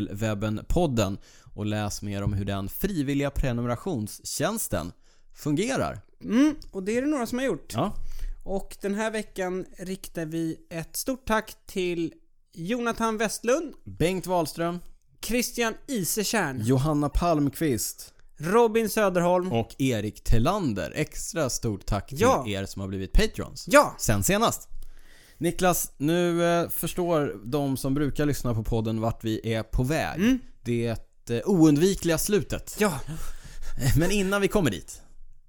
[SPEAKER 2] cykelwebbenpodden och läs mer om hur den frivilliga prenumerationstjänsten fungerar.
[SPEAKER 1] Mm, och det är det några som har gjort.
[SPEAKER 2] Ja.
[SPEAKER 1] Och den här veckan riktar vi ett stort tack till Jonathan Westlund,
[SPEAKER 2] Bengt Wahlström,
[SPEAKER 1] Christian Isekärn,
[SPEAKER 2] Johanna Palmqvist
[SPEAKER 1] Robin Söderholm.
[SPEAKER 2] och Erik Telander. Extra stort tack till
[SPEAKER 1] Ja.
[SPEAKER 2] er som har blivit patrons.
[SPEAKER 1] Ja!
[SPEAKER 2] sen senast. Niklas, nu eh, förstår de som brukar lyssna på podden vart vi är på väg.
[SPEAKER 1] Mm.
[SPEAKER 2] Det eh,
[SPEAKER 1] (laughs)
[SPEAKER 2] oundvikliga slutet.
[SPEAKER 1] Ja!
[SPEAKER 2] Men innan vi kommer dit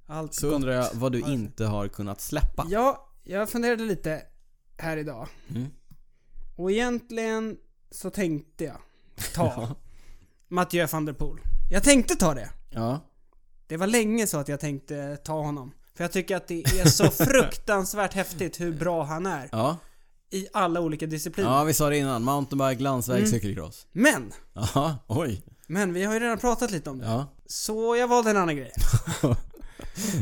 [SPEAKER 1] Allt
[SPEAKER 2] så undrar jag vad du inte har kunnat släppa.
[SPEAKER 1] Ja, jag funderade lite här idag.
[SPEAKER 2] Mm.
[SPEAKER 1] Och egentligen så tänkte jag
[SPEAKER 2] (laughs)
[SPEAKER 1] ta Mathieu van der Poel. Jag tänkte ta det.
[SPEAKER 2] Ja.
[SPEAKER 1] Det var länge så att jag tänkte ta honom. För jag tycker att det är
[SPEAKER 2] (laughs)
[SPEAKER 1] så fruktansvärt häftigt hur bra han är.
[SPEAKER 2] Ja.
[SPEAKER 1] I alla olika discipliner.
[SPEAKER 2] ja, vi sa det innan. Mountainbike, landsväg,
[SPEAKER 1] Mm.
[SPEAKER 2] cykelcross.
[SPEAKER 1] Men!
[SPEAKER 2] Ja, (laughs) oj.
[SPEAKER 1] Men vi har ju redan pratat lite om det.
[SPEAKER 2] Ja.
[SPEAKER 1] Så jag valde en annan grej.
[SPEAKER 2] (laughs)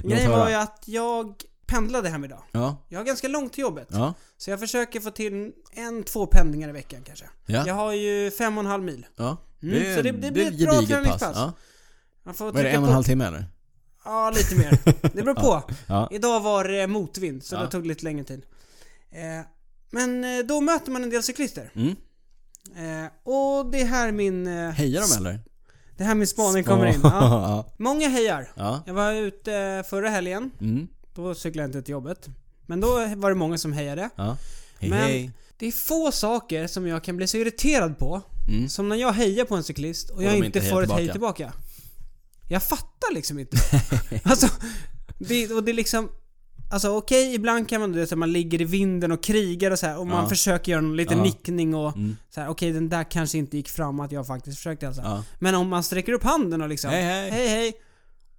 [SPEAKER 2] Låt
[SPEAKER 1] Grejen var
[SPEAKER 2] höra.
[SPEAKER 1] ju att jag pendlade hem idag.
[SPEAKER 2] Ja.
[SPEAKER 1] Jag har ganska långt till jobbet.
[SPEAKER 2] Ja.
[SPEAKER 1] Så jag försöker få till en, två pendlingar i veckan kanske.
[SPEAKER 2] Ja.
[SPEAKER 1] Jag har ju fem och en halv mil.
[SPEAKER 2] ja.
[SPEAKER 1] Mm, så det- det blir ett bra
[SPEAKER 2] gediget
[SPEAKER 1] träningspass.
[SPEAKER 2] Ja.
[SPEAKER 1] Man får
[SPEAKER 2] Vad är det,
[SPEAKER 1] trycka
[SPEAKER 2] en
[SPEAKER 1] på.
[SPEAKER 2] och en halv timme eller?
[SPEAKER 1] Ja, lite mer. Det beror på.
[SPEAKER 2] (laughs) Ja.
[SPEAKER 1] Idag var det motvind, så
[SPEAKER 2] Ja.
[SPEAKER 1] det tog lite längre tid. Eh, men eh, då möter man en del cyklister.
[SPEAKER 2] Mm.
[SPEAKER 1] Eh, och det är här min, eh,
[SPEAKER 2] Hejar de eller?
[SPEAKER 1] det är här min spaning
[SPEAKER 2] (laughs)
[SPEAKER 1] kommer in. Ja.
[SPEAKER 2] ja.
[SPEAKER 1] Många hejar.
[SPEAKER 2] ja.
[SPEAKER 1] Jag var ute förra helgen,
[SPEAKER 2] Mm.
[SPEAKER 1] då cyklade jag inte till jobbet. Men då var det många som hejade.
[SPEAKER 2] Ja. Hej
[SPEAKER 1] Men-
[SPEAKER 2] hej.
[SPEAKER 1] Det är få saker som jag kan bli så irriterad på
[SPEAKER 2] Mm.
[SPEAKER 1] som när jag hejar på en cyklist och, jag
[SPEAKER 2] de
[SPEAKER 1] inte,
[SPEAKER 2] inte hejar
[SPEAKER 1] får ett hej tillbaka. Jag fattar liksom
[SPEAKER 2] (laughs)
[SPEAKER 1] inte. alltså, det, och det är liksom... Alltså okej, ibland kan man, du vet, att man ligger i vinden och krigar och så här och man
[SPEAKER 2] Ja.
[SPEAKER 1] försöker göra en liten
[SPEAKER 2] Ja.
[SPEAKER 1] nickning och
[SPEAKER 2] Mm.
[SPEAKER 1] så här, okej den där kanske inte gick fram att jag faktiskt försökte alltså.
[SPEAKER 2] Ja.
[SPEAKER 1] Men om man sträcker upp handen och liksom
[SPEAKER 2] Hej, hej.
[SPEAKER 1] hej,
[SPEAKER 2] (laughs)
[SPEAKER 1] hej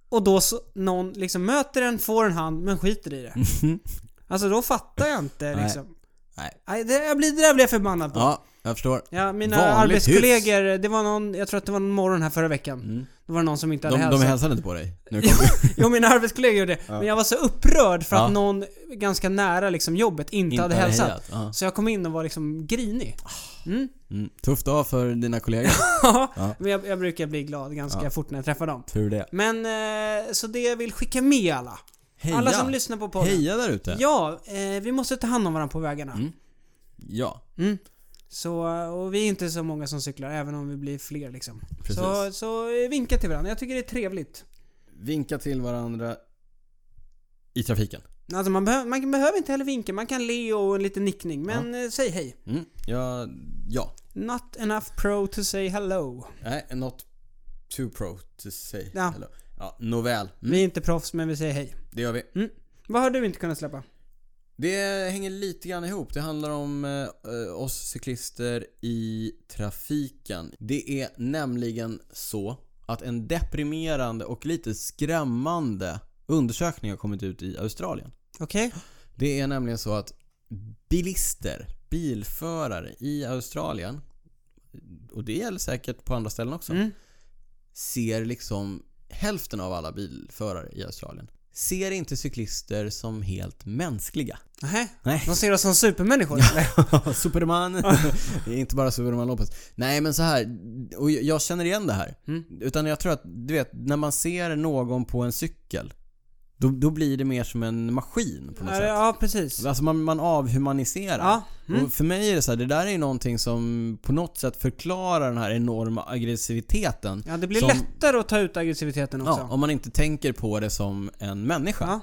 [SPEAKER 1] och då så, någon liksom möter en, får en hand men skiter i det. Alltså då fattar jag inte
[SPEAKER 2] Nej.
[SPEAKER 1] liksom.
[SPEAKER 2] Nej.
[SPEAKER 1] Nej, det, jag blir, det där blir jag förbannad på. Ja.
[SPEAKER 2] Ja, jag förstår.
[SPEAKER 1] mina
[SPEAKER 2] Vanligt
[SPEAKER 1] arbetskollegor, det var någon, jag tror att det var någon morgon här förra veckan. Det var någon som inte
[SPEAKER 2] De,
[SPEAKER 1] hade
[SPEAKER 2] Mm. de
[SPEAKER 1] hälsat.
[SPEAKER 2] hälsade inte på dig? Nu
[SPEAKER 1] Jo,
[SPEAKER 2] kom-
[SPEAKER 1] (laughs) jo, mina arbetskollegor gjorde det. Men jag var så upprörd för att
[SPEAKER 2] Ja.
[SPEAKER 1] någon ganska nära liksom, jobbet inte,
[SPEAKER 2] Inte
[SPEAKER 1] hade
[SPEAKER 2] hade
[SPEAKER 1] hälsat.
[SPEAKER 2] hejat, ja.
[SPEAKER 1] Så jag kom in och var liksom grinig.
[SPEAKER 2] mm. Tufft dag för dina kollegor.
[SPEAKER 1] (laughs) ja. Men jag, jag brukar bli glad ganska fort när jag träffar dem.
[SPEAKER 2] Tur det.
[SPEAKER 1] Men, eh, så det jag vill skicka med alla.
[SPEAKER 2] Heja.
[SPEAKER 1] Alla som lyssnar på podden.
[SPEAKER 2] Heja Mm. där ute.
[SPEAKER 1] Ja, eh, vi måste ta hand om varandra på vägarna.
[SPEAKER 2] Ja.
[SPEAKER 1] Så, och vi är inte så många som cyklar, även om vi blir fler liksom.
[SPEAKER 2] Precis.
[SPEAKER 1] Så, så eh, vinka till varandra, jag tycker det är trevligt.
[SPEAKER 2] Vinka till varandra i trafiken.
[SPEAKER 1] Alltså man, behö- man behöver inte heller vinka, man kan le och en liten nickning. Men eh, säg hej.
[SPEAKER 2] Mm. Ja, ja.
[SPEAKER 1] Not enough pro to say hello.
[SPEAKER 2] Nej, not too pro to say.
[SPEAKER 1] Ja.
[SPEAKER 2] Eller, ja, nåväl. Mm,
[SPEAKER 1] Vi är inte proffs men vi säger hej.
[SPEAKER 2] det gör vi.
[SPEAKER 1] Mm. Vad har du inte kunnat släppa?
[SPEAKER 2] Det hänger lite grann ihop. Det handlar om eh, oss cyklister i trafiken. Det är nämligen så att en deprimerande och lite skrämmande undersökning har kommit ut i Australien.
[SPEAKER 1] Okej?
[SPEAKER 2] Det är nämligen så att bilister, bilförare i Australien och det gäller säkert på andra ställen också
[SPEAKER 1] Mm.
[SPEAKER 2] ser liksom hälften av alla bilförare i Australien ser inte cyklister som helt mänskliga.
[SPEAKER 1] Nähä?
[SPEAKER 2] Nej.
[SPEAKER 1] De ser oss som
[SPEAKER 2] (laughs)
[SPEAKER 1] supermänniskor eller? (laughs)
[SPEAKER 2] Superman! det är inte bara Superman Lopez. Nej men så här och jag- jag känner igen det här.
[SPEAKER 1] Mm.
[SPEAKER 2] Utan jag tror att, du vet, när man ser någon på en cykel då, då blir det mer som en maskin på något sätt.
[SPEAKER 1] Ja, precis.
[SPEAKER 2] Alltså man, man avhumaniserar.
[SPEAKER 1] Ja, mm.
[SPEAKER 2] Och för mig är det så här, det där är ju någonting som på något sätt förklarar den här enorma aggressiviteten.
[SPEAKER 1] Ja, det blir
[SPEAKER 2] som,
[SPEAKER 1] lättare att ta ut aggressiviteten också.
[SPEAKER 2] Ja, om man inte tänker på det som en människa.
[SPEAKER 1] Ja.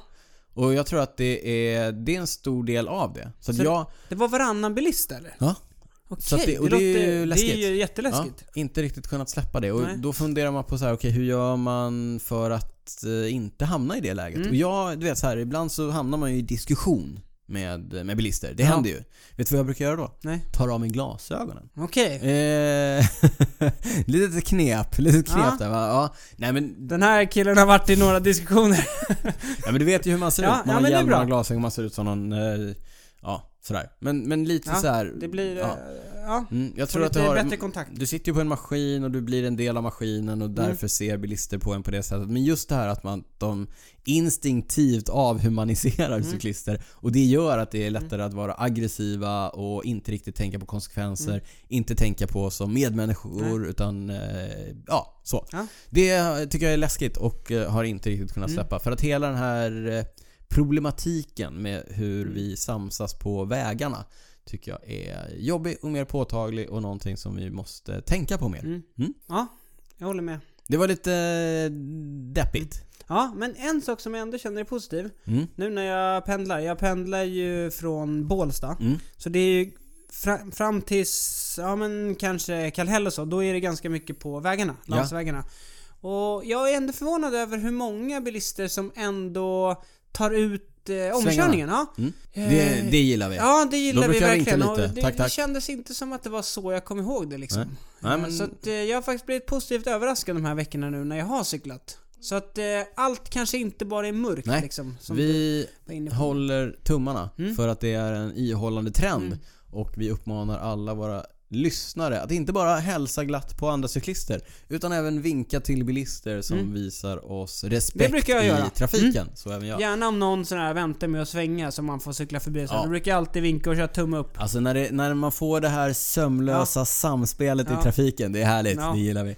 [SPEAKER 2] Och jag tror att det är, det är en stor del av det. Så,
[SPEAKER 1] Så-
[SPEAKER 2] att jag...
[SPEAKER 1] Det var varannan bilist eller?
[SPEAKER 2] Ja.
[SPEAKER 1] Okej,
[SPEAKER 2] Så att det- och
[SPEAKER 1] det,
[SPEAKER 2] det är
[SPEAKER 1] låter,
[SPEAKER 2] ju
[SPEAKER 1] Det
[SPEAKER 2] läskigt.
[SPEAKER 1] är ju
[SPEAKER 2] Ja,
[SPEAKER 1] jätteläskigt.
[SPEAKER 2] inte riktigt kunnat släppa det. Och
[SPEAKER 1] Nej.
[SPEAKER 2] då funderar man på så här, okej hur gör man för att eh, inte hamna i det läget?
[SPEAKER 1] Mm.
[SPEAKER 2] Och jag, du vet så här, ibland så hamnar man ju i diskussion med, med bilister. Det
[SPEAKER 1] Ja.
[SPEAKER 2] händer ju. Vet du vad jag brukar göra då?
[SPEAKER 1] Nej.
[SPEAKER 2] Tar av mig glasögonen.
[SPEAKER 1] Okej.
[SPEAKER 2] Eh, (laughs) litet knep, litet knep
[SPEAKER 1] Ja.
[SPEAKER 2] där va? Ja. Nej men,
[SPEAKER 1] Den här killen har varit i några diskussioner.
[SPEAKER 2] (laughs) ja, men du vet ju hur man ser
[SPEAKER 1] Ja,
[SPEAKER 2] ut.
[SPEAKER 1] ja,
[SPEAKER 2] Man har
[SPEAKER 1] men det är
[SPEAKER 2] hjälm, man har
[SPEAKER 1] bra.
[SPEAKER 2] glasögon, man ser ut som någon, eh, ja sådär. Men, men lite
[SPEAKER 1] Ja,
[SPEAKER 2] såhär.
[SPEAKER 1] Det blir... eh,
[SPEAKER 2] ja.
[SPEAKER 1] ja.
[SPEAKER 2] Mm, jag
[SPEAKER 1] Får
[SPEAKER 2] tror att du
[SPEAKER 1] lite
[SPEAKER 2] har,
[SPEAKER 1] bättre kontakt. Mm.
[SPEAKER 2] du sitter ju på en maskin och du blir en del av maskinen och därför ser bilister på en på det sättet. Men just det här att man, de instinktivt avhumaniserar
[SPEAKER 1] Mm.
[SPEAKER 2] cyklister och det gör att det är lättare att vara aggressiva och inte riktigt tänka på konsekvenser,
[SPEAKER 1] Mm.
[SPEAKER 2] inte tänka på oss som medmänniskor utan eh, ja, så.
[SPEAKER 1] Ja. Mm.
[SPEAKER 2] Det tycker jag är läskigt och eh, har inte riktigt kunnat släppa för att hela den här eh, problematiken med hur
[SPEAKER 1] Mm.
[SPEAKER 2] vi samsas på vägarna tycker jag är jobbig och mer påtaglig och någonting som vi måste tänka på mer.
[SPEAKER 1] Mm.
[SPEAKER 2] Mm.
[SPEAKER 1] Ja, jag håller med.
[SPEAKER 2] Det var lite eh, deppigt.
[SPEAKER 1] Ja, men en sak som jag ändå känner är positiv.
[SPEAKER 2] Mm.
[SPEAKER 1] Nu när jag pendlar. Jag pendlar ju från Bålsta.
[SPEAKER 2] Mm.
[SPEAKER 1] Så det är ju fra, fram tills, ja men kanske Kallhäll och så. Då är det ganska mycket på vägarna.
[SPEAKER 2] Ja.
[SPEAKER 1] Landsvägarna. Och jag är ändå förvånad över hur många bilister som ändå tar ut eh, omkörningen. Ja.
[SPEAKER 2] Mm. Det, det gillar vi.
[SPEAKER 1] Eh, Ja, det gillar vi
[SPEAKER 2] brukar jag
[SPEAKER 1] verkligen.
[SPEAKER 2] vinka
[SPEAKER 1] Och
[SPEAKER 2] lite.
[SPEAKER 1] Det,
[SPEAKER 2] Tack,
[SPEAKER 1] det
[SPEAKER 2] tack.
[SPEAKER 1] kändes inte som att det var så jag kom ihåg det liksom.
[SPEAKER 2] Nej. Nej, men-
[SPEAKER 1] Så att, eh, jag har faktiskt blivit positivt överraskad de här veckorna nu när jag har cyklat. Så att eh, allt kanske inte bara är mörkt
[SPEAKER 2] Nej.
[SPEAKER 1] liksom. Som du Mm.
[SPEAKER 2] vi
[SPEAKER 1] var inne på.
[SPEAKER 2] håller tummarna för att det är en ihållande trend
[SPEAKER 1] Mm.
[SPEAKER 2] och vi uppmanar alla våra lyssnare att inte bara hälsa glatt på andra cyklister utan även vinka till bilister som visar oss
[SPEAKER 1] Mm. Det
[SPEAKER 2] respekt
[SPEAKER 1] brukar jag
[SPEAKER 2] i
[SPEAKER 1] göra. Mm.
[SPEAKER 2] trafiken. Så även jag.
[SPEAKER 1] Gärna om någon sån här väntar med att svänga så man får cykla förbi. Så
[SPEAKER 2] Ja.
[SPEAKER 1] Då brukar jag alltid vinka och köra tumme upp.
[SPEAKER 2] Alltså när, det, när man får det här sömlösa samspelet
[SPEAKER 1] Ja.
[SPEAKER 2] i trafiken, det är härligt.
[SPEAKER 1] Ja.
[SPEAKER 2] Det gillar vi.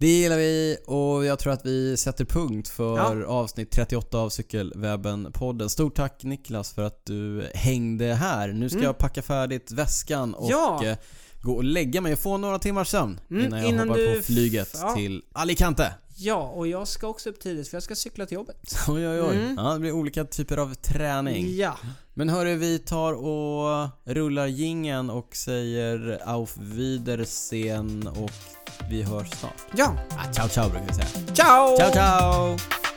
[SPEAKER 2] Det gillar vi och jag tror att vi sätter punkt för
[SPEAKER 1] Ja.
[SPEAKER 2] avsnitt 38 av Cykelwebben-podden. Stort tack Niklas för att du hängde här. Nu ska jag packa färdigt väskan och
[SPEAKER 1] Mm. Ja.
[SPEAKER 2] eh, gå och lägga mig och få några timmars sömn
[SPEAKER 1] Mm,
[SPEAKER 2] innan jag
[SPEAKER 1] innan
[SPEAKER 2] hoppar
[SPEAKER 1] du
[SPEAKER 2] på
[SPEAKER 1] f-
[SPEAKER 2] flyget
[SPEAKER 1] ja.
[SPEAKER 2] till Alicante. (laughs)
[SPEAKER 1] Ja, och jag ska också upp tidigt för jag ska cykla till jobbet.
[SPEAKER 2] Oj, oj, oj.
[SPEAKER 1] Mm.
[SPEAKER 2] Ja, det blir olika typer av träning.
[SPEAKER 1] Ja.
[SPEAKER 2] Men hörru, vi tar och rullar gingen och säger auf Wiedersehen och vi hörs snart.
[SPEAKER 1] Ja.
[SPEAKER 2] Ah, ciao ciao brukar vi säga.
[SPEAKER 1] Ciao!
[SPEAKER 2] Ciao ciao!